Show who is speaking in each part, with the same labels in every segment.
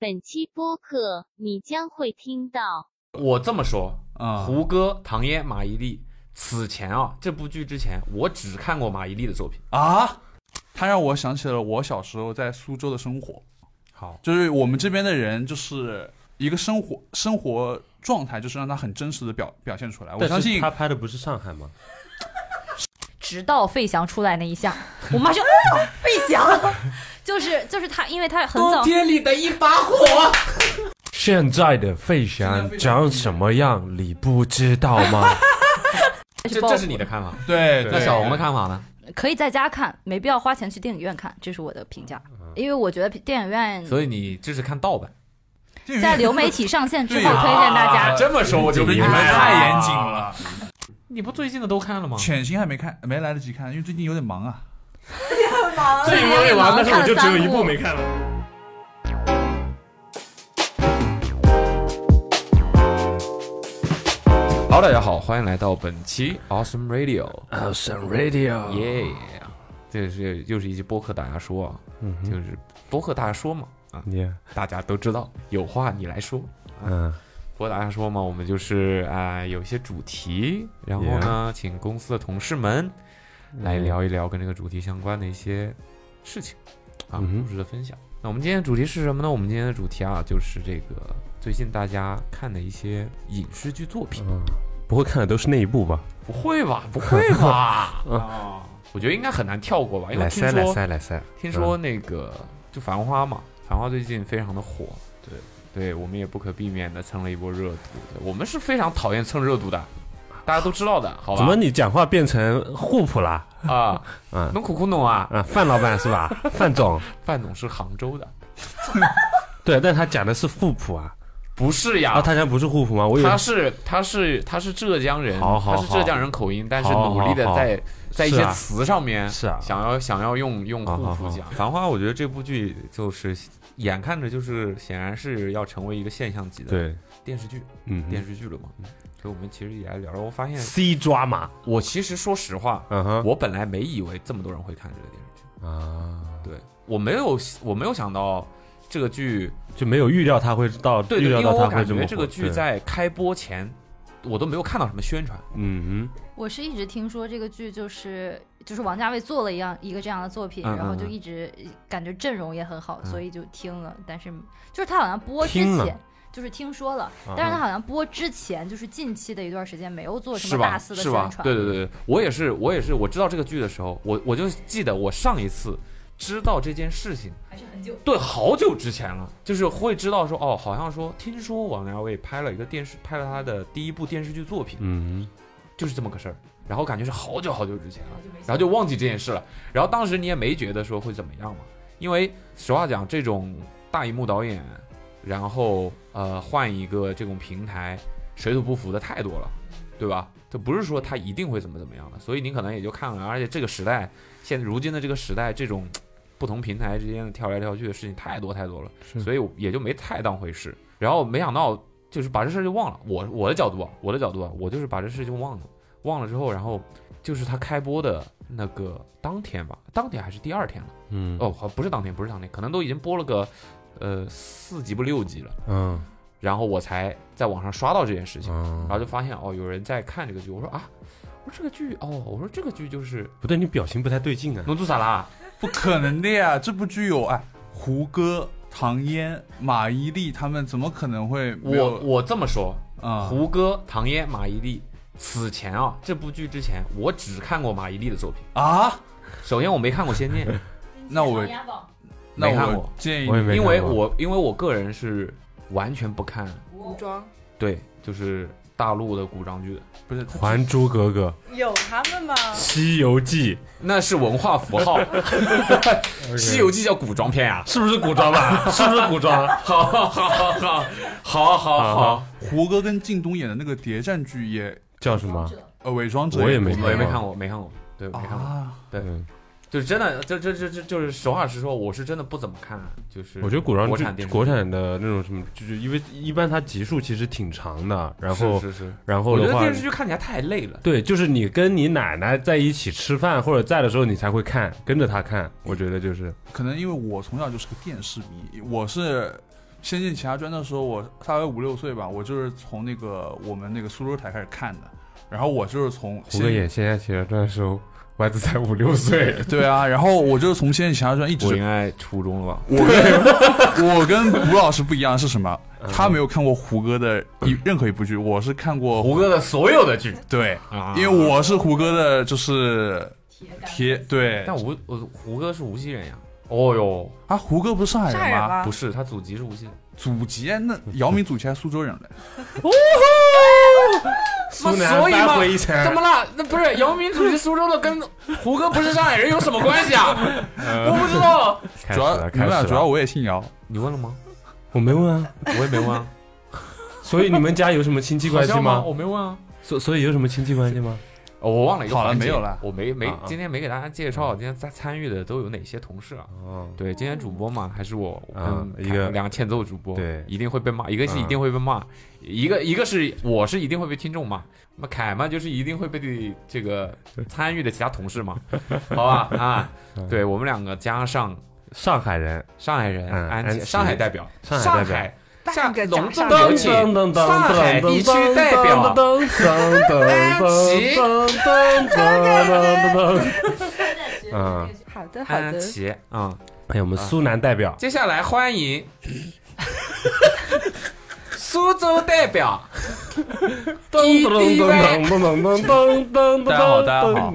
Speaker 1: 本期播客你将会听到
Speaker 2: 我这么说，
Speaker 3: 啊，
Speaker 2: 胡歌、唐嫣、马伊琍，此前啊，这部剧之前我只看过马伊琍的作品。
Speaker 3: 啊，他让我想起了我小时候在苏州的生活，
Speaker 2: 好，
Speaker 3: 就是我们这边的人就是一个生活生活状态，就是让他很真实的表表现出来。我
Speaker 4: 但
Speaker 3: 相
Speaker 4: 是
Speaker 3: 信
Speaker 4: 他拍的不是上海吗？
Speaker 5: 直到费翔出来那一下，我妈就哎呦，费翔，就是就是他，因为他很早，
Speaker 2: 天里的一把火，
Speaker 4: 现在的费
Speaker 3: 现在
Speaker 4: 翔
Speaker 3: 费翔
Speaker 4: 长什么样，你不知道吗？
Speaker 2: 这这是你的看法。
Speaker 3: 对，
Speaker 2: 那
Speaker 3: 对
Speaker 2: 小红的看法呢？
Speaker 5: 可以在家看，没必要花钱去电影院看，这是我的评价。因为我觉得电影院
Speaker 2: 所以你支持看盗版？
Speaker 3: 对
Speaker 5: 在流媒体上线之后，
Speaker 3: 对呀啊
Speaker 5: 推荐大家。
Speaker 2: 这么说我
Speaker 3: 你们太严谨。了，
Speaker 2: 你不最近的都看了吗？
Speaker 3: 潜行还没看，没来得及看，因为最近有点忙啊。
Speaker 4: 最近有点忙，但是我就只有一部没看了。
Speaker 2: 好，大家好，欢迎来到本期 Awesome Radio，
Speaker 4: Awesome Radio，
Speaker 2: 耶！这是又是一期播客，大家说啊，
Speaker 4: 嗯哼
Speaker 2: 就是播客大家说嘛，啊，
Speaker 4: ，Yeah，
Speaker 2: 大家都知道，有话你来说。
Speaker 4: 嗯，
Speaker 2: 不过大家说嘛，我们就是啊、有一些主题，然后呢请公司的同事们来聊一聊跟这个主题相关的一些事情啊，
Speaker 4: 嗯哼
Speaker 2: 故事的分享。那我们今天的主题是什么呢？我们今天的主题啊，就是这个最近大家看的一些影视剧作品。
Speaker 4: 嗯，不会看的都是那一部吧？
Speaker 2: 不会吧？不会 吧？
Speaker 3: 啊，
Speaker 2: 我觉得应该很难跳过吧，因为
Speaker 4: 来
Speaker 2: 哎听
Speaker 4: 塞，来
Speaker 2: 说
Speaker 4: 塞，来塞。
Speaker 2: 听说那个就《繁花》嘛，《繁花》最近非常的火，
Speaker 4: 对，
Speaker 2: 对我们也不可避免的蹭了一波热度的，我们是非常讨厌蹭热度的，大家都知 道的，好吧？
Speaker 4: 怎么你讲话变成互普啦？
Speaker 2: 啊？
Speaker 4: 嗯
Speaker 2: 能苦苦弄啊？
Speaker 4: 啊，范老板是 吧？范总，
Speaker 2: 范总是杭州的，
Speaker 4: 对，但他讲的是互普啊。
Speaker 2: 不是呀？
Speaker 4: 啊，他讲不是互普吗？我以为
Speaker 2: 他是他是他是浙江人，
Speaker 4: 好好
Speaker 2: 他是浙江人口音，但是
Speaker 4: 好
Speaker 2: 努力的
Speaker 4: 好好
Speaker 2: 在在一些
Speaker 4: 是啊
Speaker 2: 词上面
Speaker 4: 是啊
Speaker 2: 想要想要用用
Speaker 4: 好
Speaker 2: 互
Speaker 4: 好
Speaker 2: 补
Speaker 4: 好
Speaker 2: 讲。繁花，我觉得这部剧就是眼看着就是显然是要成为一个现象级的
Speaker 4: 对，
Speaker 2: 电视剧
Speaker 4: 嗯
Speaker 2: 电视剧了嘛，所以我们其实也来聊聊。我发现，
Speaker 4: ，C 抓马，
Speaker 2: 我其实说实话，
Speaker 4: 嗯哼，
Speaker 2: 我本来没以为这么多人会看这个电视剧，
Speaker 4: 啊，
Speaker 2: 对我没有我没有想到这个剧，
Speaker 4: 就没有预料他会到，
Speaker 2: 对
Speaker 4: 预
Speaker 2: 对，
Speaker 4: 料
Speaker 2: 因为
Speaker 4: 到
Speaker 2: 我
Speaker 4: 他会
Speaker 2: 感
Speaker 4: 这么
Speaker 2: 觉
Speaker 4: 火
Speaker 2: 这个剧，在开播前。我都没有看到什么宣传，
Speaker 4: 对嗯哼，
Speaker 5: 我是一直听说这个剧就是就是王家卫做了一样一个这样的作品，
Speaker 2: 嗯嗯
Speaker 5: 然后就一直感觉阵容也很好，
Speaker 2: 嗯
Speaker 5: 所以就听了。但是就是他好像播之
Speaker 4: 听了
Speaker 5: 前。就是听说了，
Speaker 2: 嗯
Speaker 4: 啊
Speaker 5: 但是他好像播之前，就是近期的一段时间没有做什
Speaker 2: 是
Speaker 5: 么
Speaker 2: 吧？
Speaker 5: 大肆的
Speaker 2: 是
Speaker 5: 宣
Speaker 2: 吧
Speaker 5: 传。？
Speaker 2: 对对对，对我也是，我也是，我知道这个剧的时候，我我就记得我上一次知道这件事情，
Speaker 5: 还是很久。
Speaker 2: 对，好久之前了，就是会知道说，哦，好像说听说王家卫拍了一个电视，拍了他的第一部电视剧作品，
Speaker 4: 嗯
Speaker 2: 就是这么个事儿。然后感觉是好久好久之前了，然后就忘记这件事了。然后当时你也没觉得说会怎么样嘛，因为实话讲，这种大荧幕导演，然后呃换一个这种平台，水土不服的太多了，对吧？这不是说他一定会怎么怎么样的，所以你可能也就看了。而且这个时代，现如今的这个时代，这种不同平台之间的跳来跳去的事情太多太多了，
Speaker 4: 是
Speaker 2: 所以我也就没太当回事。然后没想到就是把这事儿就忘了。我我的角度啊，我的角度啊，我就是把这事情忘了。忘了之后，然后就是他开播的那个当天吧，当天还是第二天了？
Speaker 4: 嗯
Speaker 2: 哦，好，不是当天，不是当天，可能都已经播了个呃四集不六集了。
Speaker 4: 嗯
Speaker 2: 然后我才在网上刷到这件事情，
Speaker 4: 嗯
Speaker 2: 然后就发现哦，有人在看这个剧。我说啊，我说这个剧哦，我说这个剧就是
Speaker 4: 不对，你表情不太对劲啊。
Speaker 2: 农珠萨拉，
Speaker 3: 不可能的呀！这部剧有哎，胡歌、唐嫣、马伊琍他们怎么可能会 没
Speaker 2: 我
Speaker 3: 有
Speaker 2: 我这么说，
Speaker 3: 啊？
Speaker 2: 胡歌、唐嫣、马伊琍，此前啊，这部剧之前我只看过马伊琍的作品。
Speaker 3: 啊，
Speaker 2: 首先我没看过《仙剑
Speaker 3: 那我那
Speaker 2: 没看
Speaker 3: 我
Speaker 2: 过
Speaker 3: 建议
Speaker 4: 我也》，没
Speaker 2: 因为
Speaker 4: 看过
Speaker 2: 我因为我个人是完全不看，
Speaker 6: 古装
Speaker 2: 对，就是大陆的古装剧的，
Speaker 3: 不是
Speaker 4: 《还珠格格》《
Speaker 6: 有他们吗？
Speaker 4: 西游记
Speaker 2: 那是文化符号， 《西游记》叫古装片呀、》
Speaker 4: 是不是古装 吧？是不是古装？啊
Speaker 2: 好好好好好好好，
Speaker 3: 胡歌跟靳东演的那个谍战剧也
Speaker 4: 叫什么？
Speaker 3: 呃伪装者，
Speaker 4: 我也没
Speaker 2: 我也没
Speaker 4: 过
Speaker 2: 看过，没看过，对，没看过。
Speaker 3: 啊，
Speaker 4: 嗯，
Speaker 2: 就是真的，这这这这就是实话实说，我是真的不怎么看，就是
Speaker 4: 我觉得古装
Speaker 2: 国产
Speaker 4: 剧、
Speaker 2: 电视剧
Speaker 4: 国产的那种什么，就是因为一般它集数其实挺长的，然后
Speaker 2: 是是是，
Speaker 4: 然后
Speaker 2: 我觉
Speaker 4: 的
Speaker 2: 得
Speaker 4: 话，
Speaker 2: 电视剧看起来太累了。
Speaker 4: 对，就是你跟你奶奶在一起吃饭或者在的时候，你才会看，跟着她看。我觉得就是
Speaker 3: 可能因为我从小就是个电视迷，我是《仙剑奇侠传》的时候，我大概五六岁吧，我就是从那个我们那个苏州台开始看的，然后我就是从
Speaker 4: 胡歌演《仙剑奇侠传》的时候，丸子才五六 岁，
Speaker 3: 对啊，然后我就是从《仙剑奇侠传》一
Speaker 2: 我
Speaker 3: 直
Speaker 2: 应该初中了吧？
Speaker 3: 我跟我跟吴老师不一样是什么？
Speaker 2: 嗯
Speaker 3: 他没有看过胡歌的一任何一部剧，我是看过
Speaker 2: 胡歌的所有的剧
Speaker 3: 对，
Speaker 2: 啊
Speaker 3: 因为我是胡歌的，就是铁对
Speaker 2: 但吴我胡歌是无锡人呀。哦哟，
Speaker 3: 啊，胡歌不是上海
Speaker 6: 吓
Speaker 3: 人
Speaker 6: 人
Speaker 3: 吗？
Speaker 6: 吧
Speaker 2: 不？是，他祖籍是无锡人。
Speaker 3: 祖籍那姚明祖籍还苏州 人嘞，
Speaker 4: 苏南扳回一城，
Speaker 2: 怎么了？那不是姚明祖籍苏州的，跟胡歌不是上海人有什么关系啊？我不知道。
Speaker 4: 开始
Speaker 3: 主要
Speaker 4: 了，
Speaker 3: 你们
Speaker 4: 啊开始
Speaker 3: 俩
Speaker 4: 了
Speaker 3: 主要我也姓姚，
Speaker 2: 你问了吗？
Speaker 4: 我没问啊，
Speaker 2: 我也没问 啊。
Speaker 4: 所以你们家有什么亲戚关系
Speaker 2: 好像
Speaker 4: 吗？
Speaker 2: 我没问啊。
Speaker 4: 所所以有什么亲戚关系吗？
Speaker 2: 哦我忘了一个
Speaker 3: 好了
Speaker 2: 环节
Speaker 3: 没有了
Speaker 2: 我没没
Speaker 4: 啊啊
Speaker 2: 今天没给大家介绍，今天在参与的都有哪些同事啊？
Speaker 4: 哦，
Speaker 2: 对，今天主播嘛，还是我
Speaker 4: 啊
Speaker 2: 跟
Speaker 4: 一个
Speaker 2: 两个欠揍主播，
Speaker 4: 对
Speaker 2: 一定会被骂，一个是一定会被骂，一个一个是我是一定会被听众骂，那么凯嘛就是一定会被这个参与的其他同事嘛，好吧啊，对我们两个加上
Speaker 4: 上海人，
Speaker 2: 上海人
Speaker 4: 嗯
Speaker 2: 安
Speaker 4: 安
Speaker 2: 琪
Speaker 4: 琪
Speaker 2: 上海代表，
Speaker 4: 上海
Speaker 2: 上
Speaker 4: 代表
Speaker 2: 海下
Speaker 6: 半个
Speaker 2: 隆重
Speaker 6: 假上海
Speaker 2: 有请上海地区代表
Speaker 4: 噔噔噔噔噔噔噔噔，啊，
Speaker 6: 好的，好
Speaker 2: 安
Speaker 6: 的。
Speaker 2: 琪啊，
Speaker 4: 还有我们苏南代表，
Speaker 2: 接下来欢 迎苏州代表。
Speaker 4: 噔噔噔噔噔噔噔噔，
Speaker 3: 大家好大家好，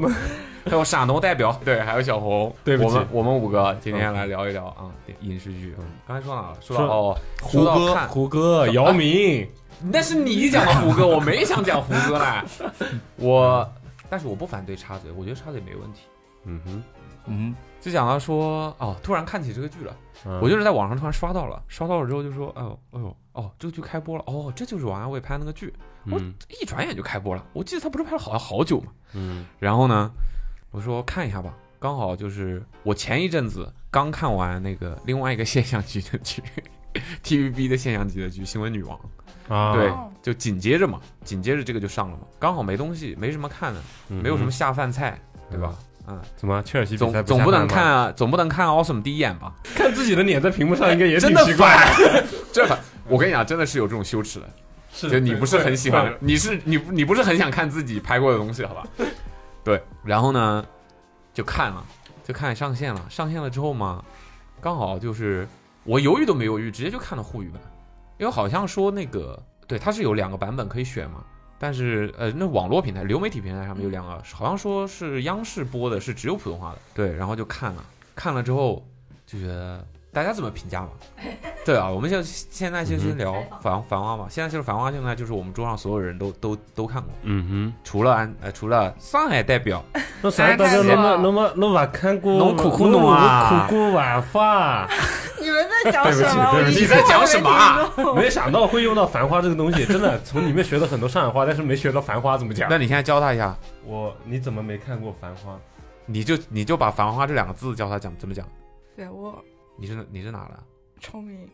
Speaker 2: 还有傻农代表，对，还有小红，
Speaker 4: 对不起嗯
Speaker 2: 我们我们五个今天来聊一聊啊、影视剧。刚才说哪了？说到
Speaker 4: 说
Speaker 2: 哦，
Speaker 4: 胡
Speaker 2: 说到
Speaker 4: 歌，
Speaker 2: 看，
Speaker 4: 胡歌，姚明，
Speaker 2: 那是你讲的胡 歌，我没想讲胡歌啦。我，但是我不反对插嘴，我觉得插嘴没问题。
Speaker 4: 嗯哼，
Speaker 3: 嗯，
Speaker 2: 就讲到说哦，突然看起这个剧了，
Speaker 4: 嗯
Speaker 2: 我就是在网上突然刷到了，刷到了之后就说，哎呦，哎呦，哦，这个剧开播了，哦，这就是王家卫拍那个剧，我
Speaker 4: 嗯
Speaker 2: 一转眼就开播了。我记得他不是拍了好像好久吗？
Speaker 4: 嗯
Speaker 2: 然后呢，我说看一下吧，刚好就是我前一阵子刚看完那个另外一个现象级的剧，TVB 的现象级的剧《新闻女王》，
Speaker 4: 啊，
Speaker 2: 对，就紧接着嘛，紧接着这个就上了嘛，刚好没东西，没什么看的，
Speaker 4: 嗯
Speaker 2: 没有什么下饭菜，
Speaker 4: 哼，
Speaker 2: 对吧？？嗯，
Speaker 4: 怎么切尔西比赛
Speaker 2: 总总不能看
Speaker 4: 下
Speaker 2: 啊，总不能看 Awesome 第一眼吧？
Speaker 4: 班吗看自己的脸在屏幕上，应该也挺
Speaker 2: 真的
Speaker 4: 奇怪。
Speaker 2: 这反我跟你讲，真的是有这种羞耻的，
Speaker 4: 是
Speaker 2: 就你不是很喜欢，你是你不你不是很想看自己拍过的东西，好吧？对，然后呢，就看了，就看上线了，上线了之后嘛，刚好就是我犹豫都没犹豫，直接就看了沪语版，因为好像说那个对它是有两个版本可以选嘛，但是呃，那网络平台、流媒体平台上面有两个，好像说是央视播的是只有普通话的，对，然后就看了，看了之后就觉得大家怎么评价嘛？对啊，我们就现在就
Speaker 4: 嗯
Speaker 2: 先
Speaker 4: 哼
Speaker 2: 聊繁繁花嘛，现在就是繁花，现在就是我们桌上所有人都都都看过，
Speaker 4: 嗯
Speaker 2: 除了安呃除了上海代表，
Speaker 4: 哼，那啥，大家侬么侬么侬勿看过，
Speaker 2: 侬看过侬啊
Speaker 4: 看过晚饭，
Speaker 6: 你们在讲什么？
Speaker 4: 对
Speaker 2: 对不
Speaker 4: 不起
Speaker 2: 起你在讲什么啊
Speaker 6: 我一
Speaker 4: 没想到会用到繁花这个东西，真的从里面学了很多上海话，但是没学到繁花怎么讲
Speaker 2: 那。你现在教他一下，
Speaker 4: 我你怎么没看过繁花？
Speaker 2: 你就你就把繁花这两个字教他讲怎么讲，
Speaker 6: 听不懂对我
Speaker 2: 你是你是哪的？
Speaker 6: 聪明，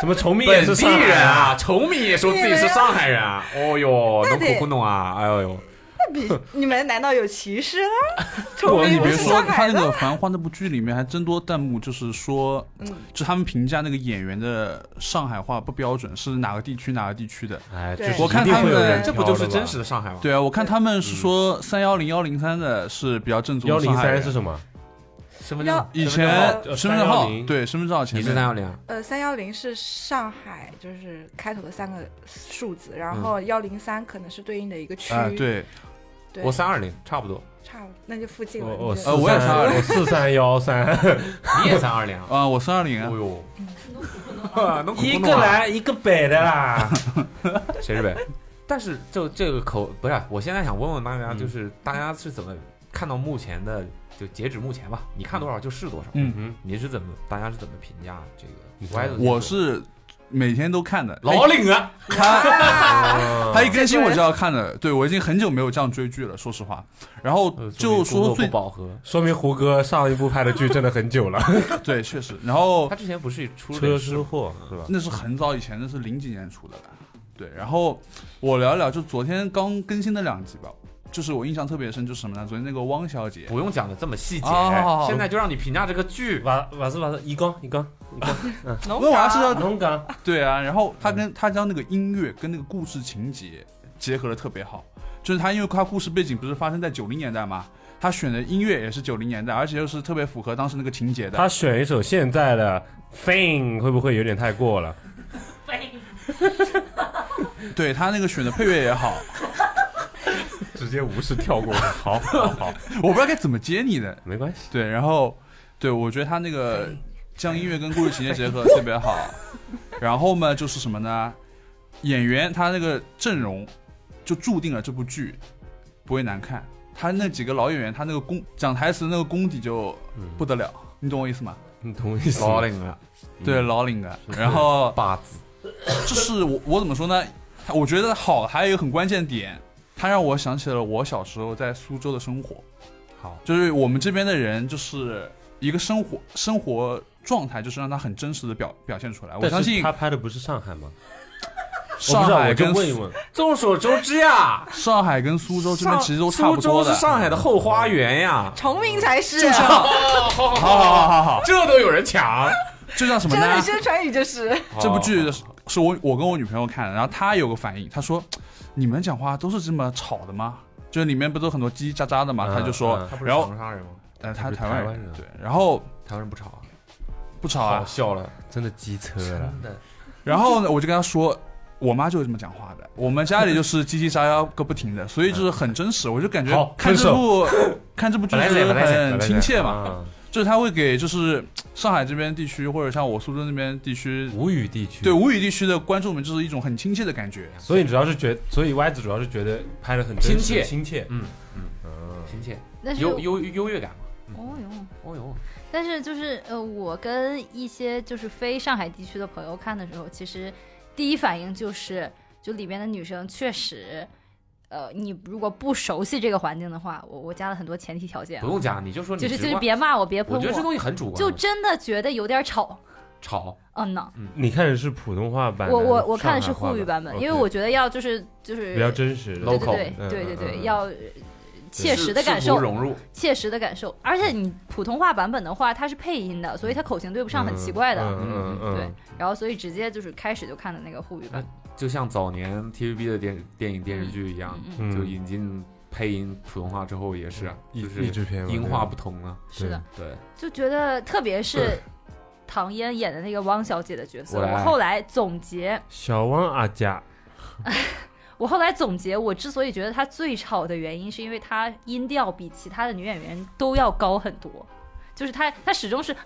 Speaker 4: 什么崇明也是上海人啊？，
Speaker 2: 崇明也说自己是上海人啊，哦哟，
Speaker 6: 那
Speaker 2: 能
Speaker 6: 得
Speaker 2: 苦糊弄啊，哎呦呦，
Speaker 6: 那比你们难道有歧视吗？
Speaker 4: 我
Speaker 6: 聪
Speaker 4: 你
Speaker 6: 明不
Speaker 4: 别
Speaker 6: 是
Speaker 4: 说
Speaker 6: 上
Speaker 3: 他
Speaker 6: 海
Speaker 3: 那
Speaker 6: 的，
Speaker 3: 个《繁花》那部剧里面还真多弹幕，就是说，
Speaker 6: 嗯
Speaker 3: 就他们评价那个演员的上海话不标准，是哪个地区哪个地区的。
Speaker 4: 哎，
Speaker 6: 对
Speaker 4: 就是
Speaker 6: 我
Speaker 3: 看
Speaker 4: 一定会有
Speaker 3: 他们
Speaker 4: 人
Speaker 2: 这
Speaker 4: 挑
Speaker 2: 不
Speaker 4: 的吧
Speaker 2: 就是真实？的上海吗？
Speaker 3: 对啊，我看他们是说三幺零幺零三的是比较正宗
Speaker 4: 嗯幺
Speaker 3: 的
Speaker 4: 零
Speaker 3: 上海
Speaker 4: 三
Speaker 3: 人
Speaker 4: 是什么？
Speaker 2: 身份证号，
Speaker 6: 要
Speaker 3: 以
Speaker 4: 身
Speaker 3: 前
Speaker 4: 份证号
Speaker 3: 身份证号
Speaker 4: 310
Speaker 3: 对身份证号前
Speaker 2: 你
Speaker 3: 面
Speaker 2: 是三幺零啊？
Speaker 6: 呃，三幺零是上海，就是开头的三个数字，然后幺零三可能是对应的一个区，
Speaker 3: 啊、对，
Speaker 6: 对
Speaker 2: 我三二零，差不多。
Speaker 6: 差不多，那就附近了。
Speaker 4: 我我
Speaker 6: 你
Speaker 4: 四
Speaker 6: 就
Speaker 3: 呃我也是
Speaker 4: 三，我四三幺三，
Speaker 2: 你也三二零啊？
Speaker 3: 啊、我三二零啊，
Speaker 2: 哦呦，
Speaker 4: 一个
Speaker 2: 来，
Speaker 4: 南一个北的啦。
Speaker 2: 谁是 北？但是就这个口不是，啊我现在想问问大家，
Speaker 4: 嗯
Speaker 2: 就是大家是怎么看到目前的，就截止目前吧，你看多少就是多少。
Speaker 3: 嗯
Speaker 4: 嗯，
Speaker 2: 你是怎么，大家是怎么评价这
Speaker 4: 你
Speaker 2: 个
Speaker 4: 看
Speaker 2: 歪的这个？
Speaker 3: 我是每天都看的，哎
Speaker 2: 老领 啊，
Speaker 3: 他
Speaker 6: 啊
Speaker 4: 嗯
Speaker 3: 他一更新我就要看的，对我已经很久没有这样追剧了，说实话。然后
Speaker 2: 呃说
Speaker 3: 就
Speaker 2: 明
Speaker 3: 说
Speaker 2: 工作
Speaker 3: 最
Speaker 2: 不饱和。
Speaker 4: 说明胡歌上一部拍的剧真的很久了，
Speaker 3: 对确实，然后
Speaker 2: 他之前不是出了
Speaker 4: 车
Speaker 2: 点事
Speaker 4: 之
Speaker 2: 吗
Speaker 4: 祸，对吧？
Speaker 3: 那是很早以前，那是零几年出的了。对，然后我聊一聊，就昨天刚更新的两集吧。就是我印象特别深，就是什么呢？昨天那个汪小姐，
Speaker 2: 不用讲的这么细节
Speaker 3: 哦，
Speaker 2: 现在就让你评价这个剧。
Speaker 4: 瓦瓦斯瓦斯，一缸一缸一缸，
Speaker 6: 农
Speaker 3: 问我要
Speaker 6: 家
Speaker 3: 是要
Speaker 4: 农岗，
Speaker 3: 对啊，然后他跟他将那个音乐跟那个故事情节结合的特别好，就是他因为他故事背景不是发生在九零年代嘛，他选的音乐也是九零年代，而且又是特别符合当时那个情节的。
Speaker 4: 他选一首现在的 Thing 会不会有点太过了？
Speaker 3: 对他那个选的配乐也好，
Speaker 2: 直接无视跳过，
Speaker 4: 好，好，好，
Speaker 3: 我不知道该怎么接你的。
Speaker 4: 没关系。
Speaker 3: 对，然后对我觉得他那个将音乐跟故事情节结合得特别好，然后嘛就是什么呢？演员他那个阵容就注定了这部剧不会难看。他那几个老演员，他那个功讲台词那个功底就不得了，你懂我意思吗？
Speaker 4: 你懂我意思
Speaker 2: 高
Speaker 4: 吗？
Speaker 2: 龄了，
Speaker 3: 对，老领的。然后
Speaker 2: 啊八字
Speaker 3: 就是我我怎么说呢？他我觉得好，还有一个很关键点，它让我想起了我小时候在苏州的生活。
Speaker 2: 好，
Speaker 3: 就是我们这边的人，就是一个生活生活状态，就是让他很真实的表表现出来。我
Speaker 4: 但
Speaker 3: 相
Speaker 4: 是
Speaker 3: 信
Speaker 4: 他拍的不是上海吗？我
Speaker 3: 上
Speaker 4: 不知道，
Speaker 3: 海
Speaker 4: 我就
Speaker 3: 跟
Speaker 4: 问一问。
Speaker 2: 众所周知呀，
Speaker 3: 上海跟苏州这边
Speaker 2: 上
Speaker 3: 其实都差不多
Speaker 2: 苏州
Speaker 3: 的。嗯
Speaker 2: 是上海的后花园呀。
Speaker 6: 崇明才是，
Speaker 2: 哦，好好
Speaker 3: 好好好好好，
Speaker 2: 这都有人抢。哦
Speaker 3: 就像什么
Speaker 6: 真
Speaker 3: 呢
Speaker 6: 的？宣传语就是
Speaker 3: 这部剧是我我跟我女朋友看的，然后她有个反应，她说：“你们讲话都是这么吵的吗？”就是里面不都很多叽叽喳喳的嘛，
Speaker 4: 嗯
Speaker 3: 她就说
Speaker 4: 嗯，
Speaker 3: 然后
Speaker 2: 长沙人吗？
Speaker 3: 呃，她
Speaker 4: 她不是
Speaker 3: 台湾
Speaker 4: 台湾
Speaker 3: 人，
Speaker 4: 人
Speaker 3: 对，然后
Speaker 2: 台湾人不吵，啊
Speaker 3: 不吵
Speaker 2: 好
Speaker 3: 啊，
Speaker 2: 笑了，
Speaker 4: 真的机车了，
Speaker 2: 的。
Speaker 3: 然后呢，我就跟他说，我妈就是这么讲话的，我们家里就是叽叽喳喳个不停的，所以就是很真实。我就感觉
Speaker 4: 好
Speaker 3: 看
Speaker 4: 分
Speaker 3: 这
Speaker 4: 手
Speaker 3: 部 看这部剧
Speaker 2: 本来
Speaker 3: 就是
Speaker 2: 本来本来
Speaker 3: 很亲切嘛，
Speaker 4: 啊，
Speaker 3: 就是他会给就是上海这边地区或者像我苏州那边地区，
Speaker 4: 吴语地区
Speaker 3: 对，吴语地区的观众们就是一种很亲切的感觉。
Speaker 4: 所以主要是觉，所以歪子主要是觉得拍的很真
Speaker 2: 亲
Speaker 4: 实
Speaker 2: 切
Speaker 4: 亲切。
Speaker 2: 嗯
Speaker 4: 嗯，
Speaker 2: 亲切，
Speaker 5: 但是
Speaker 2: 优优优越感嘛。
Speaker 5: 哦哟。
Speaker 2: 哦呦，
Speaker 5: 但是就是呃，我跟一些就是非上海地区的朋友看的时候，其实第一反应就是，就里面的女生确实，呃，你如果不熟悉这个环境的话，我我加了很多前提条件啊
Speaker 2: 不，用讲，你就说你
Speaker 5: 就是就
Speaker 2: 直
Speaker 5: 是
Speaker 2: 观。
Speaker 5: 别骂我，别
Speaker 2: 我
Speaker 5: 喷
Speaker 2: 觉得这
Speaker 5: 我，
Speaker 2: 东西很主观，啊
Speaker 5: 就真的觉得有点吵。
Speaker 2: 吵。
Speaker 5: 嗯呐，
Speaker 4: 你看的是普通话
Speaker 2: 嗯
Speaker 4: 版的，
Speaker 5: 我我我看的是
Speaker 4: 上海话
Speaker 5: 沪语版本，因为
Speaker 4: OK
Speaker 5: 我觉得要就是就是
Speaker 4: 比较真实
Speaker 5: 对
Speaker 2: local，
Speaker 5: 对
Speaker 4: 嗯
Speaker 5: 对对对
Speaker 4: 嗯嗯
Speaker 5: 对，
Speaker 4: 嗯
Speaker 5: 要呃切实的感
Speaker 2: 试图
Speaker 5: 受，
Speaker 2: 融入，
Speaker 5: 切实的感受。而且你普通话版本的话，它是配音的，所以它口型对不上，很奇怪的。
Speaker 4: 嗯嗯嗯，
Speaker 5: 对，然后所以直接就是开始就看的那个沪语版，
Speaker 2: 就像早年 TVB 的电电影电视剧一样，
Speaker 5: 嗯，
Speaker 4: 嗯
Speaker 2: 就引进配音普通话之后也是啊，就
Speaker 4: 译译
Speaker 2: 是
Speaker 4: 制片嘛
Speaker 2: 音画不同啊了。
Speaker 5: 是的，
Speaker 2: 对，
Speaker 5: 就觉得特别是唐嫣演的那个汪小姐的角色，
Speaker 2: 我来
Speaker 5: 我后来总结，
Speaker 4: 小汪阿佳，
Speaker 5: 我后来总结，我之所以觉得她最吵的原因，是因为她音调比其他的女演员都要高很多，就是她她始终是啊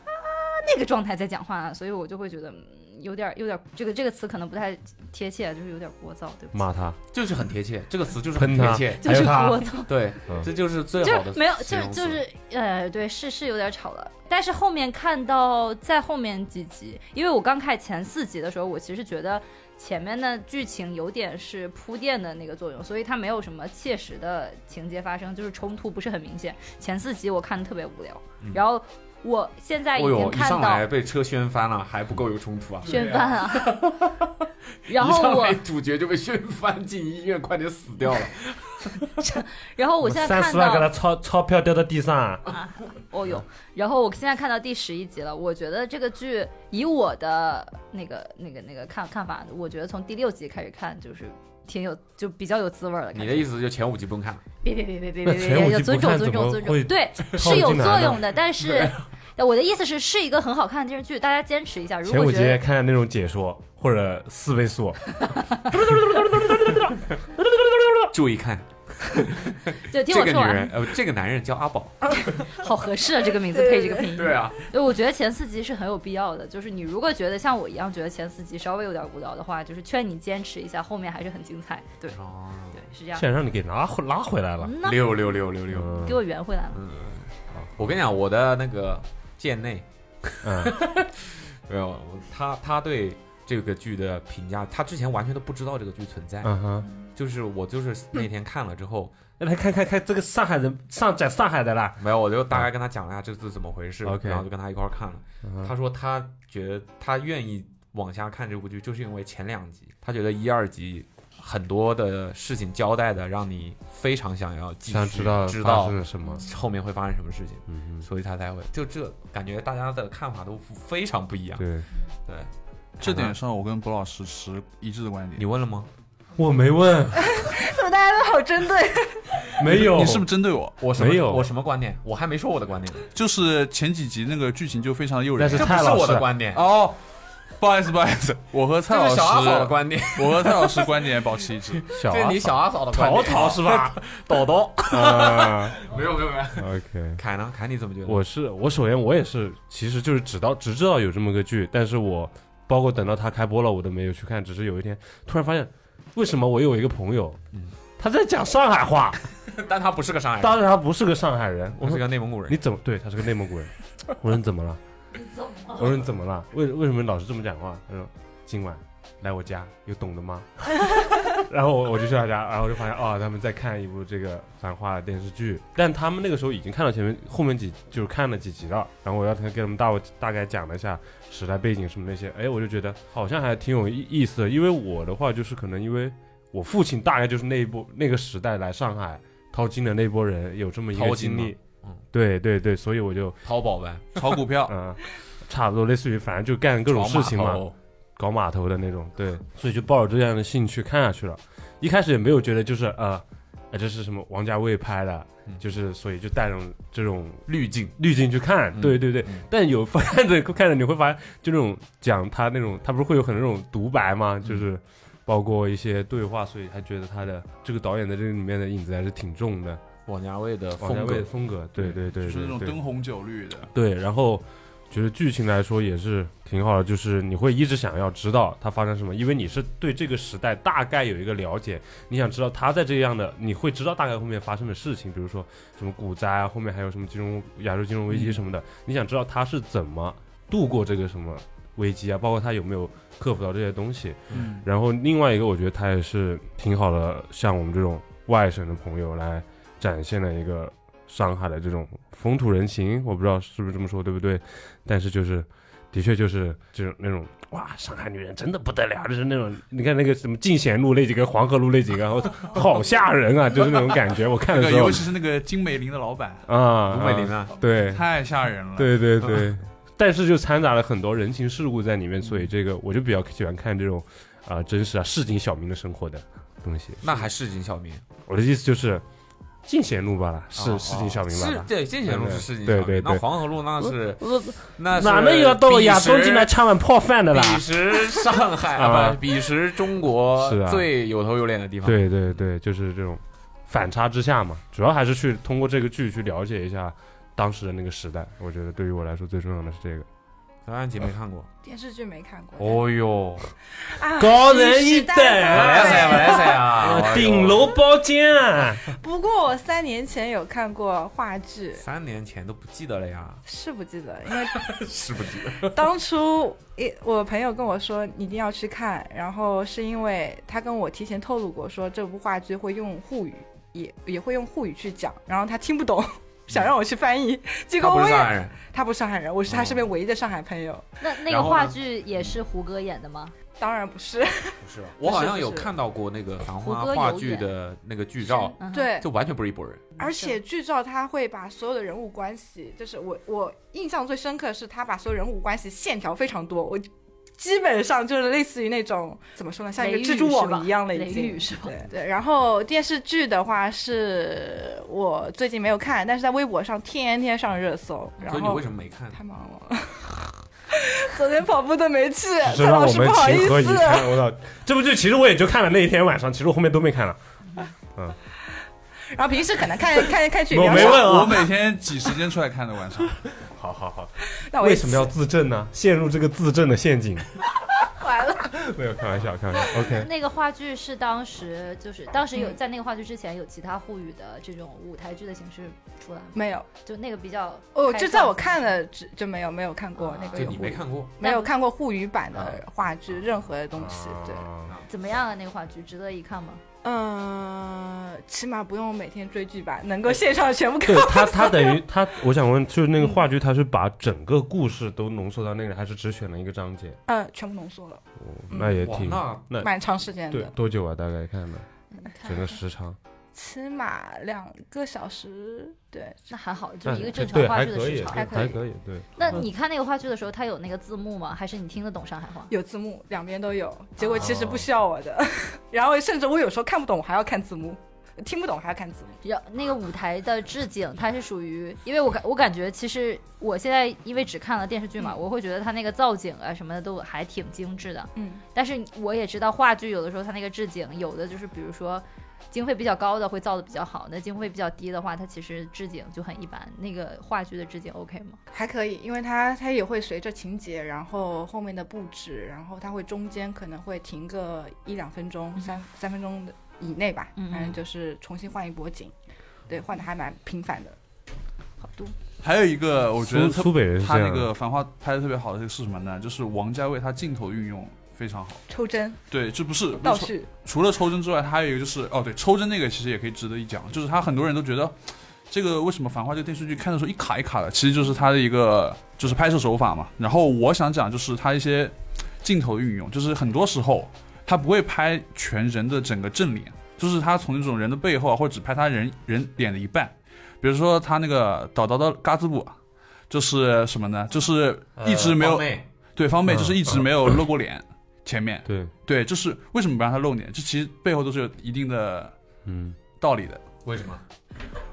Speaker 5: 那个状态在讲话、所以我就会觉得。嗯有点有点，这个这个词可能不太贴切，就是有点聒噪，对不对？
Speaker 4: 骂他，
Speaker 2: 就是很贴切，这个词就是很
Speaker 4: 喷他
Speaker 2: 贴切。
Speaker 5: 就是
Speaker 4: 还有
Speaker 5: 聒噪，
Speaker 2: 对
Speaker 4: 嗯，
Speaker 2: 这就是最好
Speaker 5: 就
Speaker 2: 的
Speaker 5: 是没有，就
Speaker 2: 形容词
Speaker 5: 就是呃，对，是是有点吵了。但是后面看到在后面几集，因为我刚看前四集的时候，我其实觉得前面的剧情有点是铺垫的那个作用，所以它没有什么切实的情节发生，就是冲突不是很明显。前四集我看的特别无聊，
Speaker 2: 嗯
Speaker 5: 然后我现在已
Speaker 2: 哦
Speaker 5: 经
Speaker 2: 呦，一
Speaker 5: 看
Speaker 2: 上
Speaker 5: 到
Speaker 2: 来被车掀翻了，还不够有冲突啊！
Speaker 5: 宣判啊， 然后
Speaker 2: 一上
Speaker 5: 我
Speaker 2: 来主角就被掀翻进医院，快点死掉了。
Speaker 5: 然后我现在
Speaker 4: 三
Speaker 5: 看
Speaker 4: 十万给
Speaker 5: 到
Speaker 4: 他钞钞票掉到地上，啊
Speaker 5: 哦哟，然后我现在看到第十一集了，我觉得这个剧以我的那个那个那个看看法，我觉得从第六集开始看就是挺有就比较有滋味儿了。
Speaker 2: 你的意思就是前五集不用看了？
Speaker 5: 别别别别别
Speaker 4: 那
Speaker 5: 别别
Speaker 4: 前五
Speaker 5: 别，
Speaker 4: 集
Speaker 5: 有
Speaker 4: 不
Speaker 5: 尊重
Speaker 4: 看
Speaker 5: 尊
Speaker 4: 怎
Speaker 5: 重
Speaker 4: 么
Speaker 5: 尊
Speaker 4: 会
Speaker 5: 重，对，
Speaker 4: 套
Speaker 5: 是有
Speaker 4: 进来
Speaker 5: 作
Speaker 4: 呢
Speaker 5: 用的，但是。我的意思是，是一个很好看的电视剧，大家坚持一下。如
Speaker 4: 前
Speaker 5: 果
Speaker 4: 五
Speaker 5: 觉得
Speaker 4: 节看那种解说或者四倍速，
Speaker 2: 注意看，
Speaker 5: 对，听
Speaker 2: 这
Speaker 5: 我
Speaker 2: 个
Speaker 5: 说
Speaker 2: 女人
Speaker 5: 完，
Speaker 2: 呃，这个男人叫阿宝。
Speaker 5: 好合适啊，这个名字
Speaker 6: 对
Speaker 5: 配
Speaker 6: 对
Speaker 5: 这个拼音。
Speaker 2: 对啊，
Speaker 5: 对，我觉得前四集是很有必要的。就是你如果觉得像我一样觉得前四集稍微有点无聊的话，就是劝你坚持一下，后面还是很精彩。对
Speaker 2: 哦，
Speaker 5: 对，是这样
Speaker 4: 现。在让你给拿回拉回来了。
Speaker 5: 嗯呐，
Speaker 2: 六六六六六。
Speaker 4: 嗯
Speaker 5: 给我圆回来了。
Speaker 2: 我跟你讲，我的那个贱内，
Speaker 4: 嗯，
Speaker 2: 没有我他他对这个剧的评价，他之前完全都不知道这个剧存在。
Speaker 4: 嗯哼，
Speaker 2: 就是我就是那天看了之后，
Speaker 4: 来看看看这个上海人上讲上海的啦，
Speaker 2: 没有，我就大概跟他讲了一下这是怎么回事，
Speaker 4: OK
Speaker 2: 然后就跟他一块儿看了。
Speaker 4: 嗯哼
Speaker 2: 他说他觉得他愿意往下看这部剧，就是因为前两集，他觉得一二集很多的事情交代的让你非常想要继续
Speaker 4: 想知道
Speaker 2: 知
Speaker 4: 发
Speaker 2: 道
Speaker 4: 生了什么。
Speaker 2: 后面会发生什么事情，
Speaker 4: 嗯
Speaker 2: 所以他才会就这感觉大家的看法都非常不一样
Speaker 4: 哼，。对，
Speaker 2: 对，
Speaker 3: 这点上我跟卜老师持一致的观点。
Speaker 2: 你问了吗？
Speaker 4: 我没问，
Speaker 6: 怎么大家都好针对？
Speaker 4: 没有，
Speaker 3: 你是不是针对我？
Speaker 2: 我什么
Speaker 4: 没有
Speaker 2: 我什么观点？我还没说我的观点呢，
Speaker 3: 就是前几集那个剧情就非常诱人。
Speaker 4: 那 是
Speaker 2: 这不
Speaker 4: 蔡
Speaker 2: 是
Speaker 4: 老师
Speaker 2: 我的观 点，
Speaker 3: 哦，不好意思，不好意思，我和蔡
Speaker 2: 这
Speaker 3: 老师
Speaker 2: 是小阿嫂的观点，
Speaker 3: 我和蔡老师观点保持一致。
Speaker 4: 小啊
Speaker 2: 这是你小阿嫂的观
Speaker 4: 淘
Speaker 2: 点。
Speaker 4: 淘是吧？
Speaker 2: 抖抖，
Speaker 4: 啊
Speaker 2: 没有没有没有。
Speaker 4: ，OK。
Speaker 2: 凯呢？凯你怎么觉得？
Speaker 4: 我是我首先我也是，其实就是只到只知道有这么个剧，但是我包括等到它开播了，我都没有去看，只是有一天突然发现，为什么我有一个朋友，
Speaker 2: 嗯
Speaker 4: 他在讲上海话，
Speaker 2: 但他不是个上海人，
Speaker 4: 当然他不是个上海人，
Speaker 2: 我哎
Speaker 4: 我
Speaker 2: 是
Speaker 4: 说
Speaker 2: 个内蒙古人
Speaker 4: 你。怎么对他是个内蒙古人，我说 你怎么了？我说你怎么了？为为什么老是这么讲话？他说今晚来我家有懂的吗？然后我我就去他家，然后我就发现哦，他们在看一部这个《繁花》的电视剧，但他们那个时候已经看到前面后面几就是看了几集了。然后我要跟他们大大概讲了一下时代背景什么那些，哎，我就觉得好像还挺有意意思的。因为我的话就是可能因为我父亲大概就是那一波那个时代来上海淘金的那波人有这么一
Speaker 2: 淘
Speaker 4: 个
Speaker 2: 金
Speaker 4: 经
Speaker 2: 吗
Speaker 4: 历，
Speaker 2: 嗯
Speaker 4: 对对对，所以我就
Speaker 2: 淘宝 呗，
Speaker 3: 炒股票，
Speaker 4: 嗯，差不多类似于反正就干 各种事情
Speaker 2: 闯码
Speaker 4: 嘛，
Speaker 2: 头
Speaker 4: 搞码头的那种，对，所以就抱着这样的兴趣看下去了。一开始也没有觉得就是呃，呃这是什么王家卫拍的，
Speaker 2: 嗯
Speaker 4: 就是所以就带着这种
Speaker 2: 滤镜。
Speaker 4: 滤镜去看，
Speaker 2: 嗯
Speaker 4: 对对对。
Speaker 2: 嗯
Speaker 4: 但有看着看着你会发现，就那种讲他那种，他不是会有很多那种独白吗？就是包括一些对话，所以他觉得他的这个导演的这个里面的影子还是挺重的，
Speaker 2: 王家卫的
Speaker 4: 王家
Speaker 2: 风
Speaker 4: 卫
Speaker 2: 格
Speaker 4: 的，风格，对对对，
Speaker 3: 就是那
Speaker 4: 对
Speaker 3: 种
Speaker 4: 对
Speaker 3: 灯红酒绿的。
Speaker 4: 对，然后觉得剧情来说也是挺好的，就是你会一直想要知道它发生什么，因为你是对这个时代大概有一个了解，你想知道它在这样的，你会知道大概后面发生的事情，比如说什么股灾啊，后面还有什么金融亚洲金融危机什么的，你想知道它是怎么度过这个什么危机啊，包括它有没有克服到这些东西。
Speaker 3: 嗯，
Speaker 4: 然后另外一个，我觉得他也是挺好的，像我们这种外省的朋友来展现了一个上海的这种风土人情，我不知道是不是这么说对不对，但是就是。的确就是就是那种哇，上海女人真的不得了，就是那种你看那个什么进贤路那几个、黄河路那几个，我操，好吓人啊！就是那种感觉。我看
Speaker 3: 那
Speaker 4: 的
Speaker 3: 个
Speaker 4: 时候
Speaker 3: 尤其是那个金美玲的老板，
Speaker 4: 啊，
Speaker 2: 吴美玲
Speaker 4: 啊
Speaker 2: 啊，
Speaker 4: 对
Speaker 3: 太吓人了。，
Speaker 4: 对对对，
Speaker 2: 嗯
Speaker 4: 但是就掺杂了很多人情世故在里面，所以这个我就比较喜欢看这种啊、真实啊市井小民的生活的东西。
Speaker 2: 那还市井小民，
Speaker 4: 我的意思就是，进贤路罢了，是
Speaker 2: 哦
Speaker 4: 市井小民罢
Speaker 2: 是
Speaker 4: 了。
Speaker 2: 对进贤路是市井小
Speaker 4: 对
Speaker 2: 民，
Speaker 4: 对对
Speaker 2: 那黄河路那是那是
Speaker 4: 哪能有到亚
Speaker 2: 彼
Speaker 4: 东
Speaker 2: 时
Speaker 4: 进来吃碗泡饭的啦？
Speaker 2: 彼时上海啊，
Speaker 4: 啊
Speaker 2: 不，彼时中国
Speaker 4: 是啊
Speaker 2: 最有头有脸的地方。，
Speaker 4: 对对对，就是这种反差之下嘛，主要还是去通过这个剧去了解一下当时的那个时代。我觉得对于我来说最重要的是这个。
Speaker 2: 小安琪没看过。
Speaker 6: 电视剧没看
Speaker 4: 哎
Speaker 6: 过，
Speaker 2: 哦呦，
Speaker 6: 啊
Speaker 4: 高人一等啊
Speaker 6: 时代
Speaker 2: 马来西亚，
Speaker 6: 的
Speaker 2: 马来西亚，
Speaker 4: 哎顶
Speaker 2: 哎呦。
Speaker 4: 楼包间啊，
Speaker 6: 不过我三年前有看过话剧，
Speaker 2: 三年前都不记得了呀，
Speaker 6: 是不记得，因为
Speaker 2: 是不记得。
Speaker 6: 当初一我朋友跟我说你一定要去看，然后是因为他跟我提前透露过，说这部话剧会用沪语，也也会用沪语去讲，然后他听不懂， 想让我去翻译，结
Speaker 2: 他不
Speaker 6: 果我
Speaker 2: 是上
Speaker 6: 也
Speaker 2: 海人，
Speaker 6: 他不是上海人，我是他身边唯一的上海朋友，
Speaker 5: 那那
Speaker 2: 然
Speaker 5: 个
Speaker 2: 后呢
Speaker 5: 话剧也是胡歌演的吗？
Speaker 6: 当然不是，
Speaker 2: 不是吧。我好
Speaker 6: 不是
Speaker 2: 像有
Speaker 6: 不是
Speaker 2: 看到过那个《繁花
Speaker 5: 胡》歌
Speaker 2: 话
Speaker 5: 有
Speaker 2: 剧
Speaker 5: 演
Speaker 2: 的那个剧
Speaker 4: 哦
Speaker 2: 照，
Speaker 5: 嗯哼，
Speaker 6: 对，
Speaker 2: 就完全不是一拨人。
Speaker 5: 嗯
Speaker 6: 而且剧照他会把所有的人物关系，就是我我印象最深刻是他把所有人物关系线条非常多，我基本上就是类似于那种怎么说呢，像一个
Speaker 5: 雷雨
Speaker 6: 蜘蛛
Speaker 5: 是吧
Speaker 6: 网一样的
Speaker 5: 雷
Speaker 6: 已经
Speaker 5: 雨。是吧？
Speaker 6: 对对，然后电视剧的话是我最近没有看，但是在微博上天天上热搜，然
Speaker 2: 所以你
Speaker 6: 后
Speaker 2: 为什么没看？
Speaker 6: 太忙了， 昨天跑步都没
Speaker 4: 只
Speaker 6: 去，呃蔡
Speaker 4: 是让
Speaker 6: 老
Speaker 4: 我
Speaker 6: 师
Speaker 4: 们
Speaker 6: 不好意
Speaker 4: 情何以
Speaker 6: 思。
Speaker 4: 堪。我操，这部剧其实我也就看了那一天晚上，其实我后面都没看了。
Speaker 6: 然后平时可能看看看剧也
Speaker 4: 我
Speaker 6: 比
Speaker 4: 没
Speaker 6: 较少
Speaker 4: 问
Speaker 3: 我
Speaker 4: 啊，
Speaker 3: 每天挤时间出来看的晚上。
Speaker 4: 好好好，
Speaker 6: 那我
Speaker 4: 为
Speaker 6: 也
Speaker 4: 什么要自证呢？陷入这个自证的 陷阱。
Speaker 6: 完了？
Speaker 4: 没有开玩笑，开玩笑。OK，
Speaker 5: 那个话剧是当时就是当时
Speaker 6: 嗯
Speaker 5: 有在那个话剧之前有其他沪语的这种舞台剧的形式出来吗？
Speaker 6: 没有，
Speaker 5: 就那个比较
Speaker 6: 哦，
Speaker 5: 开
Speaker 6: 就
Speaker 5: 放
Speaker 6: 在我看了就就没有没有看过
Speaker 5: 啊
Speaker 6: 那个
Speaker 2: 就
Speaker 6: 有
Speaker 2: 你没啊
Speaker 6: 沪语
Speaker 2: 看过，
Speaker 6: 没有看过沪语版的话剧任何的东西，对，
Speaker 4: 啊
Speaker 5: 怎么样啊？那个话剧值得一看吗？
Speaker 6: 嗯、起码不用每天追剧吧，能够线上全部看
Speaker 4: 对。他，他等于他，我想问，就是那个话剧，他是把整个故事都浓缩到那里，还是只选了一个章节？
Speaker 6: 嗯、全部浓缩了，
Speaker 4: 哦
Speaker 3: 嗯
Speaker 4: 那也挺
Speaker 2: 哇
Speaker 4: 那
Speaker 6: 蛮长时间
Speaker 4: 对
Speaker 6: 的，
Speaker 4: 多久啊？大概看的
Speaker 5: 你看
Speaker 4: 整个时长？
Speaker 6: 起码两个小时。对，
Speaker 5: 那还好，就
Speaker 4: 那
Speaker 5: 是一个正常
Speaker 4: 对
Speaker 5: 话
Speaker 4: 还
Speaker 5: 剧的
Speaker 4: 可以，
Speaker 5: 时长。
Speaker 4: 还
Speaker 6: 可以
Speaker 4: 可以，对。
Speaker 5: 那
Speaker 4: 嗯
Speaker 5: 你看那个话剧的时候，它有那个字幕吗？还是你听得懂上海话？
Speaker 6: 有字幕，两边都有。结果其实
Speaker 2: 啊
Speaker 6: 不需要我的， 然后甚至我有时候看不懂，我还要看字幕；听不懂还要看字幕。
Speaker 5: 然那个舞台的置景，它是属于，因为我感我感觉其实我现在因为只看了电视剧嘛，我会觉得它那个造景啊什么的都还挺精致的。
Speaker 6: 嗯，
Speaker 5: 但是我也知道话剧有的时候它那个置景，有的就是比如说经费比较高的会造的比较好，那经费比较低的话，它其实置景就很一般。那个话剧的置景 OK 吗？
Speaker 6: 还可以，因为它它也会随着情节，然后后面的布置，然后它会中间可能会停个一两分钟、三三分钟的以内吧，
Speaker 5: 嗯
Speaker 6: 反正就是重新换一波景，对，换的还蛮频繁的。
Speaker 5: 好多
Speaker 3: 还有一个我觉得
Speaker 4: 苏
Speaker 3: 特
Speaker 4: 苏北人是
Speaker 3: 他
Speaker 4: 这
Speaker 3: 那
Speaker 4: 样
Speaker 3: 个《
Speaker 4: 的，
Speaker 3: 繁花》拍的特别好的是什么呢？就是王家卫他镜头运用非常好。
Speaker 6: 抽帧
Speaker 3: 对，这不是
Speaker 2: 嗯
Speaker 6: 倒
Speaker 3: 除
Speaker 6: 叙，
Speaker 3: 除了抽帧之外，他还有一个就是哦，对，抽帧那个其实也可以值得一讲，就是他很多人都觉得这个为什么《繁花》这个电视剧看的时候一卡一卡的，其实就是他的一个就是拍摄手法嘛。然后我想讲就是他一些镜头运用，就是很多时候他不会拍全人的整个正脸，就是他从那种人的背后啊，或者只拍他人人脸的一半。比如说他那个导导的嘎子布啊，就是什么呢？就是一直没有、
Speaker 2: 呃方妹
Speaker 3: 对方妹，
Speaker 4: 嗯
Speaker 3: 就是一直没有露过脸。前面
Speaker 4: 对，
Speaker 3: 对，就是为什么不让他露脸？这其实背后都是有一定的
Speaker 4: 嗯，
Speaker 3: 道理的。
Speaker 2: 为什么？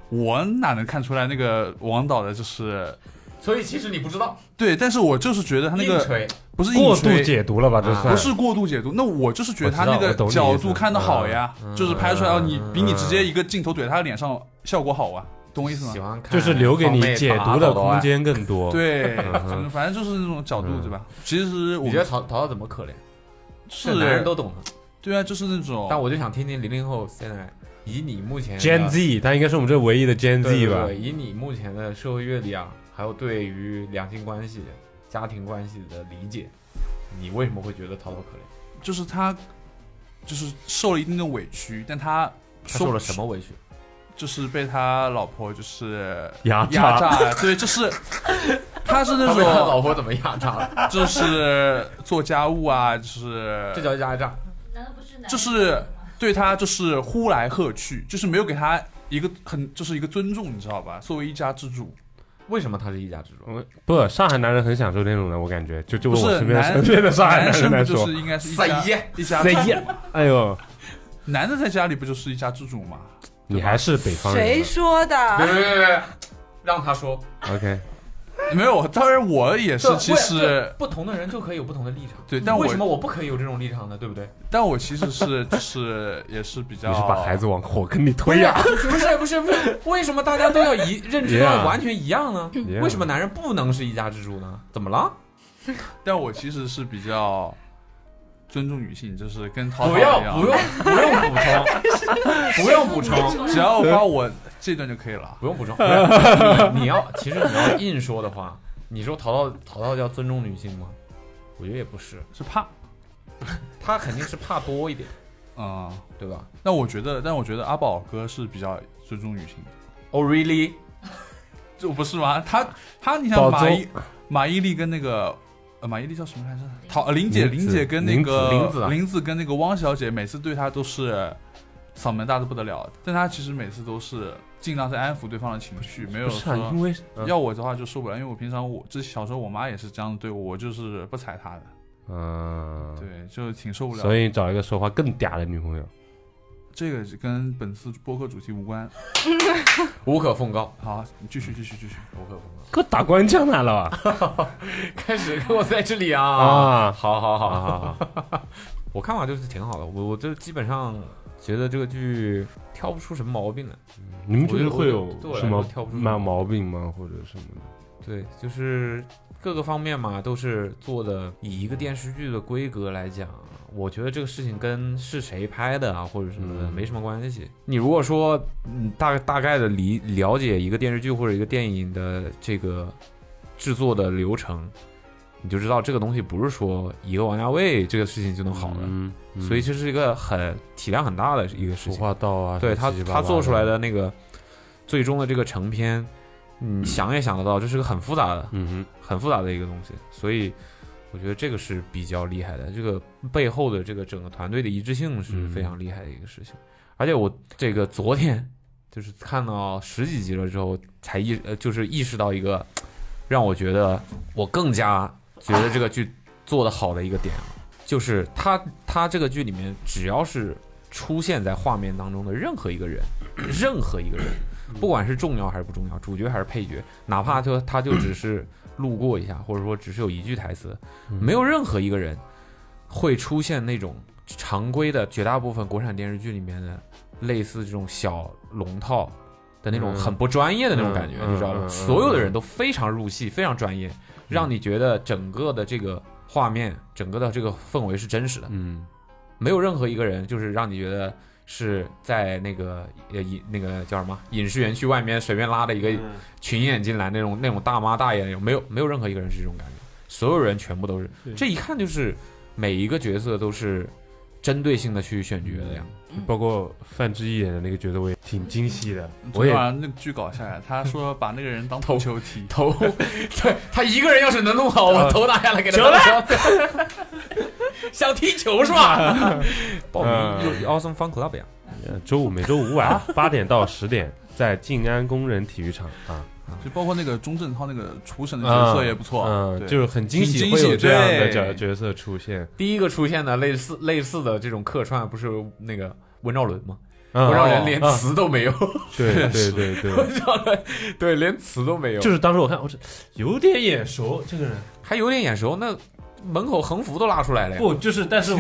Speaker 3: 我哪能看出来那个王导的就是
Speaker 2: 所以其实你不知道，
Speaker 3: 对？但是我就是觉得他那
Speaker 2: 硬
Speaker 3: 个
Speaker 2: 吹
Speaker 3: 不是硬
Speaker 4: 过度
Speaker 3: 吹
Speaker 4: 解读了吧？这
Speaker 2: 啊
Speaker 4: 算
Speaker 3: 不是过度解读。那我就是觉得他那
Speaker 4: 我
Speaker 3: 个
Speaker 4: 知道我懂你
Speaker 3: 角
Speaker 4: 意思
Speaker 3: 度看的好呀，
Speaker 2: 嗯
Speaker 3: 就是拍出来、
Speaker 2: 嗯
Speaker 3: 哦你比你直接一个镜头怼他脸上效果好啊，懂我意思
Speaker 2: 喜
Speaker 3: 吗？
Speaker 2: 欢看
Speaker 4: 就是留给
Speaker 2: 方
Speaker 4: 你
Speaker 2: 妹
Speaker 4: 解
Speaker 2: 打
Speaker 4: 读的
Speaker 2: 打斗啊
Speaker 4: 空。间更多。，
Speaker 3: 对，
Speaker 4: 嗯
Speaker 3: 反正反正就是那种角度，
Speaker 4: 嗯
Speaker 3: 对吧？其实我
Speaker 2: 你觉得淘淘淘怎么可怜？
Speaker 3: 是
Speaker 2: 男人都懂的，
Speaker 3: 对啊，就是那种。
Speaker 2: 但我就想听听零零后现在以你目前的
Speaker 4: Gen Z，他应该是我们这唯一的 Gen
Speaker 2: 对
Speaker 4: Z
Speaker 2: 对
Speaker 4: 吧
Speaker 2: 对？以你目前的社会阅历啊，还有对于两性关系、家庭关系的理解，你为什么会觉得淘淘可怜？
Speaker 3: 就是他，就是受了一定的委屈，但他
Speaker 2: 他受了什？么委屈？
Speaker 3: 就是被他老婆就是
Speaker 4: 压
Speaker 3: 压
Speaker 4: 榨，
Speaker 3: 榨，对， 就是他是那
Speaker 2: 他被他老
Speaker 3: 种
Speaker 2: 婆怎么压榨了？
Speaker 3: 就是做家务啊，就
Speaker 2: 这
Speaker 3: 是
Speaker 2: 叫压榨。
Speaker 5: 难道不是男
Speaker 3: 就是对他就是呼来喝去，就是没有给他一个很就是一个尊重，你知道吧？作为一家之主，
Speaker 2: 为什么他是一家之 主？
Speaker 4: 我不，上海男人很享受那种的，我感觉，就就
Speaker 3: 不
Speaker 4: 我
Speaker 3: 是
Speaker 4: 身边
Speaker 3: 男
Speaker 4: 身边的上海
Speaker 3: 男
Speaker 4: 人
Speaker 3: 生
Speaker 4: 来
Speaker 3: 不
Speaker 4: 说
Speaker 3: 就，是应该是啊一
Speaker 2: 撒
Speaker 3: 家
Speaker 2: 野
Speaker 3: 一家
Speaker 4: 撒
Speaker 3: 之主
Speaker 4: 野
Speaker 3: 吗？
Speaker 4: 哎呦，
Speaker 3: 男的在家里不就是一家之主吗？
Speaker 4: 你还是北方人啊
Speaker 6: 谁说
Speaker 2: 别
Speaker 6: 的？
Speaker 2: 别别别，让他说。
Speaker 4: ，OK，
Speaker 3: 没有，当然我也是
Speaker 2: 这，
Speaker 3: 其实
Speaker 2: 不同的人就可以有不同的立场。
Speaker 3: 对，但
Speaker 2: 为
Speaker 3: 我
Speaker 2: 什么我不可以有这种立场呢？对不对？
Speaker 3: 但我其实是就是也是比较
Speaker 2: 啊
Speaker 4: 你是把孩子往火坑里推啊呀？
Speaker 2: 不是不是不是，为什么大家都要一认知都要
Speaker 4: Yeah
Speaker 2: 完全一样呢
Speaker 4: Yeah
Speaker 2: 为什么男人不能是一家之主呢？怎么了？
Speaker 3: 但我其实是比较尊重女性，就是跟淘淘
Speaker 2: 不
Speaker 3: 一
Speaker 2: 要
Speaker 3: 样，
Speaker 2: 不用不用补充，不用补充，
Speaker 3: 只要发我这段就可以了。
Speaker 2: 不用补充。不是你你要其实你要硬说的话，你说淘淘淘淘叫尊重女性吗？我觉得也不是，
Speaker 3: 是怕，
Speaker 2: 他肯定是怕多一点，
Speaker 3: 嗯，
Speaker 2: 对吧
Speaker 3: 但我觉得，但我觉得阿宝哥是比较尊重女性的，
Speaker 2: ？Oh really？
Speaker 3: 这不是吗？他他，你想
Speaker 4: 宝
Speaker 3: 马
Speaker 4: 宗
Speaker 3: 伊马伊琍跟那个。呃，马伊琍叫什么来着？陶呃林姐，
Speaker 4: 林子
Speaker 3: 林姐跟那个
Speaker 2: 林子啊
Speaker 3: 林子跟那个汪小姐，每次对她都是嗓门大的不得了，但她其实每次都是尽量在安抚对方的情绪，没有
Speaker 4: 不是啊，
Speaker 3: 说
Speaker 4: 因为嗯
Speaker 3: 要我的话就受不了，因为我平常我这小时候我妈也是这样对我，我就是不睬她的，
Speaker 4: 嗯，
Speaker 3: 对，就挺受不了的。
Speaker 4: 所以找一个说话更嗲的女朋友，
Speaker 3: 这个是跟本次播客主题无关。
Speaker 2: 无可奉告，
Speaker 3: 好，你继续继续继续。
Speaker 2: 无可奉告。
Speaker 4: 嗯给我打官腔来了吧？
Speaker 2: 开始跟我在这里啊！
Speaker 4: 啊，
Speaker 2: 好好好
Speaker 4: 好
Speaker 2: 好
Speaker 4: 好
Speaker 2: 好。
Speaker 4: 好，
Speaker 2: 我看法就是挺好的，我我就基本上觉得这个剧挑不出什么毛病来。
Speaker 4: 你们觉得会
Speaker 2: 我
Speaker 4: 有
Speaker 2: 觉得对我来
Speaker 4: 什
Speaker 2: 说
Speaker 4: 么
Speaker 2: 挑不出什么
Speaker 4: 毛毛病吗？或者什么的？
Speaker 2: 对，就是各个方面嘛，都是做的以一个电视剧的规格来讲，我觉得这个事情跟是谁拍的啊或者什么的
Speaker 4: 嗯
Speaker 2: 没什么关系。你如果说嗯大大概的理了解一个电视剧或者一个电影的这个制作的流程，你就知道这个东西不是说一个王家卫这个事情就能好的，
Speaker 4: 嗯，嗯
Speaker 2: 所以这是一个很体量很大的一个事
Speaker 4: 服
Speaker 2: 情。
Speaker 4: 化道啊，
Speaker 2: 对他
Speaker 4: 七七八八
Speaker 2: 他做出来的，那个最终的这个成片， 你想也想得到，这是个很复杂的、
Speaker 4: 嗯
Speaker 2: 很复杂的一个东西，所以我觉得这个是比较厉害的，这个背后的这个整个团队的一致性是非常厉害的一个事情。而且我这个昨天就是看到十几集了之后，才意呃就是意识到一个让我觉得我更加觉得这个剧做得好的一个点，就是他他这个剧里面只要是出现在画面当中的任何一个人， 任何一个人。不管是重要还是不重要，主角还是配角，哪怕就他就只是路过一下，或者说只是有一句台词，
Speaker 4: 嗯
Speaker 2: 没有任何一个人会出现那种常规的绝大部分国产电视剧里面的类似这种小龙套的那种
Speaker 4: 嗯
Speaker 2: 很不专业的那种感觉，
Speaker 4: 嗯
Speaker 2: 你知道
Speaker 4: 嗯
Speaker 2: 吗？
Speaker 4: 嗯嗯
Speaker 2: 所有的人都非常入戏，非常专业，让你觉得整个的这个画面、整个的这个氛围是真实的
Speaker 4: 哼，，嗯
Speaker 2: 没有任何一个人就是让你觉得。是在那个呃影那个叫什么影视园区外面随便拉的一个
Speaker 4: 嗯
Speaker 3: 嗯
Speaker 2: 群演进来那种那种大妈大爷那种，没有没有任何一个人是这种感觉，所有人全部都是
Speaker 4: 对，
Speaker 2: 这一看就是每一个角色都是针对性的去选角的呀。
Speaker 4: 包括范志毅演的那个角色，我也挺惊喜的，
Speaker 3: 嗯昨
Speaker 4: 我
Speaker 3: 天
Speaker 4: 也
Speaker 3: 晚上那个剧搞下来，他说把那个人当头球踢，
Speaker 2: 头， 对他一个人要是能弄好，我头打下来给他
Speaker 4: 嗯球
Speaker 2: 打球。 想踢球是吧？报名
Speaker 4: 嗯
Speaker 2: Awesome Fun Club 呀，
Speaker 4: 呃周五每周五晚八点到十点在静安工人体育场啊，
Speaker 3: 就包括那个钟镇涛那个厨神的嗯角色也不错，
Speaker 4: 嗯，
Speaker 3: 对
Speaker 4: 就是很惊喜
Speaker 3: 挺
Speaker 4: 会
Speaker 3: 惊喜
Speaker 4: 有这样的
Speaker 3: 对
Speaker 4: 角角色出现，
Speaker 2: 第一个出现的类似类似的这种客串不是温温兆伦吗？
Speaker 4: 嗯
Speaker 3: 哦
Speaker 2: 温兆伦连
Speaker 4: 啊
Speaker 2: 词都没有，
Speaker 4: 对
Speaker 3: 确
Speaker 4: 对
Speaker 3: 实
Speaker 4: 对对，
Speaker 2: 温兆伦对连词都没有，
Speaker 4: 就是当时我看，我这有点眼熟，这个人
Speaker 2: 还有点眼熟，那门口横幅都拉出来了呀。
Speaker 4: 不就是，但是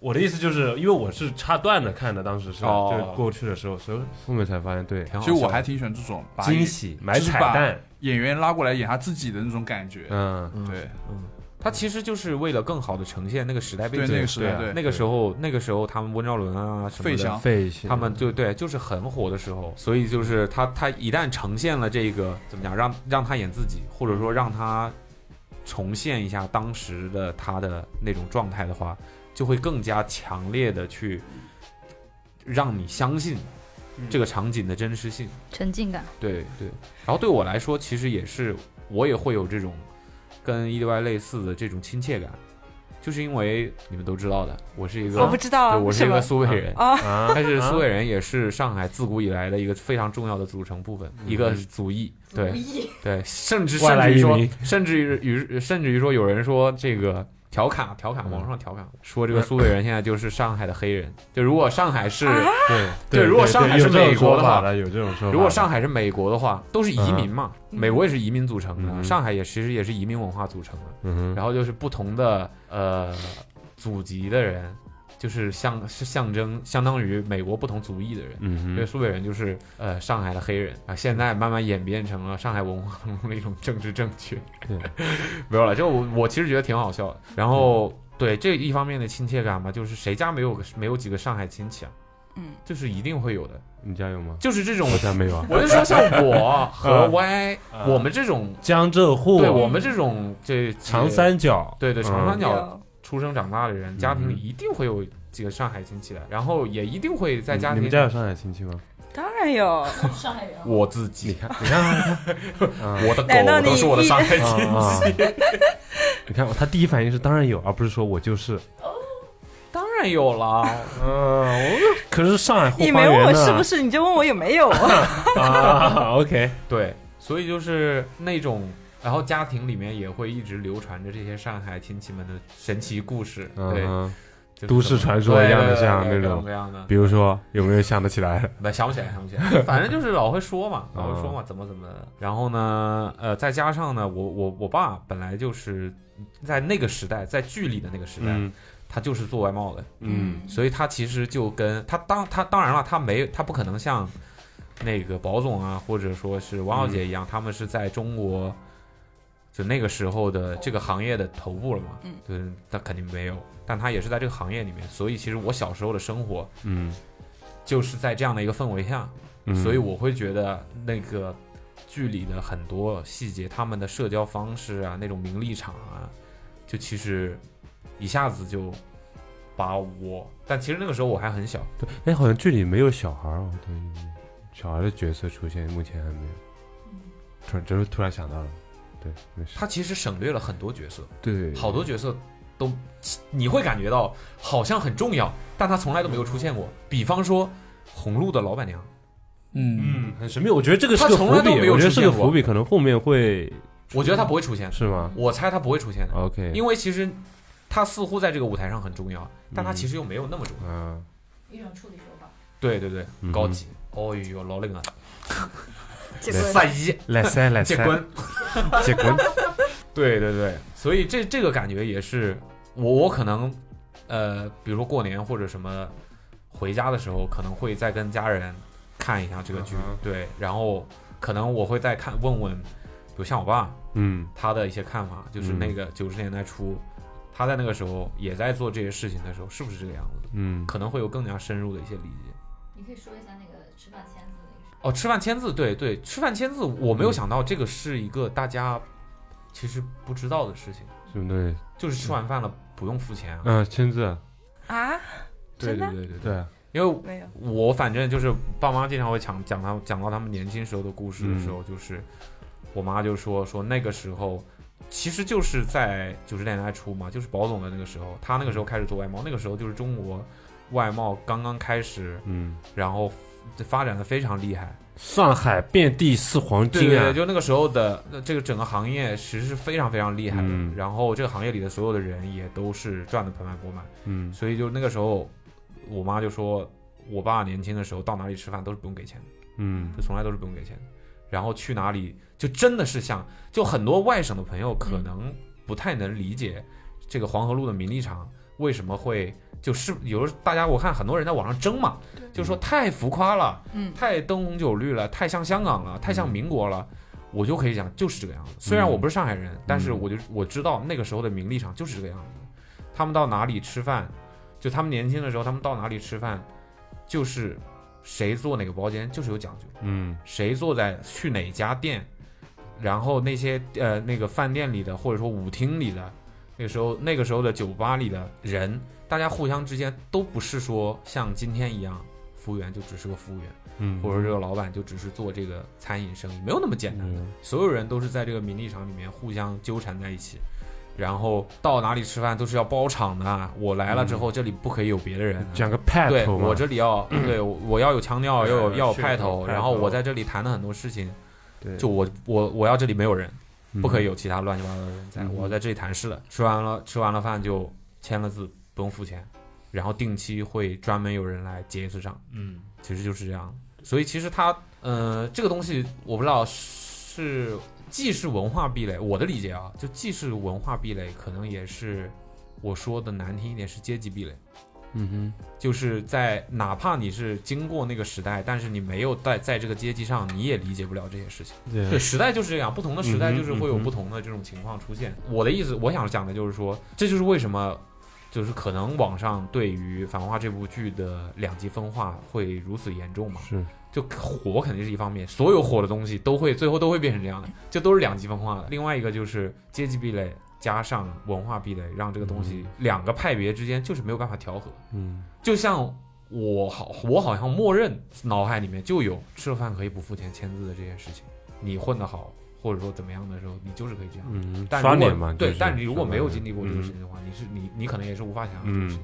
Speaker 4: 我的意思就是，因为我是插段的看的，当时是、
Speaker 2: 哦
Speaker 4: 就是过去的时候，所以后面才发现，对，
Speaker 2: 挺好
Speaker 3: 其
Speaker 2: 笑
Speaker 3: 实
Speaker 2: 的
Speaker 3: 我还挺喜欢这种把
Speaker 4: 惊喜买
Speaker 3: 就是
Speaker 4: 彩
Speaker 3: 把
Speaker 4: 蛋，
Speaker 3: 演员拉过来演他自己的那种感觉，
Speaker 4: 嗯，
Speaker 3: 对
Speaker 2: 嗯，他其实就是为了更好的呈现那个时代背
Speaker 3: 对
Speaker 2: 景。
Speaker 3: 那个时代
Speaker 4: 对
Speaker 3: 对
Speaker 4: 啊
Speaker 2: 那个时候，那个时候他们温兆伦啊什么
Speaker 3: 费
Speaker 2: 的，
Speaker 3: 翔
Speaker 4: 费心
Speaker 2: 他们就对，就是很火的时候，所以就是他他一旦呈现了这个怎么讲，让让他演自己，或者说让他重现一下当时的他的那种状态的话，就会更加强烈的去让你相信
Speaker 6: 嗯
Speaker 2: 这个场景的真实性。
Speaker 5: 沉浸感。
Speaker 2: 对对，然后对我来说，其实也是我也会有这种跟 EDY 类似的这种亲切感，就是因为你们都知道的，我是一个
Speaker 6: 我不知道
Speaker 2: 对
Speaker 6: 啊，
Speaker 2: 我是
Speaker 6: 什
Speaker 2: 一个
Speaker 6: 么
Speaker 2: 苏北人。
Speaker 6: 啊，
Speaker 4: 啊，
Speaker 2: 但是苏
Speaker 4: 啊
Speaker 2: 北人也是上海自古以来的一个非常重要的组成部分，一个是族裔，对对，甚至
Speaker 4: 嗯外
Speaker 2: 甚
Speaker 4: 来
Speaker 2: 至于
Speaker 4: 移
Speaker 2: 说
Speaker 4: 民，
Speaker 2: 甚至于于甚至于说，有人说这个调侃调侃，网上调侃
Speaker 4: 嗯
Speaker 2: 说这个苏北人现在就是上海的黑人，就如果上海是
Speaker 4: 对
Speaker 2: 对如果上海是
Speaker 4: 有这种
Speaker 2: 美国的
Speaker 4: 说法
Speaker 2: 话
Speaker 4: 的，有这种说法的，
Speaker 2: 如果上海是美国的话，都是移民嘛，
Speaker 6: 嗯
Speaker 2: 美国也是移民组成的，
Speaker 4: 嗯
Speaker 2: 上海也其实也是移民文化组成的。
Speaker 4: 嗯哼，
Speaker 2: 然后就是不同的呃祖籍的人，就是象是象征相当于美国不同族裔的人。
Speaker 4: 嗯
Speaker 2: 因为
Speaker 4: 哼，
Speaker 2: 苏北人就是呃上海的黑人啊，现在慢慢演变成了上海文化当中的一种政治正确。
Speaker 4: 对，
Speaker 2: 没有了，就我我其实觉得挺好笑的。然
Speaker 4: 嗯
Speaker 2: 后对这一方面的亲切感吧，就是谁家没有个没有几个上海亲戚啊，
Speaker 6: 嗯，
Speaker 2: 就是一定会有的，
Speaker 4: 你家有吗？
Speaker 2: 就是这种
Speaker 4: 我家没有啊，
Speaker 2: 我就说像我和 Y，、
Speaker 4: 嗯
Speaker 2: 我们这种，
Speaker 4: 江浙沪，
Speaker 2: 对我们这种这
Speaker 4: 长，三角，
Speaker 2: 对对长三
Speaker 4: 嗯
Speaker 2: 角
Speaker 6: 有
Speaker 2: 出生长大的人，家庭里一定会有几个上海亲戚的，然后也一定会在家
Speaker 4: 嗯你
Speaker 2: 庭。
Speaker 4: 们家有上海亲戚吗？
Speaker 6: 当 然有，
Speaker 2: 我自
Speaker 4: 你
Speaker 2: 己，
Speaker 4: 看，你看， 嗯
Speaker 2: 我的
Speaker 6: 难道
Speaker 2: 狗
Speaker 6: 你
Speaker 2: 都是我的上海亲戚。
Speaker 4: 啊啊！你看，他第一反应是当然有，而不是说我就是。
Speaker 2: 当然有了，
Speaker 4: 嗯，我可是上海后
Speaker 6: 你
Speaker 4: 花
Speaker 6: 没问
Speaker 4: 园
Speaker 6: 我
Speaker 2: 啊
Speaker 4: 呢
Speaker 6: 是不是，你就问我有没 有。
Speaker 4: 啊？OK，
Speaker 2: 对，所以就是那种，然后家庭里面也会一直流传着这些上海亲戚们的神奇故事，对，
Speaker 4: 嗯，
Speaker 2: 就是
Speaker 4: 都市
Speaker 2: 什么
Speaker 4: 传说一样的
Speaker 2: 对对对
Speaker 4: 像
Speaker 2: 对
Speaker 4: 那
Speaker 2: 各
Speaker 4: 种
Speaker 2: 各样的，
Speaker 4: 比如说有没有想得起来？
Speaker 2: 不想不起来，想不起来，反正就是老会说嘛，
Speaker 4: 嗯
Speaker 2: 老会说嘛，怎么怎么的。然后呢，呃，再加上呢，我我我爸本来就是在那个时代，在剧里的那个时代，
Speaker 4: 嗯
Speaker 2: 他就是做外贸的，
Speaker 4: 嗯
Speaker 2: 所以他其实就跟他当他当然了，他没他不可能像那个宝总啊，或者说是王小姐一样，他们是在中国就那个时候的这个行业的头部了嘛，
Speaker 6: 嗯
Speaker 2: 对，他肯定没有，但他也是在这个行业里面，所以其实我小时候的生活
Speaker 4: 嗯
Speaker 2: 就是在这样的一个氛围下。
Speaker 4: 嗯，
Speaker 2: 所以我会觉得那个剧里的很多细节，他们的社交方式啊，那种名利场啊，就其实一下子就把我，但其实那个时候我还很小，
Speaker 4: 对，哎，好像剧里没有小孩儿，我啊对，小孩的角色出现目前还没有。突然，就是突然想到了，对，没事。
Speaker 2: 他其实省略了很多角色，
Speaker 4: 对
Speaker 2: 好多角色都你会感觉到好像很重要，但他从来都没有出现过。比方说红路的老板娘，
Speaker 3: 嗯，
Speaker 4: 嗯，很神秘。我觉得这个是
Speaker 2: 他
Speaker 4: 个
Speaker 2: 从
Speaker 4: 伏
Speaker 2: 来都没
Speaker 4: 笔，
Speaker 2: 有
Speaker 4: 我觉得
Speaker 2: 出
Speaker 4: 是个
Speaker 2: 现过
Speaker 4: 伏笔，可能后面会
Speaker 2: 我觉得他不会出现，
Speaker 4: 是吗
Speaker 2: 我猜他不会出现的，
Speaker 4: ？OK，
Speaker 2: 嗯因
Speaker 4: 为
Speaker 2: 为其实他似乎在这个舞台上很重要，但他
Speaker 4: 嗯
Speaker 2: 其实又没有那么重要。
Speaker 4: 啊，
Speaker 5: 一种处理手法。
Speaker 2: 对对对，
Speaker 4: 嗯哼
Speaker 2: 高级。哦哟，老冷啊！
Speaker 6: 结
Speaker 4: 对
Speaker 6: 果
Speaker 2: 三一
Speaker 4: 来塞来
Speaker 2: 结
Speaker 4: 塞，
Speaker 2: 婚，
Speaker 4: 结婚，
Speaker 2: 对对对，所以这这个感觉也是我我可能呃，比如说过年或者什么回家的时候，可能会再跟家人看一下这个剧
Speaker 4: 嗯哼，
Speaker 2: 对，然后可能我会再看问问，比如像我爸
Speaker 4: 嗯
Speaker 2: 他的一些看法，就是
Speaker 4: 嗯
Speaker 2: 那个九十年代初，他在那个时候也在做这些事情的时候，是不是这个样子？
Speaker 4: 嗯，
Speaker 2: 可能会有更加深入的一些理解。
Speaker 5: 你可以说一下那个吃饭签字那
Speaker 2: 哦，吃饭签字，对对，吃饭签字，我没有想到这个是一个大家其实不知道的事情，
Speaker 4: 什么东西？
Speaker 2: 就是吃完饭了不用付钱啊。
Speaker 4: 嗯，签字，
Speaker 6: 啊，
Speaker 2: 对
Speaker 6: 真
Speaker 2: 对
Speaker 6: 的
Speaker 2: 对对对，
Speaker 4: 对，
Speaker 2: 因为
Speaker 6: 没有，
Speaker 2: 我反正就是爸妈经常会讲讲他讲到他们年轻时候的故事的时候，就是我妈就说说那个时候。其实就是在九十年代初嘛，就是宝总的那个时候，他那个时候开始做外贸，那个时候就是中国外贸刚刚开始，
Speaker 4: 嗯，
Speaker 2: 然后发展的非常厉害。
Speaker 4: 上海遍地是黄
Speaker 2: 对
Speaker 4: 金
Speaker 2: 对
Speaker 4: 啊
Speaker 2: 对，，就那个时候的那这个整个行业其实是非常非常厉害的，
Speaker 4: 嗯
Speaker 2: 然后这个行业里的所有的人也都是赚的盆满钵满，
Speaker 4: 嗯，
Speaker 2: 所以就那个时候，我妈就说，我爸年轻的时候到哪里吃饭都是不用给钱的，
Speaker 4: 嗯
Speaker 2: 就从来都是不用给钱的，然后去哪里就真的是像，就很多外省的朋友可能不太能理解这个黄河路的名利场为什么会就是有时候大家我看很多人在网上争嘛，就说太浮夸了。
Speaker 6: 嗯，
Speaker 2: 太灯红酒绿了，太像香港了，太像民国了，我就可以讲就是这个样子。虽然我不是上海人，但是我就我知道那个时候的名利场就是这个样子。他们到哪里吃饭，就他们年轻的时候，他们到哪里吃饭，就是谁坐哪个包间就是有讲究，
Speaker 4: 嗯
Speaker 2: 谁坐在去哪家店，然后那些呃那个饭店里的或者说舞厅里的，那个时候那个时候的酒吧里的人，大家互相之间都不是说像今天一样，服务员就只是个服务员。
Speaker 4: 嗯，
Speaker 2: 或者这个老板就只是做这个餐饮生意，没有那么简单。
Speaker 4: 嗯
Speaker 2: 所有人都是在这个名利场里面互相纠缠在一起，然后到哪里吃饭都是要包场的啊。我来了之后，这里不可以有别的人啊、
Speaker 4: 嗯讲个派
Speaker 2: 对
Speaker 4: 头嘛，
Speaker 2: 我这里要
Speaker 4: 嗯
Speaker 2: 对我我要有腔调，要有
Speaker 4: 对
Speaker 2: 要有
Speaker 4: 噱
Speaker 2: 派
Speaker 4: 头
Speaker 2: 头，
Speaker 4: 派
Speaker 2: 然后
Speaker 4: 头
Speaker 2: 我在这里谈的很多事情，
Speaker 4: 对
Speaker 2: 就我我我要这里没有人，
Speaker 4: 嗯
Speaker 2: 不可以有其他乱七八糟的人在，
Speaker 4: 嗯
Speaker 2: 我在这里谈事了。吃完了吃完了饭就签了字，不用付钱，然后定期会专门有人来结一次账。
Speaker 3: 嗯，
Speaker 2: 其实就是这样。所以其实它，呃，这个东西我不知道是既是文化壁垒，我的理解啊，就既是文化壁垒，可能也是我说的难听一点是阶级壁垒，
Speaker 4: 嗯
Speaker 2: 就是在哪怕你是经过那个时代，但是你没有在在这个阶级上，你也理解不了这些事情。
Speaker 4: 哼，对
Speaker 2: 对，，时代就是这样，不同的时代
Speaker 4: 嗯哼
Speaker 2: 就是会有
Speaker 4: 嗯哼
Speaker 2: 不同的这种情况出现。我的意思，我想讲的就是说，这就是为什么，就是可能网上对于《繁花》这部剧的两极分化会如此严重嘛？
Speaker 4: 是，
Speaker 2: 就火肯定是一方面，所有火的东西都会最后都会变成这样的，这都是两极分化的。另外一个就是阶级壁垒加上文化壁垒，让这个东西两个派别之间就是没有办法调和。
Speaker 4: 嗯
Speaker 2: 就像我好，我好像默认脑海里面就有吃了饭可以不付钱签字的这件事情。你混得好，或者说怎么样的时候，你就是可以这样。
Speaker 4: 嗯，
Speaker 2: 但
Speaker 4: 刷
Speaker 2: 如果
Speaker 4: 脸嘛，
Speaker 2: 对
Speaker 4: 就，是
Speaker 2: 但你如果
Speaker 4: 刷
Speaker 2: 没有
Speaker 4: 脸
Speaker 2: 经历过这个
Speaker 4: 嗯
Speaker 2: 事情的话，你是你你可能也是无法想象这个事情。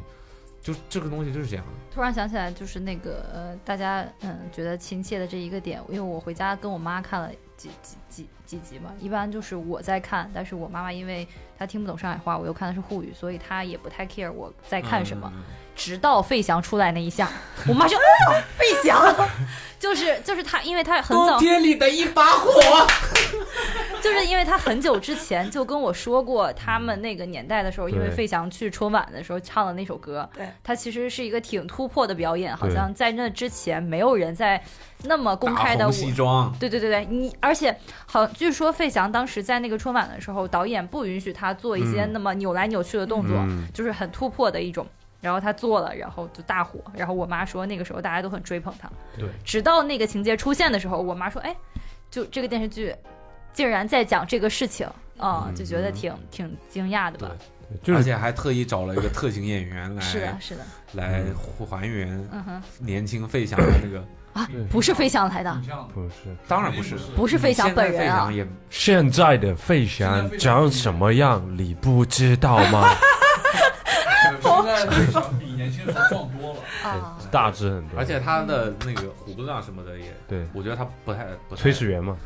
Speaker 2: 就这个东西就是这样的，
Speaker 5: 突然想起来，就是那个呃，大家嗯觉得亲切的这一个点，因为我回家跟我妈看了几几几几集嘛，一般就是我在看，但是我妈妈因为她听不懂上海话，我又看的是沪语，所以她也不太 care 我在看什
Speaker 2: 嗯
Speaker 5: 么。直到费翔出来那一下，我妈就哎呦费翔， 就是就是她，因为她很早
Speaker 2: 天里的一把火，
Speaker 5: 就是因为他很久之前就跟我说过，他们那个年代的时候，因为
Speaker 4: 对
Speaker 5: 费翔去春晚的时候唱的那首歌，
Speaker 6: 对，
Speaker 5: 他其实是一个挺突破的表演，好
Speaker 4: 对
Speaker 5: 像在那之前没有人在那么公开的
Speaker 2: 大
Speaker 5: 舞
Speaker 2: 红。西装，
Speaker 5: 对对对对，你而且好，据说费翔当时在那个春晚的时候，导演不允许他做一些
Speaker 4: 嗯
Speaker 5: 那么扭来扭去的动作，
Speaker 4: 嗯
Speaker 5: 就是很突破的一种。然后他做了，然后就大火。然后我妈说，那个时候大家都很追捧他。
Speaker 2: 对，
Speaker 5: 直到那个情节出现的时候，我妈说：“哎，就这个电视剧竟然在讲这个事情啊、
Speaker 4: 嗯
Speaker 5: 就觉得挺挺惊讶的吧
Speaker 2: 对？
Speaker 4: 就
Speaker 2: 而
Speaker 4: 是
Speaker 2: 且还特意找了一个特型演员来
Speaker 5: 是的，是的，
Speaker 2: 来
Speaker 4: 嗯
Speaker 2: 还原
Speaker 5: 嗯哼，
Speaker 2: 年轻费翔的那个，
Speaker 5: 不是飞翔来的，
Speaker 3: 像
Speaker 4: 不是
Speaker 2: 当然不是，
Speaker 5: 啊不是飞翔
Speaker 2: 现在
Speaker 5: 本人
Speaker 2: 费
Speaker 5: 啊
Speaker 2: 翔，也
Speaker 4: 现在的费
Speaker 3: 翔
Speaker 4: 翔
Speaker 3: 长
Speaker 4: 长
Speaker 3: 什
Speaker 4: 什
Speaker 3: 么
Speaker 4: 么样，你不知道吗？
Speaker 3: 现在非常比年轻的时候壮多了。
Speaker 4: 嗯
Speaker 5: 啊，
Speaker 4: 大致很多，
Speaker 2: 而且他的那个胡子啊什么的也，
Speaker 4: 对
Speaker 2: 我觉得他不太不太
Speaker 4: 崔始源嘛，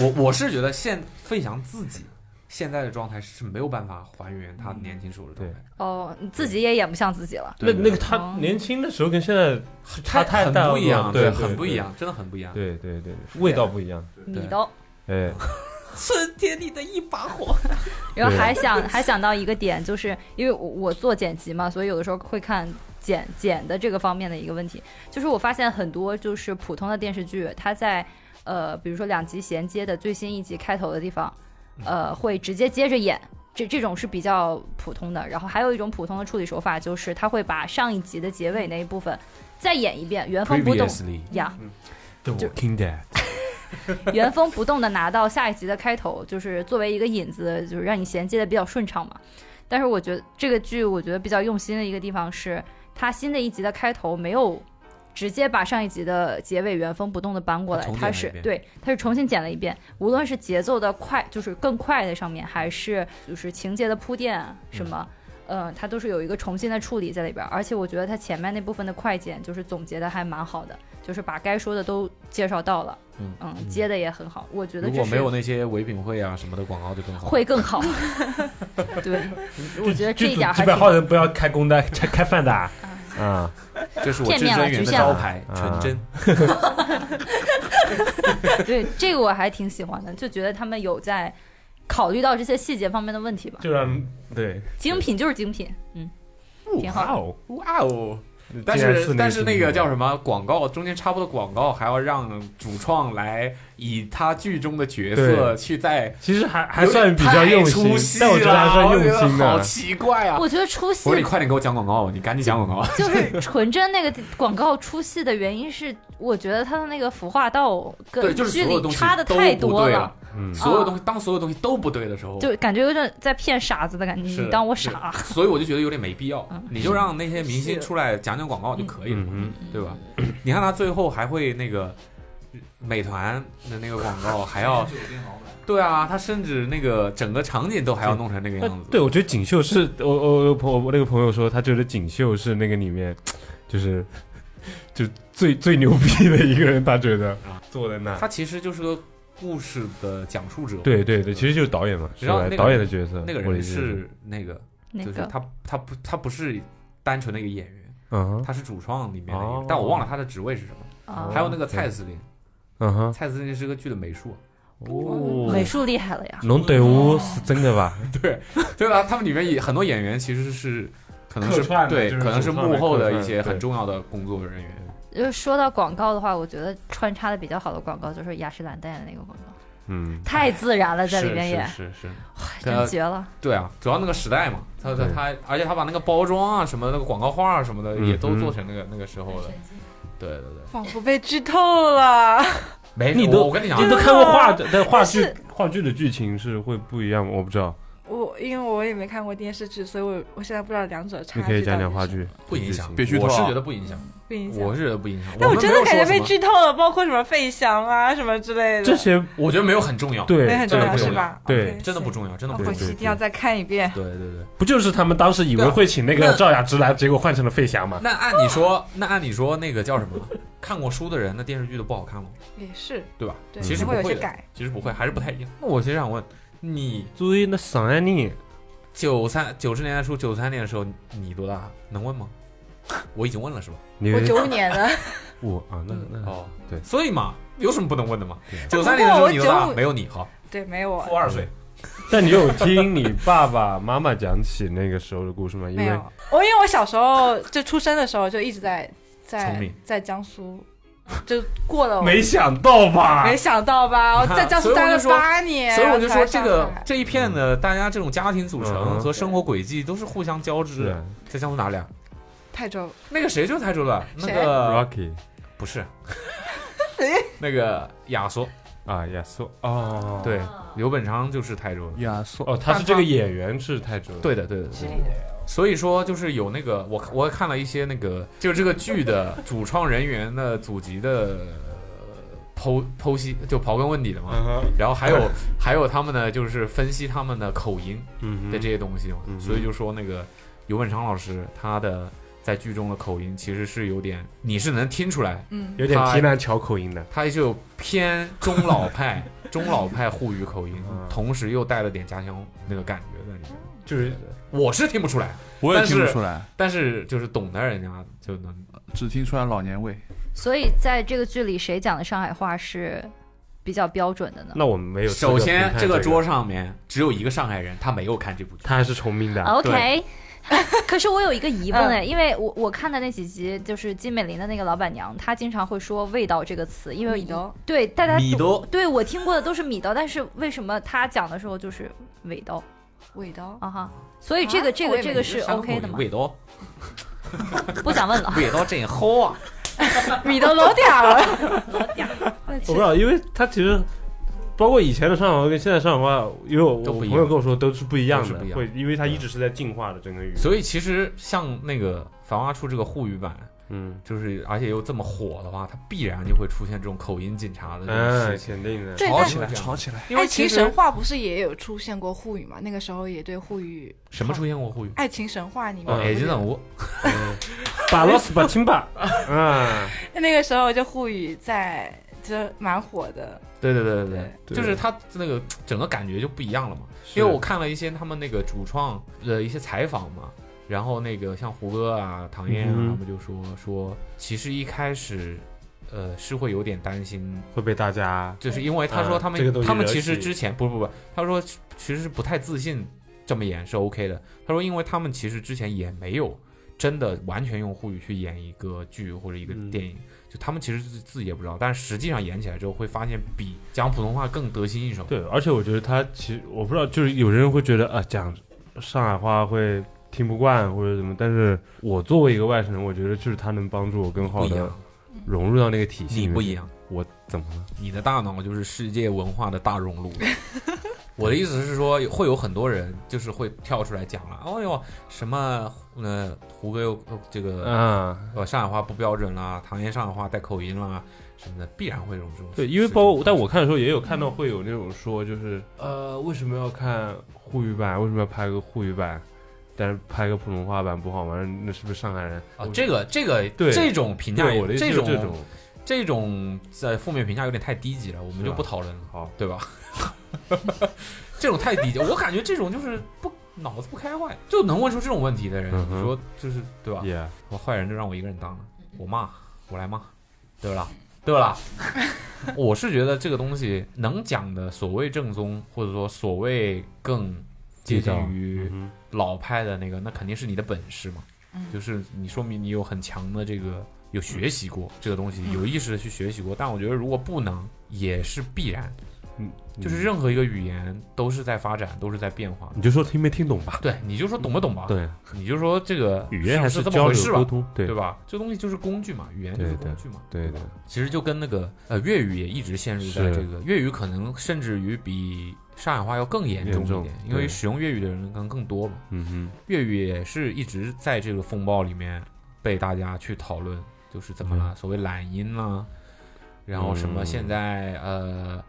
Speaker 2: 我我是觉得现费翔自己现在的状态是没有办法还原他
Speaker 5: 嗯
Speaker 2: 年轻时候的状态，
Speaker 5: 哦，你自己也演不像自己了。
Speaker 4: 那那个
Speaker 5: 哦
Speaker 4: 他年轻的时候跟现在
Speaker 2: 他
Speaker 4: 差太
Speaker 2: 很
Speaker 4: 大了
Speaker 2: 不一样，
Speaker 4: 对，
Speaker 2: 很
Speaker 4: 对
Speaker 2: 不一，样，真的很不一样。
Speaker 4: 对对对，对味道不一样，
Speaker 5: 你都，
Speaker 4: 哎，
Speaker 2: 春天里的一把火，
Speaker 5: 然后还想还想到一个点，就是因为我我做剪辑嘛，所以有的时候会看剪剪的这个方面的一个问题，就是我发现很多就是普通的电视剧，它在呃比如说两集衔接的最新一集开头的地方，呃会直接接着演。这这种是比较普通的，然后还有一种普通的处理手法，就是它会把上一集的结尾那一部分再演一遍，原封不动
Speaker 2: Previously
Speaker 5: 呀，
Speaker 4: The Walking Dead，
Speaker 5: 原封不动的拿到下一集的开头，就是作为一个引子，就是让你衔接的比较顺畅嘛。但是我觉得这个剧，我觉得比较用心的一个地方是，它新的一集的开头没有直接把上一集的结尾原封不动的搬过来
Speaker 2: 它重，剪
Speaker 5: 它
Speaker 2: 了
Speaker 5: 是
Speaker 2: 一遍
Speaker 5: 对，它是重新剪了一遍。无论是节奏的快，就是更快的上面，还是就是情节的铺垫什么。
Speaker 2: 嗯
Speaker 5: 呃，它都是有一个重新的处理在里边儿，而且我觉得它前面那部分的快剪就是总结的还蛮好的，就是把该说的都介绍到了，
Speaker 2: 嗯
Speaker 5: 接的也很好，我觉得
Speaker 2: 如
Speaker 5: 这
Speaker 2: 果
Speaker 5: 是
Speaker 2: 没有那些唯品会啊什么的广告就更好。
Speaker 5: 会更 好。 对，我觉得这
Speaker 4: 剧
Speaker 5: 一点
Speaker 4: 组几
Speaker 5: 还
Speaker 4: 百
Speaker 5: 挺
Speaker 4: 号人不要开工的，开开饭的啊啊，
Speaker 2: 这是我
Speaker 5: 片
Speaker 2: 至
Speaker 5: 面了
Speaker 2: 尊园
Speaker 5: 局
Speaker 2: 的
Speaker 5: 限了
Speaker 2: 招牌，
Speaker 4: 啊
Speaker 2: 纯真。
Speaker 5: 对这个我还挺喜欢的，就觉得他们有在考虑到这些细节方面的问题吧。
Speaker 4: 就让对，
Speaker 5: 精品就是精品，嗯，挺
Speaker 4: 哇
Speaker 5: 好。
Speaker 4: 哦，
Speaker 2: 哇哦！但
Speaker 4: 竟然
Speaker 2: 是
Speaker 4: 四
Speaker 2: 但是那个叫
Speaker 4: 么？
Speaker 2: 什么广告中间插播的广告，还要让主创来以他剧中的角色
Speaker 4: 对
Speaker 2: 去在
Speaker 4: 其实还还算比较用
Speaker 2: 太出
Speaker 4: 心，
Speaker 2: 戏
Speaker 4: 但我觉得还
Speaker 2: 了
Speaker 4: 算
Speaker 2: 我觉
Speaker 4: 用心啊
Speaker 2: 得好
Speaker 4: 的。
Speaker 2: 奇怪啊！
Speaker 5: 我觉得出戏
Speaker 2: 我说你快点给我讲广告，你赶紧讲广告。
Speaker 5: 就是纯真那个广告出戏的原因是，我觉得它的那个服化道
Speaker 2: 对，
Speaker 5: 跟
Speaker 2: 就是
Speaker 5: 剧
Speaker 2: 所有东
Speaker 5: 里
Speaker 2: 西
Speaker 5: 差的
Speaker 2: 都
Speaker 5: 太
Speaker 2: 不
Speaker 5: 多
Speaker 2: 对
Speaker 5: 了
Speaker 2: 了，，
Speaker 4: 嗯
Speaker 2: 所有东西当所有东西都不对的时候，
Speaker 5: 就感觉有点在骗傻子的感觉。
Speaker 2: 是
Speaker 5: 你当我傻？
Speaker 2: 所以我就觉得有点没必要
Speaker 5: 嗯。
Speaker 2: 你就让那些明星
Speaker 5: 是
Speaker 2: 出来讲讲广告就可以了嘛
Speaker 4: 嗯，
Speaker 2: 对吧？ 你看他最后还会那个美团的那个广告，还 要对啊，他甚至那个整个场景都还要弄成那个
Speaker 4: 那
Speaker 2: 样子。
Speaker 4: 对，我觉得锦绣是我我我朋我那个朋友说，他觉得锦绣是那个里面，就是就最最牛逼的一个人，他觉得
Speaker 2: 啊
Speaker 4: 坐在那。
Speaker 2: 他其实就是个故事的讲述者。
Speaker 4: 对对对，其实就是导演嘛，
Speaker 2: 然后
Speaker 4: 是
Speaker 2: 那个
Speaker 4: 吧导演的角色，
Speaker 2: 那个
Speaker 4: 我理
Speaker 2: 人
Speaker 4: 解
Speaker 2: 是那个，
Speaker 5: 那
Speaker 2: 就是
Speaker 5: 个
Speaker 2: 他他不他不是单纯的一个演员，
Speaker 4: 嗯哼
Speaker 2: 他是主创里面的一
Speaker 4: 哦
Speaker 2: 个，但我忘了他的职位是什么。
Speaker 5: 啊
Speaker 2: 还，有那个蔡司令，
Speaker 4: 嗯哼，哦
Speaker 2: 蔡司令是个剧的美术，
Speaker 5: 美术厉害了呀。
Speaker 4: 龙队伍是真的吧？
Speaker 2: 对吧？他们里面也很多演员其实是可能是
Speaker 4: 客串的
Speaker 2: 对，
Speaker 4: 就是
Speaker 2: 可能是
Speaker 4: 主创
Speaker 2: 幕
Speaker 4: 来
Speaker 2: 后的
Speaker 4: 客
Speaker 2: 一
Speaker 4: 串
Speaker 2: 些很
Speaker 4: 对
Speaker 2: 重要的工作人员。
Speaker 5: 就是呃说到广告的话，我觉得穿插的比较好的广告就是雅诗兰黛的那个广告，
Speaker 4: 嗯，
Speaker 5: 太自然了，在里边演，
Speaker 2: 是是是，
Speaker 5: 真绝 了。
Speaker 2: 对啊，主要那个时代嘛，他他
Speaker 4: 对
Speaker 2: 他，而且他把那个包装啊什么那个广告画啊什么的
Speaker 4: 嗯
Speaker 2: 也都
Speaker 4: 嗯
Speaker 2: 做成那个那个时候的。对对对，
Speaker 6: 仿佛被剧透了。
Speaker 2: 没
Speaker 4: 你
Speaker 2: 我
Speaker 4: 都
Speaker 2: 我跟你讲
Speaker 4: 啊你，都看过话的，但话
Speaker 6: 但
Speaker 4: 剧
Speaker 6: 是
Speaker 4: 话剧的剧情是会不一样吗？我不知道，
Speaker 6: 我因为我也没看过电视剧，所以我我现在不知道两者差
Speaker 4: 你
Speaker 6: 距。
Speaker 4: 可以讲讲话，剧，
Speaker 2: 不影响，
Speaker 3: 别剧透
Speaker 2: 我是
Speaker 3: 啊
Speaker 2: 觉得不影响，
Speaker 6: 不影响。
Speaker 2: 我是觉得不影响。
Speaker 6: 但我
Speaker 2: 们
Speaker 6: 真
Speaker 2: 没
Speaker 6: 的
Speaker 2: 有
Speaker 6: 感
Speaker 2: 说
Speaker 6: 觉
Speaker 2: 什
Speaker 6: 被
Speaker 2: 么，
Speaker 6: 剧透了，包括什么费翔啊什么之类的，
Speaker 4: 这些
Speaker 2: 我觉得没有很重要，
Speaker 4: 对
Speaker 6: 也很重
Speaker 2: 这个
Speaker 6: 要
Speaker 2: 不
Speaker 6: 是
Speaker 2: 重要
Speaker 6: 吧？
Speaker 4: 对
Speaker 6: OK，
Speaker 2: 真的不
Speaker 6: 行。
Speaker 2: 重要，真的
Speaker 6: 那
Speaker 2: 不重
Speaker 6: 回去
Speaker 4: 对
Speaker 6: 一定要再看一遍
Speaker 2: 要。。对对对。
Speaker 4: 不就是他们当时以为
Speaker 2: 对啊
Speaker 4: 会请那个
Speaker 2: 那
Speaker 4: 赵雅芝来，结果换成了费翔嘛？
Speaker 2: 那按你说，那按你说，那个叫什么？看过书的人，那电视剧都不好看了，
Speaker 6: 也是，
Speaker 2: 对吧？
Speaker 6: 对，
Speaker 2: 其实不
Speaker 6: 会有
Speaker 2: 会
Speaker 6: 些
Speaker 2: 的，
Speaker 6: 改。
Speaker 2: 其实不会，还是不太一样。那我其实想问，你
Speaker 4: 注意那上安妮，
Speaker 2: 九三九十年代初九三年的时候，你多大？能问 吗？我已经问了是吧？
Speaker 4: 你
Speaker 6: 我九五年 的，
Speaker 4: 我啊，那
Speaker 6: 嗯
Speaker 4: 那
Speaker 2: 哦，
Speaker 4: 对
Speaker 2: 所以嘛，有什么不能问的嘛
Speaker 4: 对？
Speaker 2: 九三年的时候
Speaker 6: 不过我
Speaker 2: 你多大？
Speaker 6: 95
Speaker 2: 没有你好，
Speaker 6: 对，没有我，
Speaker 2: 负二岁。
Speaker 4: 但你有听你爸爸妈妈讲起那个时候的故事 吗？因
Speaker 6: 没
Speaker 4: 为
Speaker 6: 有。我因为我小时候就出生的时候就一直在
Speaker 2: 聪
Speaker 6: 在
Speaker 2: 明
Speaker 6: 在江苏，就过
Speaker 2: 哦
Speaker 6: 了我
Speaker 4: 没想到吧？
Speaker 2: 哎
Speaker 6: 没想到吧？我
Speaker 2: 你看
Speaker 6: 在江苏待了
Speaker 2: 所以我就说
Speaker 6: 八年，
Speaker 2: 所以我就
Speaker 6: 然
Speaker 2: 说，
Speaker 6: 后
Speaker 2: 这
Speaker 6: 才来
Speaker 2: 个
Speaker 6: 上海嗯
Speaker 2: 这一片的大家这种家庭组成
Speaker 4: 嗯
Speaker 2: 和生活轨迹都是互相交织
Speaker 4: 是
Speaker 2: 的。在江苏哪里啊？
Speaker 6: 泰州
Speaker 2: 那个谁就是台州的，那
Speaker 6: 谁
Speaker 2: 个
Speaker 4: Rocky，
Speaker 2: 不是，那个亚索，
Speaker 4: 啊，亚索哦，
Speaker 2: 对，刘本昌就是泰州的。
Speaker 3: 亚索
Speaker 4: 哦，他是这个演员是泰州的，
Speaker 2: 对的，对的，对的。所以说，就是有那个我我看了一些那个，就这个剧的主创人员的祖籍的剖剖析，就刨根问底的嘛。
Speaker 4: 嗯哼，
Speaker 2: 然后还有还有他们呢，就是分析他们的口音
Speaker 4: 嗯哼，
Speaker 2: 的这些东西嘛。
Speaker 4: 嗯哼
Speaker 2: 所以就说那个尤本昌老师他的在剧中的口音其实是有点，你是能听出来，
Speaker 6: 嗯，
Speaker 4: 有点
Speaker 2: 他
Speaker 4: 提南桥口音的，
Speaker 2: 他就偏中老 派中老派沪语口音
Speaker 4: 嗯，
Speaker 2: 同时又带了点家乡那个感觉在里面。
Speaker 4: 就是
Speaker 2: 我是听不出来，
Speaker 3: 我也
Speaker 2: 但是
Speaker 3: 听不出来，
Speaker 2: 但是就是懂得人家就能
Speaker 3: 只听出来老年味。
Speaker 5: 所以在这个剧里，谁讲的上海话是比较标准的呢？
Speaker 4: 那我们没有资格
Speaker 2: 首先
Speaker 4: 评，判
Speaker 2: 这
Speaker 4: 这
Speaker 2: 个桌上面只有一个上海人，他没有看这部剧。
Speaker 4: 他还是重名的，
Speaker 2: 哦
Speaker 5: OK，可是我有一个疑问
Speaker 6: 嗯
Speaker 5: 哎，因为我我看的那几集就是金美玲的那个老板娘，她经常会说“味道”这个词，因为
Speaker 6: 米兜
Speaker 5: 对大家
Speaker 2: 米兜
Speaker 5: 对我听过的都是米刀，但是为什么她讲的时候就是尾刀
Speaker 6: 尾刀，
Speaker 5: 啊哈？所以这个、
Speaker 6: 啊
Speaker 5: 这
Speaker 6: 我
Speaker 5: 个
Speaker 6: 以为
Speaker 5: 这个
Speaker 6: 你是
Speaker 5: 是
Speaker 6: 山
Speaker 5: 哦 OK 的吗？
Speaker 2: 味道，
Speaker 5: 不想问了，
Speaker 2: 味道真好啊！
Speaker 6: 米兜老嗲了，
Speaker 4: 我不知道，因为他其实包括以前的上海话跟现在上海话，因为我
Speaker 2: 都
Speaker 4: 我
Speaker 2: 不一
Speaker 4: 朋
Speaker 2: 样
Speaker 4: 友跟我说都是不一样
Speaker 2: 都是
Speaker 4: 的
Speaker 2: 不一，样
Speaker 4: 会因为它一直是在进化的整个语言，
Speaker 2: 所以其实像那个《繁花》出这个沪语版，
Speaker 4: 嗯
Speaker 2: 就是而且又这么火的话，它必然就会出现这种口音警察的这种
Speaker 4: 哎，
Speaker 2: 事情。
Speaker 4: 肯定的，
Speaker 6: 对
Speaker 2: 吵
Speaker 6: 但
Speaker 2: 起来，
Speaker 3: 吵起来，
Speaker 2: 因
Speaker 6: 爱
Speaker 2: 为
Speaker 6: 情
Speaker 2: 其
Speaker 6: 神
Speaker 2: 实
Speaker 6: 话不是也有出现过沪语嘛？那个时候也对沪语
Speaker 2: 什么出现过沪语？
Speaker 6: 爱情神话里面，
Speaker 2: 哦，爱情神话，
Speaker 4: 把老死把亲吧， 嗯，
Speaker 6: 那个时候就沪语在就蛮火的，
Speaker 2: 对对对对
Speaker 4: 对
Speaker 2: 对，就是它那个整个感觉就不一样了嘛。
Speaker 4: 是
Speaker 2: 因为我看了一些他们那个主创的一些采访嘛，然后那个像胡歌啊、唐嫣啊，
Speaker 4: 嗯
Speaker 2: 他们就说说，其实一开始，呃，是会有点担心，
Speaker 4: 会被大家
Speaker 2: 就是因为他说
Speaker 4: 啊
Speaker 2: 他们、
Speaker 4: 这个东西
Speaker 2: 他们
Speaker 4: 惹
Speaker 2: 其实
Speaker 4: 起
Speaker 2: 之前不不不，他说其实是不太自信这么演是 OK 的。他说因为他们其实之前也没有真的完全用沪语去演一个剧或者一个
Speaker 4: 嗯
Speaker 2: 电影。就他们其实自自己也不知道，但实际上演起来之后，会发现比讲普通话更得心应手。
Speaker 4: 对，而且我觉得他其实我不知道，就是有人会觉得啊，讲上海话会听不惯或者怎么，但是我作为一个外省人，我觉得就是他能帮助我更
Speaker 2: 不
Speaker 4: 好
Speaker 2: 一
Speaker 4: 的
Speaker 2: 样，
Speaker 4: 融入到那个体系里
Speaker 2: 你
Speaker 4: 面。
Speaker 2: 不一样，
Speaker 4: 我怎么了？
Speaker 2: 你的大脑就是世界文化的大熔炉。我的意思是说，会有很多人就是会跳出来讲了，哦哟，什么呃，胡歌又呃这个
Speaker 4: 啊，
Speaker 2: 呃上海话不标准啦，唐嫣上海话带口音啦什么的，必然会有这种
Speaker 4: 对，因为包括
Speaker 2: 事情
Speaker 4: 但我看的时候也有看到会有那种说，就是呃，为什么要看沪语版？为什么要拍个沪语版？但是拍个普通话版不好吗？那是不是上海人？
Speaker 2: 啊，这个这个
Speaker 4: 对
Speaker 2: 这种评价
Speaker 4: 对
Speaker 2: 也
Speaker 4: 我的意思
Speaker 2: 这
Speaker 4: 就是
Speaker 2: 种
Speaker 4: 这种
Speaker 2: 这种在负面评价有点太低级了，我们
Speaker 4: 是
Speaker 2: 就
Speaker 4: 吧
Speaker 2: 不讨论了，
Speaker 4: 好，
Speaker 2: 对吧？这种太低级，我感觉这种就是不脑子不开坏，就能问出这种问题的人，
Speaker 4: 嗯哼
Speaker 2: 你说就是对吧？嗯
Speaker 4: 也
Speaker 2: 我坏人就让我一个人当了，我骂，我来骂，对吧？对吧？ 我是觉得这个东西能讲的所谓正宗，或者说所谓更接近于
Speaker 4: 嗯
Speaker 2: 老派的那个，那肯定是你的本事嘛。就是你说明你有很强的这个有学习过这个东西，有意识的去学习过。但我觉得如果不能，也是必然。
Speaker 4: 嗯，
Speaker 2: 就是任何一个语言都是在发展，都是在变化的。
Speaker 4: 你就说听没听懂吧？
Speaker 2: 对，你就说懂不懂吧？，
Speaker 4: 对，
Speaker 2: 你就说这个
Speaker 4: 语言还
Speaker 2: 啊是这么
Speaker 4: 交
Speaker 2: 回事
Speaker 4: 流
Speaker 2: 吧
Speaker 4: 沟。通，对
Speaker 2: 对吧？这东西就是工具嘛，语言就是工具嘛。
Speaker 4: 对的，
Speaker 2: 其实就跟那个呃粤语也一直陷入在
Speaker 4: 是
Speaker 2: 这个粤语可能甚至于比上海话要更严重一
Speaker 4: 严重
Speaker 2: 点，因为
Speaker 4: 对
Speaker 2: 使用粤语的人可能更多嘛。
Speaker 4: 嗯哼。
Speaker 2: 粤语也是一直在这个风暴里面被大家去讨论，就是怎么了，所谓懒音啦、然后什么
Speaker 4: 嗯
Speaker 2: 现在、呃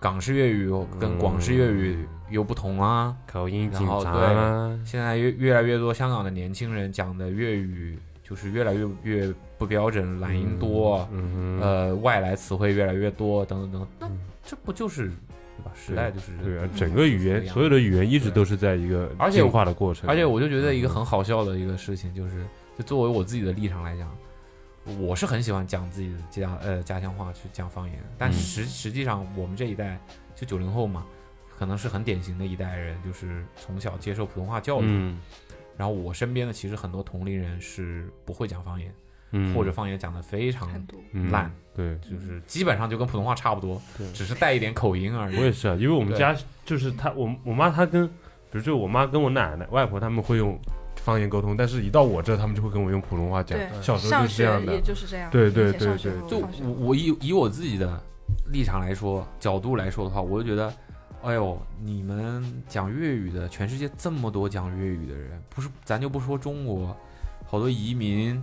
Speaker 2: 港式粤语
Speaker 4: 嗯
Speaker 2: 跟广式粤语又不同啊，
Speaker 4: 口音
Speaker 2: 然
Speaker 4: 警
Speaker 2: 后
Speaker 4: 察
Speaker 2: 对
Speaker 4: 啦，
Speaker 2: 现在越越来越多香港的年轻人讲的粤语就是越来越越不标准，懒音多。
Speaker 4: 嗯哼，
Speaker 2: 呃，外来词汇越来越多，等等等，那这不就是对吧？时代就是
Speaker 4: 对啊，
Speaker 2: 嗯
Speaker 4: 整个语言，所有的语言一直都是在一个
Speaker 2: 而且
Speaker 4: 进化的过程。
Speaker 2: 而且我就觉得一个
Speaker 4: 嗯
Speaker 2: 很好笑的一个事情，就是就作为我自己的立场来讲，我是很喜欢讲自己的家呃家乡话去讲方言，但
Speaker 4: 嗯
Speaker 2: 实实际上我们这一代就九零后嘛，可能是很典型的一代人，就是从小接受普通话教育。
Speaker 4: 嗯
Speaker 2: 然后我身边的其实很多同龄人是不会讲方言，
Speaker 4: 嗯，
Speaker 2: 或者方言讲的非常
Speaker 6: 很多
Speaker 4: 嗯
Speaker 2: 烂，
Speaker 4: 对
Speaker 2: 就是基本上就跟普通话差不多
Speaker 4: 对，
Speaker 2: 只是带一点口音而已。
Speaker 4: 我也是啊，因为我们
Speaker 2: 对
Speaker 4: 家就是他，我我妈她跟，比如说我妈跟我奶奶、外婆他们会用方言沟通，但是一到我这，他们就会跟我用普通话讲。
Speaker 6: 对，
Speaker 4: 嗯小时候
Speaker 6: 上
Speaker 4: 就是这
Speaker 6: 学
Speaker 4: 样的
Speaker 6: 也，就是这样，
Speaker 4: 对对
Speaker 6: 以前上学
Speaker 4: 对对
Speaker 6: 和
Speaker 2: 就
Speaker 6: 放学
Speaker 2: 我我以以我自己的立场来说、角度来说的话，我就觉得，哎呦，你们讲粤语的，全世界这么多讲粤语的人，不是咱就不说中国，好多移民，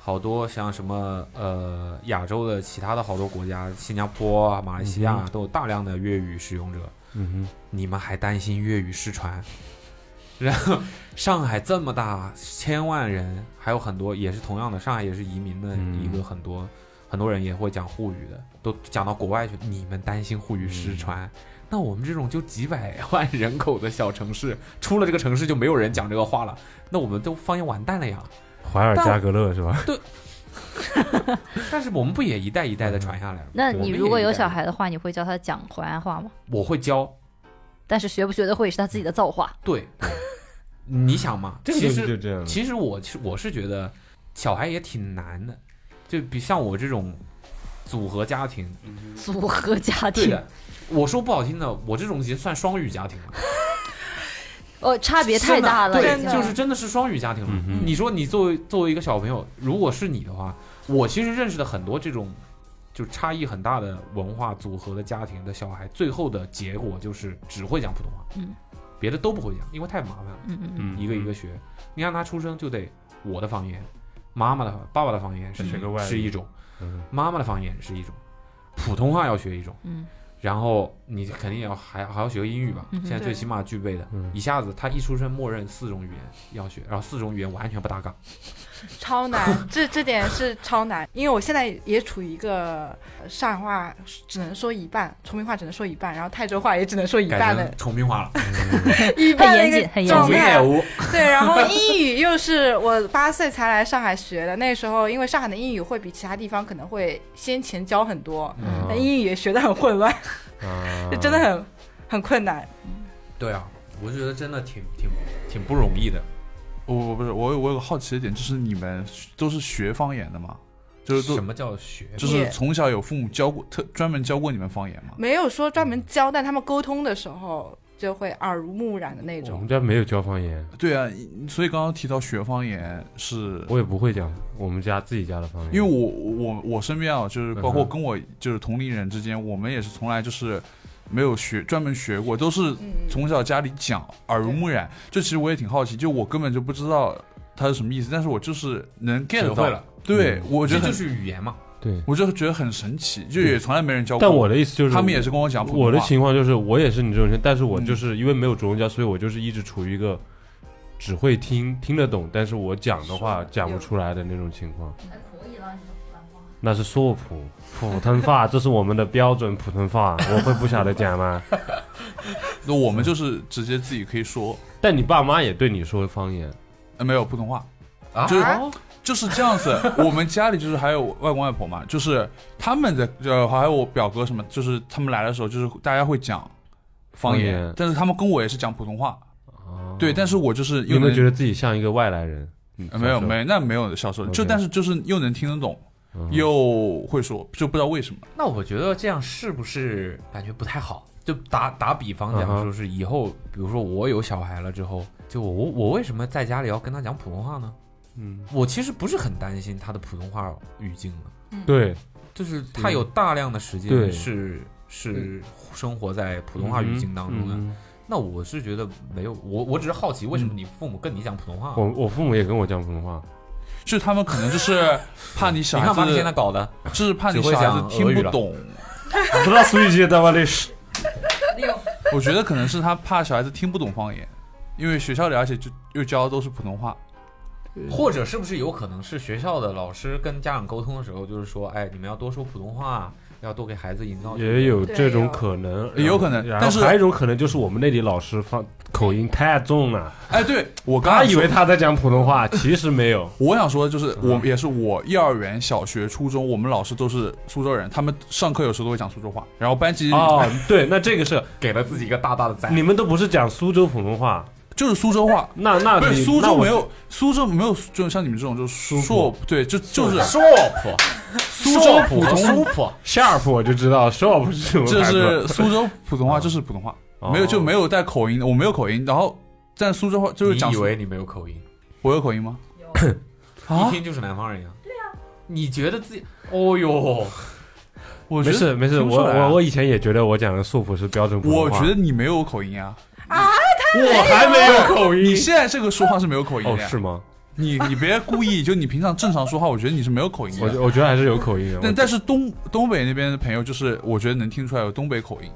Speaker 2: 好多像什么呃亚洲的其他的好多国家，新加坡啊、马来西亚啊
Speaker 4: 嗯
Speaker 2: 都有大量的粤语使用者，
Speaker 4: 嗯
Speaker 2: 你们还担心粤语失传？ 然后上海这么大，千万人，还有很多也是同样的，上海也是移民的
Speaker 4: 嗯
Speaker 2: 一个很多、很多人也会讲沪语的，都讲到国外去。你们担心沪语失传，那我们这种就几百万人口的小城市，出了这个城市就没有人讲这个话了，那我们都方言完蛋了呀。
Speaker 4: 哼，怀尔
Speaker 2: 但
Speaker 4: 加格勒是吧？
Speaker 2: 但是我们不也一代一代的传下来吗？
Speaker 5: 那
Speaker 2: 我
Speaker 5: 你
Speaker 2: 们
Speaker 5: 如果
Speaker 2: 也一
Speaker 5: 有
Speaker 2: 代
Speaker 5: 小孩的话，你会教他讲淮安话吗？
Speaker 2: 我会教，
Speaker 5: 但是学不学得会是他自己的造化。
Speaker 2: 对，你想嘛，
Speaker 4: 这个
Speaker 2: 其
Speaker 4: 就
Speaker 2: 实
Speaker 4: 就这样了
Speaker 2: 其实我其实我是觉得小孩也挺难的，就比像我这种组合家庭，
Speaker 5: 组合家
Speaker 2: 对
Speaker 5: 庭，
Speaker 2: 的。我说不好听的，我这种已经算双语家庭了，
Speaker 5: 哦，差别太
Speaker 2: 真的
Speaker 5: 大了，
Speaker 2: 对
Speaker 6: 真，的
Speaker 2: 就是真的是双语家庭了。
Speaker 4: 嗯
Speaker 2: 你说你作为作为一个小朋友，如果是你的话，我其实认识的很多这种就差异很大的文化组合的家庭的小孩，最后的结果就是只会讲普通话，
Speaker 5: 嗯
Speaker 2: 别的都不会讲，因为太麻烦了。
Speaker 5: 嗯嗯嗯，
Speaker 4: 嗯，
Speaker 2: 一个一个学。你看他出生就得我的方言，妈妈的爸爸的方言是
Speaker 4: 学个外语
Speaker 2: 是一种，
Speaker 4: 嗯，
Speaker 2: 妈妈的方言是一种，普通话要学一种，
Speaker 5: 嗯，
Speaker 2: 然后你肯定也要还还要学个英语吧，
Speaker 5: 嗯哼
Speaker 2: 现在最
Speaker 6: 对
Speaker 2: 起码具备的，
Speaker 4: 嗯
Speaker 2: 一下子他一出生默认四种语言要学，然后四种语言完全不搭嘎，
Speaker 6: 超难，这这点是超难，因为我现在也处于一个呃上海话只能说一半，崇明话只能说一半，然后泰州话也只能说一
Speaker 2: 改
Speaker 6: 半的
Speaker 2: 成重庆 话了，
Speaker 6: 一半的
Speaker 5: 很严
Speaker 6: 一个
Speaker 5: 谨很严谨长
Speaker 2: 重
Speaker 6: 状
Speaker 2: 庆
Speaker 6: 态
Speaker 2: 爱无，
Speaker 6: 对，然后英语又是我八岁才来上海学的，那时候因为上海的英语会比其他地方可能会先前教很多，
Speaker 4: 嗯
Speaker 6: 但英语也学得很混乱，
Speaker 4: 啊
Speaker 6: 就真的很很困难。
Speaker 2: 对啊，我就觉得真的挺挺挺不容易的，
Speaker 3: 我我不是我有我有个好奇的点，就是你们都是学方言的吗？就是
Speaker 2: 什
Speaker 3: 都
Speaker 2: 么叫学？
Speaker 3: 就是从小有父母教过特专门教过你们方言吗？
Speaker 6: 没有说专门教，但他们沟通的时候就会耳濡目染的那
Speaker 4: 我
Speaker 6: 种
Speaker 4: 们。家没有教方言，
Speaker 3: 对啊，所以刚刚提到学方言是。
Speaker 4: 我也不会讲我们家自己家的方言，
Speaker 3: 因为我我我身边啊，就是包括
Speaker 4: 嗯哼
Speaker 3: 跟我就是同龄人之间，我们也是从来就是没有学专门学过，都是
Speaker 6: 嗯，
Speaker 3: 从小家里讲耳濡目染。这其实我也挺好奇，就我根本就不知道它是什么意思，但是我就是能 get
Speaker 2: 学
Speaker 3: 到。
Speaker 2: 会了，
Speaker 3: 对，
Speaker 4: 嗯
Speaker 3: 我觉
Speaker 2: 这
Speaker 3: 得
Speaker 2: 就
Speaker 3: 很，
Speaker 2: 是语言嘛，
Speaker 4: 对，
Speaker 3: 我就觉得很神奇，就也从来没人教过。
Speaker 4: 但我的意思就是
Speaker 3: 他们也是跟我讲普通话。
Speaker 4: 我的情况就是，我也是你这种人，但是我
Speaker 3: 嗯
Speaker 4: 就是因为没有主动教，所以我就是一直处于一个只会听听得懂，但是我讲的话
Speaker 6: 说
Speaker 4: 讲不出来的那种情况。那是说普普通话，这是我们的标准普通话，我会不晓得讲吗？
Speaker 3: 那我们就是直接自己可以说，
Speaker 4: 但你爸妈也对你说方言，
Speaker 3: 呃，没有普通话，
Speaker 2: 啊
Speaker 3: 就是就是 这样子。我们家里就是还有外公外婆嘛，就是他们在呃，还有我表哥什么，就是他们来的时候，就是大家会讲方言，
Speaker 4: 方言
Speaker 3: 但是他们跟我也是讲普通话。对，但是我就是
Speaker 4: 有
Speaker 3: 又
Speaker 4: 没
Speaker 3: 能
Speaker 4: 有觉得自己像一个外来人？嗯
Speaker 3: 呃没有没，那没有小时候
Speaker 4: OK
Speaker 3: 就但是就是又能听得懂，
Speaker 2: 嗯
Speaker 3: 又会说，就不知道为什么。
Speaker 2: 那我觉得这样是不是感觉不太好？就打打比方
Speaker 4: 嗯哼
Speaker 2: 讲，就是以后，比如说我有小孩了之后，就我我为什么在家里要跟他讲普通话呢？
Speaker 4: 嗯，
Speaker 2: 我其实不是很担心他的普通话语境了，
Speaker 4: 对，
Speaker 2: 就是他有大量的时
Speaker 4: 嗯对
Speaker 2: 间是是生活在普通话语境当中的。
Speaker 4: 嗯嗯
Speaker 2: 那我是觉得没有，我我只是好奇，为什么你父母跟你讲普通话？
Speaker 4: 嗯我我父母也跟我讲普通话，
Speaker 3: 就他们可能就是 怕你小
Speaker 2: 你
Speaker 3: 孩
Speaker 2: 看把你现在
Speaker 3: 子，
Speaker 2: 搞的，
Speaker 3: 就是怕
Speaker 2: 只
Speaker 3: 你
Speaker 2: 会
Speaker 3: 小孩
Speaker 2: 讲
Speaker 3: 子听
Speaker 2: 俄语
Speaker 3: 不
Speaker 2: 了
Speaker 3: 懂。
Speaker 4: 不知道苏语在哪里是。
Speaker 3: 我觉得可能是他怕小孩子听不懂方言，因为学校里而且就又教的都是普通话。
Speaker 2: 或者是不是有可能是学校的老师跟家长沟通的时候，就是说，哎，你们要多说普通话，要多给孩子营造这个
Speaker 4: 也有
Speaker 6: 对
Speaker 4: 这种
Speaker 6: 有
Speaker 4: 可能，
Speaker 3: 也有可能
Speaker 4: 然后
Speaker 3: 但是
Speaker 4: 还有一种可能就是我们内地老师放口音太 重了，
Speaker 3: 哎，对我刚
Speaker 4: 他
Speaker 3: 刚
Speaker 4: 以为他在讲普通话，其实 没有。
Speaker 3: 我想说的就是
Speaker 2: 嗯
Speaker 3: 我也是我幼儿园、小学、初中，我们老师都是苏州人，他们上课有时候都会讲苏州话，然后班级
Speaker 4: 哦，对，那这 个是
Speaker 2: 给了自己一个大大的赞。
Speaker 4: 你们都不是讲苏州普通话，
Speaker 3: 就是苏州话。
Speaker 4: 那那
Speaker 3: 不是
Speaker 4: 啊你
Speaker 3: 苏
Speaker 4: 那
Speaker 3: 州
Speaker 4: 我
Speaker 3: 没有苏州没有，就像你们这种就是
Speaker 4: 普
Speaker 3: 硕对，就就是
Speaker 2: 硕普，
Speaker 3: 苏州普
Speaker 2: 苏
Speaker 3: 通，
Speaker 2: 普，
Speaker 4: sharp 我就知道 sharp 是什么
Speaker 3: 这
Speaker 4: 牌子
Speaker 3: 是苏州普通话，这是普通话，
Speaker 4: 哦
Speaker 3: 没有就没有带口音的，我没有口音。然后但苏州话就是讲
Speaker 2: 你以
Speaker 3: 苏，
Speaker 2: 为你没有口音，
Speaker 3: 我有口 音吗？
Speaker 2: 啊
Speaker 3: 啊
Speaker 5: 啊
Speaker 2: 一听就是南方人呀。对呀，你觉得自己，哦呦，
Speaker 3: 我觉得
Speaker 4: 没事没事，
Speaker 3: 听不
Speaker 4: 我
Speaker 3: 出来啊
Speaker 4: 我我以前也觉得我讲的素朴是标准普通
Speaker 3: 我
Speaker 4: 话，
Speaker 3: 觉得你没有口音啊，
Speaker 4: 我还没有口
Speaker 3: 你
Speaker 4: 音。
Speaker 3: 现在这个说话是没有口音
Speaker 4: 哦，
Speaker 3: 的呀。
Speaker 4: 是吗？
Speaker 3: 你你别故意，就你平常正常说话，我觉得你是没有口音
Speaker 4: 我觉
Speaker 3: 的。
Speaker 4: 我觉得还是有口音的。
Speaker 3: 但
Speaker 4: 我
Speaker 3: 但是东东北那边的朋友，就是我觉得能听出来有东北口音。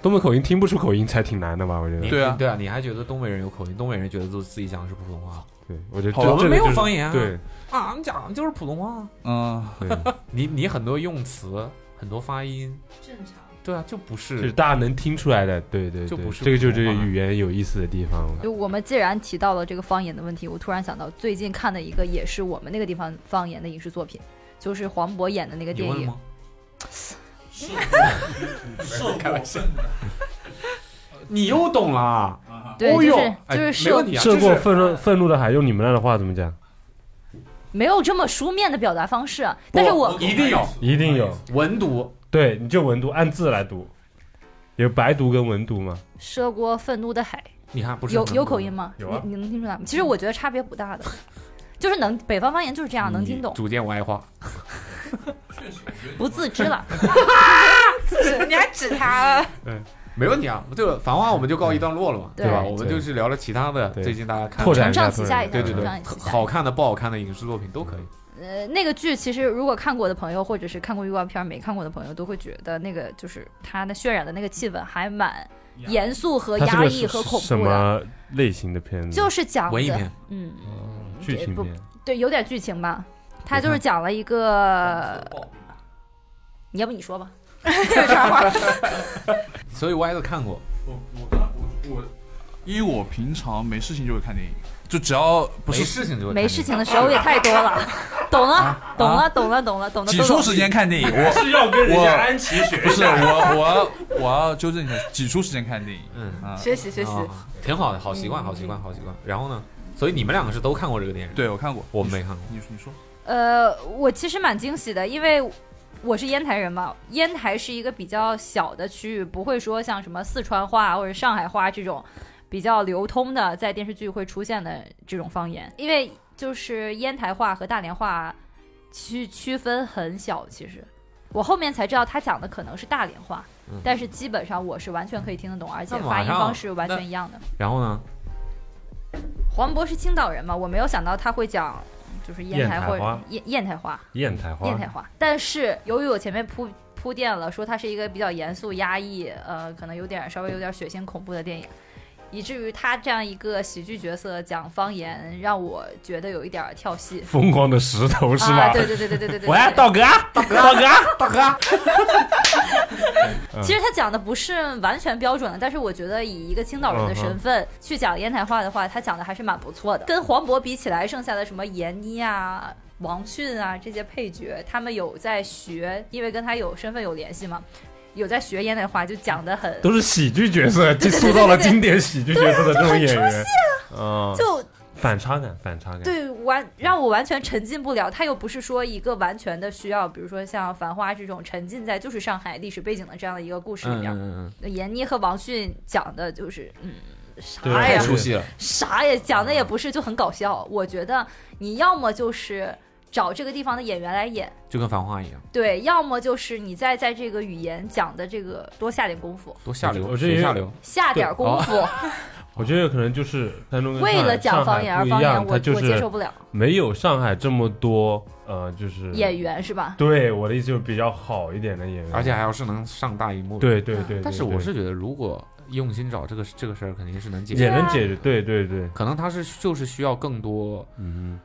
Speaker 4: 东北口音听不出口音才挺难的吧？我觉得
Speaker 2: 你
Speaker 3: 对啊
Speaker 2: 对啊，你还觉得东北人有口音，东北人觉得自自己讲的是普通话，
Speaker 4: 对，我觉得
Speaker 3: 好
Speaker 4: 这
Speaker 3: 吧
Speaker 4: 这个
Speaker 2: 没有
Speaker 4: 就是
Speaker 2: 方言啊
Speaker 4: 对
Speaker 2: 啊，我们讲的就是普通话啊。
Speaker 3: 嗯，
Speaker 4: 对，
Speaker 2: 你你很多用词，很多发音，
Speaker 5: 正常。
Speaker 2: 对啊，就不
Speaker 4: 就是
Speaker 2: 是
Speaker 4: 大家能听出来的，对对，
Speaker 2: 就
Speaker 4: 对
Speaker 2: 不是
Speaker 4: 这个就是
Speaker 2: 普
Speaker 4: 这
Speaker 2: 通
Speaker 4: 个
Speaker 2: 话
Speaker 4: 语言有意思的地方。
Speaker 5: 就我们既然提到了这个方言的问题，我突然想到最近看的一个也是我们那个地方方言的影视作品，就是黄渤演的那个
Speaker 2: 你
Speaker 5: 电
Speaker 2: 问了
Speaker 5: 影。
Speaker 2: 吗？
Speaker 3: 受开玩笑。
Speaker 2: 你又懂啦？
Speaker 5: 对，
Speaker 2: 哦
Speaker 5: 就
Speaker 2: 呦
Speaker 5: 是
Speaker 2: 哎
Speaker 5: 就是
Speaker 2: 没
Speaker 5: 涉
Speaker 2: 问题啊，
Speaker 4: 涉
Speaker 2: 这
Speaker 4: 过
Speaker 2: 是
Speaker 4: 愤怒愤怒的海，用你们那儿的话怎么讲？
Speaker 5: 没有这么书面的表达方式啊，但是 我
Speaker 2: 一定有
Speaker 4: 一定有，
Speaker 2: 文读，
Speaker 4: 对，你就文读，按字来读，有白读跟文读吗？
Speaker 5: 涉过愤怒的海，
Speaker 2: 你看不是
Speaker 5: 有
Speaker 2: 很
Speaker 5: 有
Speaker 2: 懂
Speaker 5: 口音吗？
Speaker 4: 有啊
Speaker 5: 你你能听出来吗？其实我觉得差别不大的，就是能北方方言就是这啊样，能听懂
Speaker 2: 你，逐渐我爱花，
Speaker 5: 不自知了。
Speaker 6: 指你还指他了，
Speaker 2: 没问题啊。这个《繁花》我们就告一段落了嘛，
Speaker 5: 对
Speaker 2: 吧？
Speaker 5: 对
Speaker 2: 我们就是聊了其他的，
Speaker 4: 对
Speaker 2: 最近大家看
Speaker 4: 拓展一下，
Speaker 5: 承上启下一下
Speaker 2: 对对
Speaker 5: 拓
Speaker 2: 对
Speaker 5: 展一，下
Speaker 2: 好看的、不好看的影视作品都可以。
Speaker 5: 呃，那个剧其实如果看过的朋友，或者是看过预告片儿没看过的朋友，都会觉得那个就是它的渲染的那个气氛还蛮严肃和
Speaker 4: 它是
Speaker 5: 压
Speaker 4: 个
Speaker 5: 抑
Speaker 4: 是
Speaker 5: 和恐
Speaker 4: 什
Speaker 5: 怖的，
Speaker 4: 么类型的片子？
Speaker 5: 就是讲
Speaker 2: 文艺
Speaker 5: 的
Speaker 2: 片，
Speaker 5: 嗯，
Speaker 4: 剧情
Speaker 5: 不
Speaker 4: 片。
Speaker 5: 对，有点剧情吧。它就
Speaker 4: 没
Speaker 5: 是
Speaker 4: 看
Speaker 5: 讲了一 个，你要不你说吧？
Speaker 2: 所以歪的看过，
Speaker 3: 我我刚我我，因为我平常没事情就会看电影，就只要不
Speaker 2: 不
Speaker 3: 是
Speaker 2: 事情就会
Speaker 5: 没
Speaker 2: 看
Speaker 5: 事情的时候也太多了，懂了，懂了，懂了，懂了，懂了。
Speaker 3: 挤
Speaker 5: 都懂
Speaker 3: 出时间看电影，我
Speaker 4: 是要跟
Speaker 3: 人家
Speaker 4: 安琪学
Speaker 3: 不是我我要我要纠正一下，挤出时间看电影。
Speaker 2: 嗯
Speaker 3: 啊，
Speaker 6: 学习学习，
Speaker 2: 啊，挺好的，好
Speaker 5: 嗯
Speaker 2: 习惯，好习惯，好习惯。然后呢？所以你们两个是都看过这个电影？，
Speaker 3: 对我看过，
Speaker 2: 我没看过。
Speaker 3: 你说你说，
Speaker 5: 呃，我其实蛮惊喜的，因为我是烟台人嘛，烟台是一个比较小的区域，不会说像什么四川话或者上海话这种比较流通的，在电视剧会出现的这种方言，因为就是烟台话和大连话区区分很小，其实。我后面才知道他讲的可能是大连话，
Speaker 2: 嗯
Speaker 5: 但是基本上我是完全可以听得懂，而且
Speaker 2: 那马
Speaker 5: 发音
Speaker 2: 上
Speaker 5: 方式完
Speaker 2: 那
Speaker 5: 全一样的。
Speaker 2: 然后呢？
Speaker 5: 黄渤是青岛人嘛，我没有想到他会讲就是烟
Speaker 4: 烟
Speaker 5: 台
Speaker 4: 台
Speaker 5: 或者
Speaker 4: 话
Speaker 5: 烟烟台话，
Speaker 4: 砚台花，
Speaker 5: 电台化。但是由于我前面铺铺垫了，说它是一个比较严肃、压抑，呃，可能有点稍微有点血腥恐怖的电影，以至于他这样一个喜剧角色讲方言，让我觉得有一点儿跳戏。
Speaker 4: 疯狂的石头是吧
Speaker 5: 啊，？对对对对对对对。
Speaker 4: 喂，道哥，道哥，道哥，道哥，嗯
Speaker 5: 其实他讲的不是完全标准的，但是我觉得以一个青岛人的
Speaker 4: 嗯
Speaker 5: 身份去讲烟台话的话，他讲的还是蛮不错的。跟黄渤比起来，剩下的什么闫妮啊、王迅啊这些配角，他们有在学，因为跟他有身份有联系嘛，有在学烟台话，就讲的很。
Speaker 4: 都是喜剧角色，就塑造了经典喜剧角色的这种演员，啊，
Speaker 5: 就
Speaker 4: 反差感，反差感，
Speaker 5: 对完让我完全沉浸不了，他又不是说一个完全的需要，比如说像《繁花》这种沉浸在就是上海历史背景的这样的一个故事里
Speaker 2: 嗯嗯
Speaker 5: 面。
Speaker 2: 嗯
Speaker 5: 闫妮和王迅讲的就是，嗯，
Speaker 4: 对
Speaker 5: 啥
Speaker 2: 嗯，太
Speaker 5: 呀
Speaker 4: 对，
Speaker 2: 出戏了。
Speaker 5: 啥也讲的也不是，就很搞笑。我觉得你要么就是找这个地方的演员来演，
Speaker 2: 就跟《繁花》一样，
Speaker 5: 对，要么就是你再在这个语言讲的这个多下点功夫，
Speaker 2: 多下流，
Speaker 4: 我觉得
Speaker 2: 谁
Speaker 4: 也
Speaker 2: 下流。
Speaker 5: 下点功夫，
Speaker 4: 我觉得有可能就是山东跟
Speaker 5: 为了讲
Speaker 4: 上海
Speaker 5: 方言而
Speaker 4: 不一
Speaker 5: 方言，
Speaker 4: 样
Speaker 5: 我
Speaker 4: 它就
Speaker 5: 我接受
Speaker 4: 是
Speaker 5: 不了。
Speaker 4: 没有上海这么多呃，就是
Speaker 2: 嗯
Speaker 5: 演。员是吧？
Speaker 4: 对，我的意思就是比较好一点的演员，
Speaker 2: 而且还要是能上大荧幕的。
Speaker 4: 对对对
Speaker 5: 嗯
Speaker 4: 对，
Speaker 2: 但是
Speaker 4: 对
Speaker 2: 我是觉得，如果用心找这个这个事儿，肯定是能解决。
Speaker 4: 也
Speaker 5: 啊
Speaker 4: 能解决，对对对，
Speaker 2: 可能他是就是需要更多
Speaker 4: 嗯，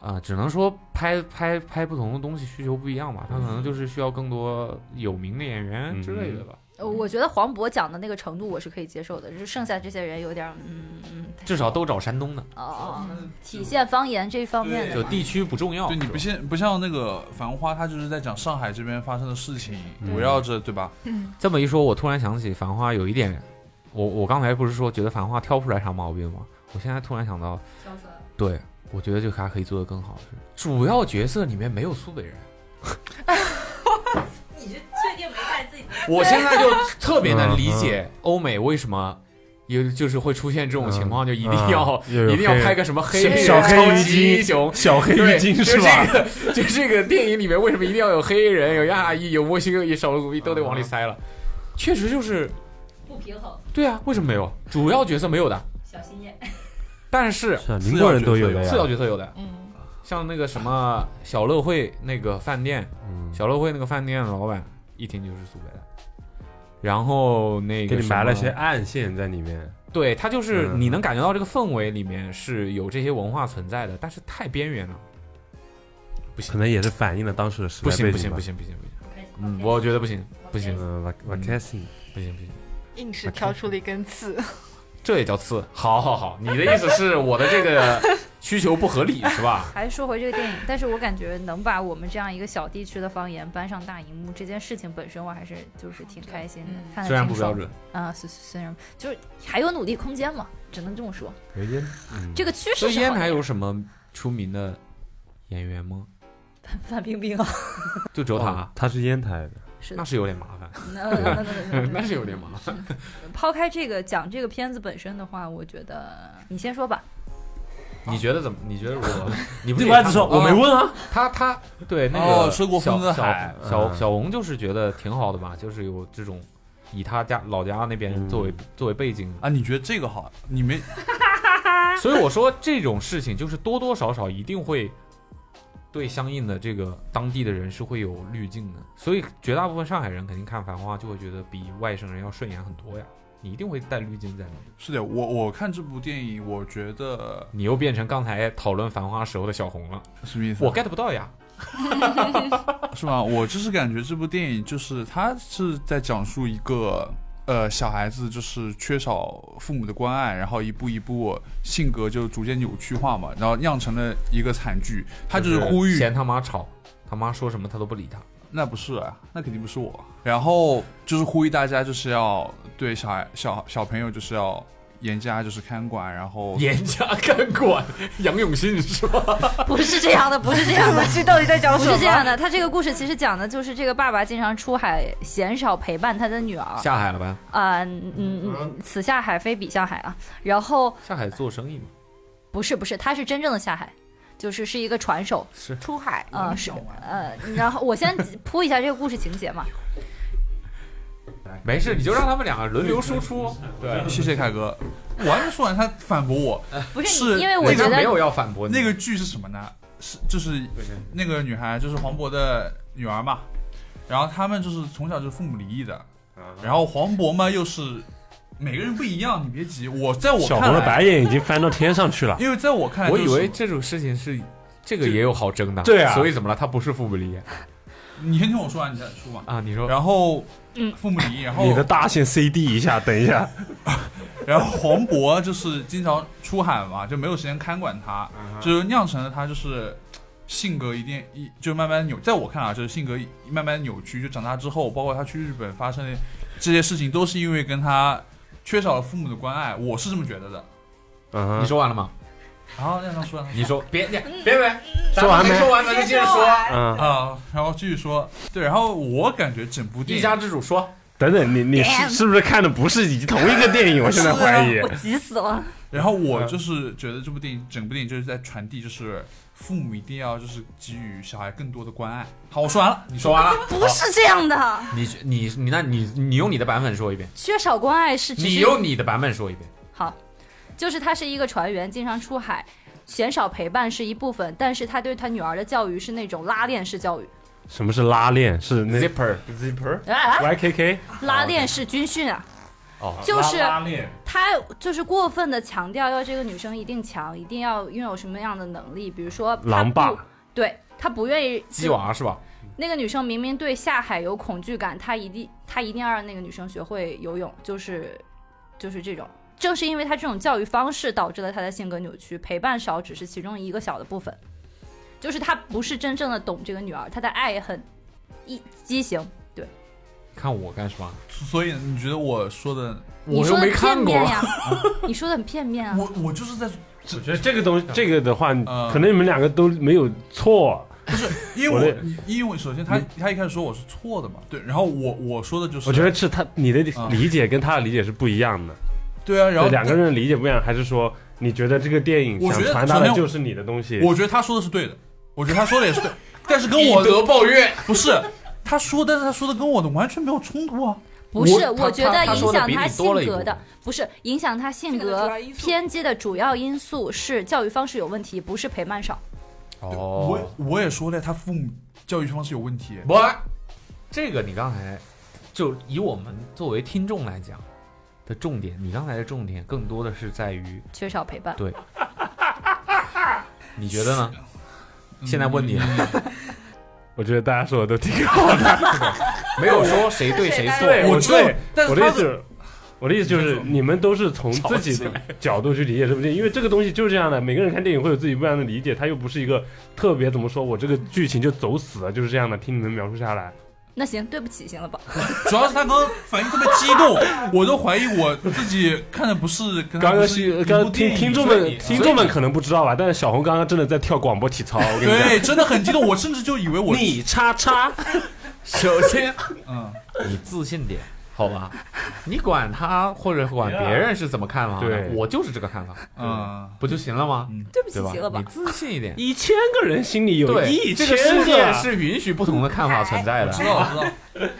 Speaker 2: 啊、只能说拍拍拍不同的东西需求不一样吧。他可能就是需要更多有名的演员之类的吧。
Speaker 5: 呃我觉得黄渤讲的那个程度我是可以接受的，就是剩下这些人有点儿，嗯嗯，
Speaker 2: 至少都找山东的，
Speaker 5: 哦哦，哦体现方言这方面的
Speaker 2: 就
Speaker 5: 嘛
Speaker 2: 地区不重要。
Speaker 5: 哦
Speaker 3: 对，你不
Speaker 2: 是吧
Speaker 3: 像不像那个《繁花》，它就是在讲上海这边发生的事情，
Speaker 4: 嗯
Speaker 3: 围绕着对吧？
Speaker 2: 这么一说，我突然想起《繁花》有一点，我我刚才不是说觉得《繁花》挑不出来啥毛病吗？我现在突然想到，对，我觉得这个还可以做得更好。是主要角色里面没有苏北人。
Speaker 5: 你是确定没带自己？
Speaker 2: 我现在就特别能理解欧美为什么有就是会出现这种情况，就一定
Speaker 4: 啊
Speaker 2: 要、
Speaker 4: 又有
Speaker 2: 一定要
Speaker 4: 黑人
Speaker 2: 拍个什么黑人
Speaker 6: 小黑
Speaker 2: 超
Speaker 4: 鱼
Speaker 2: 级
Speaker 4: 精
Speaker 2: 英雄。
Speaker 4: 小黑
Speaker 2: 对，
Speaker 4: 鱼精
Speaker 2: 就是
Speaker 4: 吧？
Speaker 2: 这个，就这个电影里面为什么一定要有黑人、有亚裔、有墨西哥裔、少数族裔都得往
Speaker 4: 啊
Speaker 2: 里塞了？确实就是
Speaker 5: 不平衡，
Speaker 2: 对啊，为什么没有？主要角色没有的，
Speaker 5: 小心眼。
Speaker 2: 但是
Speaker 4: 是啊，邻国人都有的
Speaker 2: 次要
Speaker 4: 呀。
Speaker 2: 角色有的，
Speaker 5: 嗯，
Speaker 2: 像那个什么小乐会那个饭店，
Speaker 4: 嗯，
Speaker 2: 小乐会那个饭店老板一听就是苏北的，然后那个
Speaker 4: 给你埋
Speaker 2: 什
Speaker 4: 了
Speaker 2: 么
Speaker 4: 些暗线在里面。
Speaker 2: 对他就是
Speaker 4: 嗯
Speaker 2: 你能感觉到这个氛围里面是有这些文化存在的，但是太边缘了，
Speaker 4: 可能也是反映了当时的时
Speaker 2: 不
Speaker 4: 代
Speaker 2: 行
Speaker 4: 背
Speaker 2: 不
Speaker 4: 景
Speaker 2: 行
Speaker 4: 吧
Speaker 2: 不。行不行不行，嗯，我觉得不行不行
Speaker 4: 嗯 v a c a t i o n
Speaker 2: 不行不行，
Speaker 7: 硬是挑出了一根刺，
Speaker 2: 这也叫刺？好好好，你的意思是我的这个需求不合理是吧？
Speaker 5: 还是说回这个电影，但是我感觉能把我们这样一个小地区的方言搬上大荧幕这件事情本身，我还是就是挺开心的，
Speaker 7: 嗯
Speaker 5: 看得
Speaker 2: 虽然不
Speaker 5: 挺
Speaker 2: 标
Speaker 5: 爽
Speaker 2: 准，
Speaker 5: 啊，虽虽然就是还有努力空间嘛，只能这么说。
Speaker 4: 有烟，嗯
Speaker 5: 这个趋
Speaker 2: 所
Speaker 5: 势
Speaker 2: 以
Speaker 5: 是
Speaker 2: 烟
Speaker 5: 好
Speaker 2: 台
Speaker 5: 的
Speaker 2: 有什么出名的演员吗？
Speaker 5: 范冰冰啊，
Speaker 2: 就周
Speaker 4: 哦
Speaker 2: 塔，
Speaker 4: 他是烟台的，
Speaker 5: 是
Speaker 2: 那
Speaker 5: 的，
Speaker 2: 是有点麻烦。
Speaker 5: 那那那那
Speaker 2: 那是有点麻
Speaker 5: 烦。抛开这个讲这个片子本身的话，我觉得你先说吧。
Speaker 2: 你觉得怎么？你觉得如 何？你不是
Speaker 4: 你不要一直说，
Speaker 2: 也看过哦
Speaker 4: 我没问啊。
Speaker 2: 他他对那
Speaker 3: 哦
Speaker 2: 个
Speaker 3: 水果
Speaker 2: 小
Speaker 3: 丰的
Speaker 2: 小
Speaker 3: 海
Speaker 2: 小
Speaker 4: 嗯
Speaker 2: 小红就是觉得挺好的吧，就是有这种以他家老家那边
Speaker 4: 嗯
Speaker 2: 作为作为背景，
Speaker 3: 啊，你觉得这个好？你没
Speaker 2: 所以我说这种事情就是多多少少一定会对相应的这个当地的人是会有滤镜的，所以绝大部分上海人肯定看《繁花》就会觉得比外省人要顺眼很多呀，你一定会带滤镜在里面。
Speaker 3: 是的，我我看这部电影，我觉得
Speaker 2: 你又变成刚才讨论《繁花》时候的小红了，
Speaker 3: 什么意思啊？
Speaker 2: 我 get 不到呀。
Speaker 3: 是吧？我就是感觉这部电影就是它是在讲述一个呃小孩子就是缺少父母的关爱，然后一步一步性格就逐渐扭曲化嘛，然后酿成了一个惨剧。他就是呼吁
Speaker 2: 嫌他妈吵，他妈说什么他都不理他。
Speaker 3: 那不是，啊，那肯定不是我。然后就是呼吁大家，就是要对小孩、小小朋友，就是要严加就是看管，然后
Speaker 2: 严加看管，杨永信是吧？
Speaker 5: 不是这样的，不是这样 的。
Speaker 7: 这到底在讲
Speaker 5: 不是这样的，他这个故事其实讲的就是这个爸爸经常出海，鲜少陪伴他的女儿啊、
Speaker 2: 下海了吧？
Speaker 5: 嗯嗯，此下海非彼下海啊。然后
Speaker 2: 下海做生意嘛。
Speaker 5: 不是不是，他是真正的下海，就是是一个船手，
Speaker 7: 出海
Speaker 5: 呃是呃，然后我先铺一下这个故事情节嘛，
Speaker 2: 没事，你就让他们两个轮流输出。 对，
Speaker 3: 谢谢凯哥。我还没说完，他反驳我。
Speaker 5: 不
Speaker 3: 是
Speaker 5: 因为我
Speaker 2: 那
Speaker 5: 觉
Speaker 2: 个没
Speaker 5: 得
Speaker 2: 有要反
Speaker 4: 嗯
Speaker 2: 驳你
Speaker 3: 那个剧是什么呢？是就是那个女孩，就是黄渤的女儿嘛。然后他们就是从小就是父母离异的，
Speaker 2: 啊
Speaker 3: 然后黄渤嘛又是每个人不一样，你别急。我在我
Speaker 4: 小
Speaker 3: 看
Speaker 4: 红的
Speaker 3: 来，
Speaker 4: 白眼已经翻到天上去了。
Speaker 3: 因为在我看来、
Speaker 2: 我
Speaker 3: 就是，
Speaker 2: 以为这种事情是这个也有好争的。
Speaker 4: 对啊
Speaker 2: 所以怎么了？他不是父母离异
Speaker 3: 你先听我说完，你再说嘛。
Speaker 2: 啊？你说
Speaker 3: 然后，
Speaker 5: 嗯
Speaker 3: 父母离异，然后
Speaker 4: 你的大线 CD 一下，等一下，
Speaker 3: 然后黄渤就是经常出海嘛，就没有时间看管他，就是酿成了他就是性格一定一就慢慢扭，在我看啊，就是性格一慢慢扭曲。就长大之后，包括他去日本发生的这些事情，都是因为跟他缺少了父母的关爱，我是这么觉得的。
Speaker 4: 嗯
Speaker 2: 你，说完了吗？
Speaker 3: 然后让他说，
Speaker 2: 你说别别
Speaker 5: 嗯
Speaker 2: 别别，
Speaker 4: 说完没
Speaker 2: 咱们还说完咱就接着说。
Speaker 4: 嗯，
Speaker 3: 啊，然后继续说，对，然后我感觉整部电
Speaker 2: 一
Speaker 3: 影
Speaker 2: 家之主说，
Speaker 4: 等等，你你是是不是看的不是一同一个电影？我现在怀疑
Speaker 5: 我。急死了，
Speaker 3: 然后我就是觉得这部电影，整部电影就是在传递，就是父母一定要就是给予小孩更多的关爱。好，我说完了，你
Speaker 2: 你
Speaker 3: 说。
Speaker 2: 说完了。
Speaker 5: 不是这样的，
Speaker 2: 你你你那你你用你的版本说一遍，
Speaker 5: 缺少关爱是只
Speaker 2: 你
Speaker 5: 是
Speaker 2: 用你的版本说一遍。
Speaker 5: 好，就是他是一个船员，经常出海，鲜少陪伴是一部分，但是他对他女儿的教育是那种拉链式教育，
Speaker 4: 什么是拉链？是那
Speaker 2: Zipper
Speaker 4: zipper
Speaker 5: 啊、
Speaker 4: YKK
Speaker 5: 拉链式军训啊，
Speaker 2: 哦，
Speaker 5: 就是
Speaker 4: 链。
Speaker 5: 他就是过分的强调要这个女生一定强，一定要拥有什么样的能力，比如说他
Speaker 4: 狼
Speaker 5: 不
Speaker 4: 爸，
Speaker 5: 对他不愿意
Speaker 2: 鸡娃是吧？
Speaker 5: 那个女生明明对下海有恐惧感，她一定她一定要让那个女生学会游泳，就是就是这种。正是因为她这种教育方式，导致了她的性格扭曲。陪伴少只是其中一个小的部分，就是她不是真正的懂这个女儿，她的爱也很一畸形。对，
Speaker 2: 看我干什么？
Speaker 3: 所以你觉得我说的，
Speaker 5: 你
Speaker 2: 我
Speaker 5: 说
Speaker 2: 又
Speaker 5: 的
Speaker 2: 没
Speaker 5: 片
Speaker 2: 看过
Speaker 5: 面。呀， 你说的很片面啊。
Speaker 3: 我我就是在，
Speaker 4: 我觉得这个东西，这个的话，
Speaker 3: 嗯
Speaker 4: 可能你们两个都没有错。
Speaker 3: 因
Speaker 4: 我
Speaker 3: 为
Speaker 4: 的
Speaker 3: 我你因为首先他他一开始说我是错的嘛，对，然后我我说的就是，
Speaker 4: 我觉得是他你的
Speaker 3: 嗯
Speaker 4: 理解跟他的理解是不一样的。
Speaker 3: 对啊，然
Speaker 4: 对
Speaker 3: 后
Speaker 4: 两个人理解不一样，还是说你觉得这个电影
Speaker 3: 我
Speaker 4: 想
Speaker 3: 觉得
Speaker 4: 传达的
Speaker 3: 首先
Speaker 4: 就是你的东西？
Speaker 3: 我觉得他说的是对的，我觉得他说的也是对，但是跟我
Speaker 2: 以德报怨，
Speaker 3: 不是他说，但是他说的跟我的完全没有冲突啊。
Speaker 5: 不是，
Speaker 2: 我
Speaker 5: 我
Speaker 2: 他
Speaker 5: 觉得
Speaker 2: 他他
Speaker 5: 影
Speaker 2: 说得
Speaker 5: 响
Speaker 2: 比你
Speaker 5: 性
Speaker 2: 多了一
Speaker 5: 格
Speaker 2: 步
Speaker 5: 的不是影响他性
Speaker 6: 性格的
Speaker 5: 格
Speaker 6: 主要因素
Speaker 5: 偏激的主要因素是教育方式有问题，不是陪伴少。
Speaker 2: 哦，
Speaker 3: 我我也说了，他父母教育方式有问题。
Speaker 2: 不，这个你刚才就以我们作为听众来讲的重点，你刚才的重点更多的是在于，
Speaker 5: 缺少陪伴。
Speaker 2: 你觉得
Speaker 3: 啊
Speaker 2: 呢？
Speaker 4: 嗯
Speaker 2: 现在问你
Speaker 3: 嗯
Speaker 2: 了，
Speaker 4: 我觉得大家说的都挺好的。
Speaker 2: 没有说谁对谁 错，
Speaker 4: 对，
Speaker 3: 我
Speaker 4: 我
Speaker 3: 知道
Speaker 4: 对，
Speaker 3: 但是
Speaker 4: 我的意
Speaker 3: 他
Speaker 4: 思是，我的意思就是你们都是从自己的角度去理解这部电影，因为这个东西就是这样的，每个人看电影会有自己不一样的理解，它又不是一个特别怎么说，我这个剧情就走死了，就是这样的。听你们描述下来，
Speaker 5: 那行，对不起，行了吧？
Speaker 3: 主要是他刚刚反应特别激 动，我都怀疑我自己看的不是跟他
Speaker 4: 刚
Speaker 3: 不
Speaker 4: 刚
Speaker 3: 是
Speaker 4: 是
Speaker 3: 一
Speaker 4: 刚
Speaker 3: 部
Speaker 4: 刚听
Speaker 3: 电影
Speaker 4: 听众们听众们可能不知道吧，但是小红刚刚真的在跳广播体操，我跟你讲，
Speaker 3: 对，真的很激动，我甚至就以为我
Speaker 4: 你叉叉，
Speaker 2: 首先
Speaker 3: 嗯，
Speaker 2: 你自信点，好吧？你管他或者管别人是怎么看法的
Speaker 4: 对，
Speaker 2: 我就是这个看法，
Speaker 3: 啊，
Speaker 2: 不就行了吗？
Speaker 5: 对不起，
Speaker 2: 对吧
Speaker 5: 行了？吧
Speaker 2: 你？自信一点。
Speaker 4: 一千个人心里有
Speaker 2: 对，
Speaker 4: 一
Speaker 2: 这
Speaker 4: 千
Speaker 2: 个世界
Speaker 4: 个，
Speaker 2: 是允许不同的看法存在的。
Speaker 3: 知道哎我知道，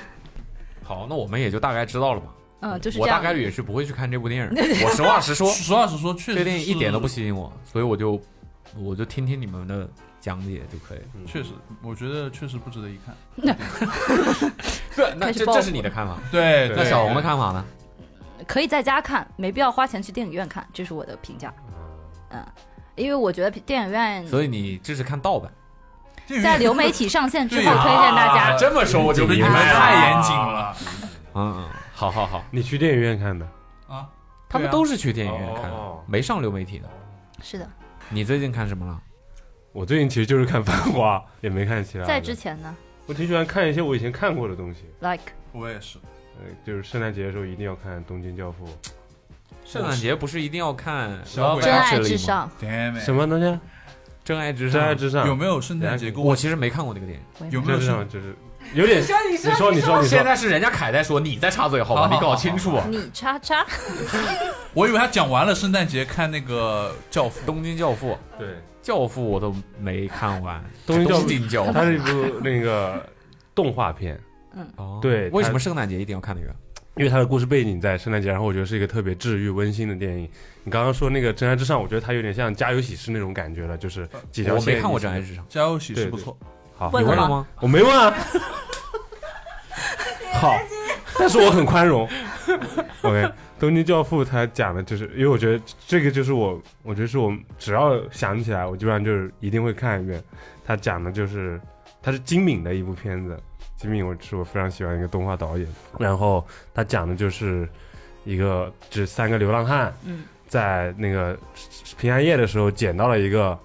Speaker 2: 好，那我们也就大概知道了嘛。
Speaker 5: 嗯，就是这
Speaker 2: 我大
Speaker 5: 样
Speaker 2: 概。率也是不会去看这部电影。我实话实说，
Speaker 3: 实话实说，
Speaker 2: 这
Speaker 3: 确实
Speaker 2: 个电影一点都不
Speaker 3: 是，
Speaker 2: 吸引我，所以我就我就听听你们的讲解就可以。
Speaker 3: 确实，我觉得确实不值得一看。
Speaker 2: 对，那
Speaker 5: 开始
Speaker 2: 这
Speaker 5: 报复
Speaker 2: 这是你的看法。
Speaker 3: 对，
Speaker 2: 那
Speaker 3: 对
Speaker 2: 小红的看法呢？
Speaker 5: 可以在家看，没必要花钱去电影院看，这是我的评价。嗯，因为我觉得电影院
Speaker 2: 所以你这是看盗版。
Speaker 3: 电影
Speaker 5: 在
Speaker 3: 院
Speaker 5: 流媒体上线 之后
Speaker 3: 对啊
Speaker 5: 推荐大家。
Speaker 2: 这么说我就
Speaker 3: 你
Speaker 2: 明
Speaker 3: 们
Speaker 2: 白了。
Speaker 3: 太严谨了
Speaker 2: 嗯嗯，好好好，
Speaker 4: 啊你去电影院看的，
Speaker 3: 啊！
Speaker 2: 他们都是去电影院看
Speaker 4: 哦
Speaker 2: 的，没上流媒体的。
Speaker 5: 是的，
Speaker 2: 你最近看什么了？
Speaker 4: 我最近其实就是看《繁花》，也没看其他的。
Speaker 5: 在之前呢
Speaker 4: 我挺喜欢看一些我以前看过的东西，
Speaker 5: ，like
Speaker 3: 我也是，
Speaker 4: 呃，就是圣诞节的时候一定要看《东京教父
Speaker 2: 圣诞节不是一定要看《
Speaker 3: 小鬼
Speaker 2: Love
Speaker 5: 真爱
Speaker 2: Actually
Speaker 5: 至
Speaker 2: 吗
Speaker 5: 上，》
Speaker 3: Damn it
Speaker 4: 什么东西？
Speaker 2: 真爱至
Speaker 4: 《
Speaker 2: 上
Speaker 4: 真爱》至上》
Speaker 3: 有没有圣诞节跟
Speaker 2: 我其实没看过那个电影。
Speaker 5: 有
Speaker 3: 有没
Speaker 4: 真爱
Speaker 3: 有
Speaker 4: 至
Speaker 3: 圣
Speaker 4: 上就是有点，你说你说你
Speaker 2: 现
Speaker 4: 说，
Speaker 2: 在是人家凯在说，你在插嘴好吧？
Speaker 3: 好好
Speaker 2: 你搞清楚。啊
Speaker 5: 你叉叉，
Speaker 3: 我以为他讲完了圣诞节看那个《教父》，
Speaker 2: 东京教父，
Speaker 4: 对，
Speaker 2: 教父我都没看完。
Speaker 4: 东京教父
Speaker 2: 京教
Speaker 4: 它是一部那个动画片，
Speaker 2: 哦
Speaker 4: 对
Speaker 2: 为什
Speaker 4: 它
Speaker 2: 么圣诞节一定要看那个？
Speaker 4: 因为它的故事背景在圣诞节，然后我觉得是一个特别治愈温馨的电影。你刚刚说那个《真爱至上》，我觉得它有点像《家有喜事》那种感觉了，就是几条
Speaker 2: 我
Speaker 4: 线。
Speaker 2: 没看过《真爱至上
Speaker 3: 《家有喜事》
Speaker 4: 对
Speaker 3: 不错。
Speaker 4: 好，
Speaker 5: 问
Speaker 4: 你
Speaker 5: 了
Speaker 4: 问
Speaker 5: 吗
Speaker 4: 了吗？我没问 啊。好，但是我很宽容。OK，《东京教父》他讲的就是，因为我觉得这个就是我，我觉得是我只要想起来，我基本上就是一定会看一遍。他讲的就是，他是金敏的一部片子，金敏我是我非常喜欢一个动画导演。然后他讲的就是一个这三个流浪汉，
Speaker 5: 嗯，
Speaker 4: 在那个平安夜的时候捡到了一个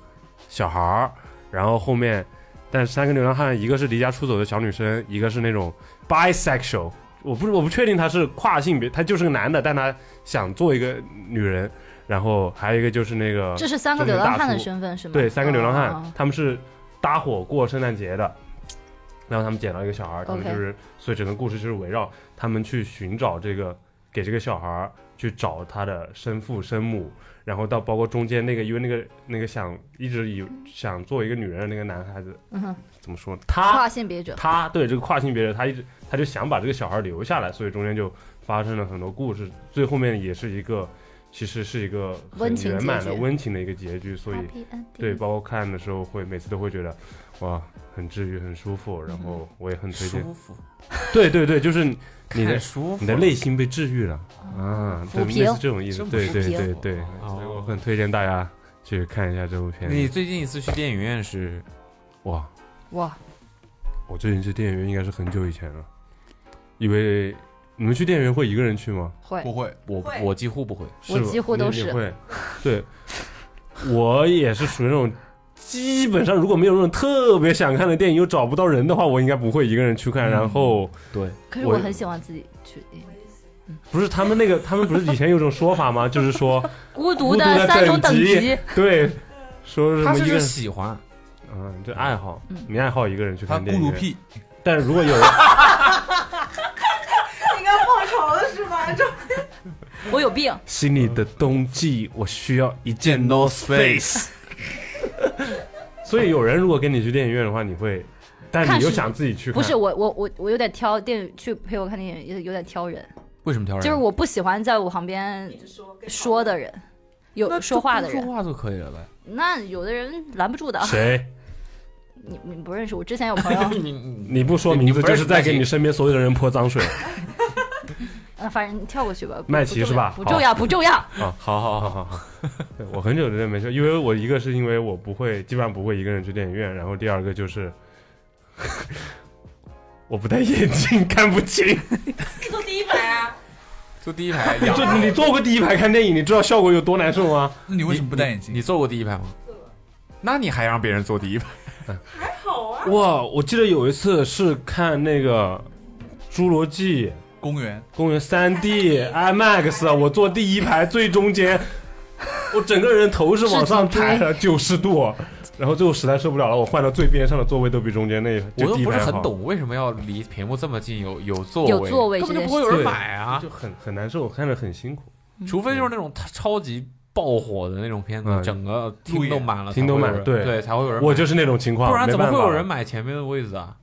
Speaker 4: 小孩儿，然后后面但是三个流浪汉，一个是离家出走的小女生，一个是那种 bisexual，我不我不确定他是跨性别，他就是个男的，但他想做一个女人，然后还有一个就是那个
Speaker 5: 这是三个
Speaker 4: 就是
Speaker 5: 流浪
Speaker 4: 大
Speaker 5: 汉的
Speaker 4: 叔
Speaker 5: 身份是吗？
Speaker 4: 对，三个流浪汉，
Speaker 5: 哦
Speaker 4: 他们是搭伙过圣诞节的，然后他们捡到一个小孩儿，他们
Speaker 5: OK
Speaker 4: 就是所以整个故事就是围绕他们去寻找这个，给这个小孩儿去找他的生父生母，然后到包括中间那个，因为那个那个想一直以想做一个女人的那个男孩子，
Speaker 5: 嗯哼
Speaker 4: 怎么说？他
Speaker 5: 跨性别者，
Speaker 4: 他对这个跨性别人，他一直他就想把这个小孩儿留下来，所以中间就发生了很多故事，最后面也是一个。其实是一个很
Speaker 5: 温情
Speaker 4: 圆
Speaker 5: 结
Speaker 4: 满的
Speaker 5: 局
Speaker 4: 温情的一个结局，所以
Speaker 5: Happy ending
Speaker 4: 对，包括看的时候会每次都会觉得，哇，很治愈，很舒服。然后我也很》，推荐。
Speaker 2: 嗯舒服，
Speaker 4: 对对对，就是你你
Speaker 2: 太
Speaker 4: 的
Speaker 2: 舒服了，哦
Speaker 4: 你的内心被治愈了啊，对，
Speaker 5: 抚平
Speaker 4: 类似这种意思
Speaker 2: 这。么
Speaker 4: 对
Speaker 2: 舒
Speaker 4: 对
Speaker 5: 服
Speaker 4: 对对，
Speaker 2: 哦
Speaker 4: 所以我很推荐大家去看一下这部片
Speaker 2: 你
Speaker 4: 子。
Speaker 2: 最近一次去电影院是
Speaker 4: 哇，
Speaker 5: 哇，
Speaker 4: 我最近去电影院应该是很久以前了，因为你们去电影院会一个人去吗？
Speaker 5: 会
Speaker 3: 不会，
Speaker 2: 我
Speaker 7: 会
Speaker 2: 我几乎不会，
Speaker 4: 是吧
Speaker 5: 我几乎都
Speaker 4: 你你
Speaker 5: 是
Speaker 4: 会，对，我也是属于那种基本上如果没有那种特别想看的电影又找不到人的话，我应该不会一个人去看。
Speaker 3: 嗯
Speaker 4: 然后
Speaker 2: 对，
Speaker 5: 可是
Speaker 4: 我
Speaker 5: 我很喜欢自己去电影院
Speaker 4: 不是他们那个，他们不是以前有种说法吗？就是说，
Speaker 5: 孤独
Speaker 4: 孤独的
Speaker 5: 的三种等
Speaker 4: 等级
Speaker 5: 级，
Speaker 4: 对，说是什
Speaker 2: 他
Speaker 4: 么
Speaker 2: 是
Speaker 4: 一个
Speaker 2: 是
Speaker 4: 人，
Speaker 2: 喜欢，
Speaker 4: 嗯，这爱好
Speaker 5: 嗯，
Speaker 4: 你爱好一个人去
Speaker 3: 他
Speaker 4: 看
Speaker 3: 孤
Speaker 4: 电影
Speaker 3: 独
Speaker 4: 院，
Speaker 3: 癖，
Speaker 4: 但如果有人，
Speaker 7: 你该报仇了是吧？这
Speaker 5: 我有病。
Speaker 4: 心里的冬季，我需要一件 North Face。所以有人如果跟你去电影院的话，你会，但
Speaker 5: 看
Speaker 4: 你又
Speaker 5: 是
Speaker 4: 想自己去看，
Speaker 5: 不是我我我我有点挑电影去陪我看电影有有点挑人，
Speaker 2: 为什么挑人？
Speaker 5: 就是我不喜欢在我旁边说的人，有说话的人
Speaker 2: 说。话就可以了 呗。
Speaker 5: 那有的人拦不住的，
Speaker 4: 谁？
Speaker 5: 你你不认识。我之前有朋 友，
Speaker 2: 你你
Speaker 4: 你不说
Speaker 2: 你
Speaker 4: 名
Speaker 2: 不
Speaker 4: 字，
Speaker 2: 认识
Speaker 4: 就是在
Speaker 2: 麦
Speaker 4: 给
Speaker 2: 琪
Speaker 4: 你身边所有的人泼脏水
Speaker 5: 呃，反正你跳过去吧。不
Speaker 4: 麦琪
Speaker 5: 不重
Speaker 4: 是吧
Speaker 5: 不重要，不重要。
Speaker 4: 啊！ 好好好好好，对我很久之前没去，因为我一个是因为我不会，基本上不会一个人去电影院，然后第二个就是 我不戴眼镜 看不清。
Speaker 7: 坐第一排啊，
Speaker 2: 坐第一排，
Speaker 4: 你 坐你坐过第一排看电影，你知道效果有多难受吗？
Speaker 3: 那你为什么不戴眼镜？
Speaker 2: 你坐过第一排吗？那你还让别人坐第一排？
Speaker 4: 哇！我记得有一次是看那个《侏罗纪
Speaker 3: 公园
Speaker 4: 公园》三 D IMAX，我坐第一排最中间，我整个人头是往上抬了九十度，然后最后实在受不了了，我换到最边上的座位都比中间那一
Speaker 2: 我
Speaker 4: 就
Speaker 2: 又
Speaker 4: 第一
Speaker 2: 不是
Speaker 4: 排
Speaker 2: 很
Speaker 4: 好，
Speaker 2: 懂为什么要离屏幕这么近，有有座位，
Speaker 5: 有座位
Speaker 2: 根本
Speaker 5: 这
Speaker 2: 就
Speaker 5: 件
Speaker 2: 不会有人
Speaker 4: 事情
Speaker 2: 买啊，
Speaker 4: 就很很难受，我看着很辛苦。
Speaker 2: 除非就是那种超超级爆火的那种片子，
Speaker 4: 嗯
Speaker 2: 整个厅都满了，
Speaker 4: 厅都满
Speaker 2: 才会有人
Speaker 4: 对
Speaker 2: 对，才会有人买，
Speaker 4: 我就是那种情况，
Speaker 2: 不然怎么会
Speaker 4: 没办
Speaker 2: 有
Speaker 4: 法
Speaker 2: 人？买前面的位置啊？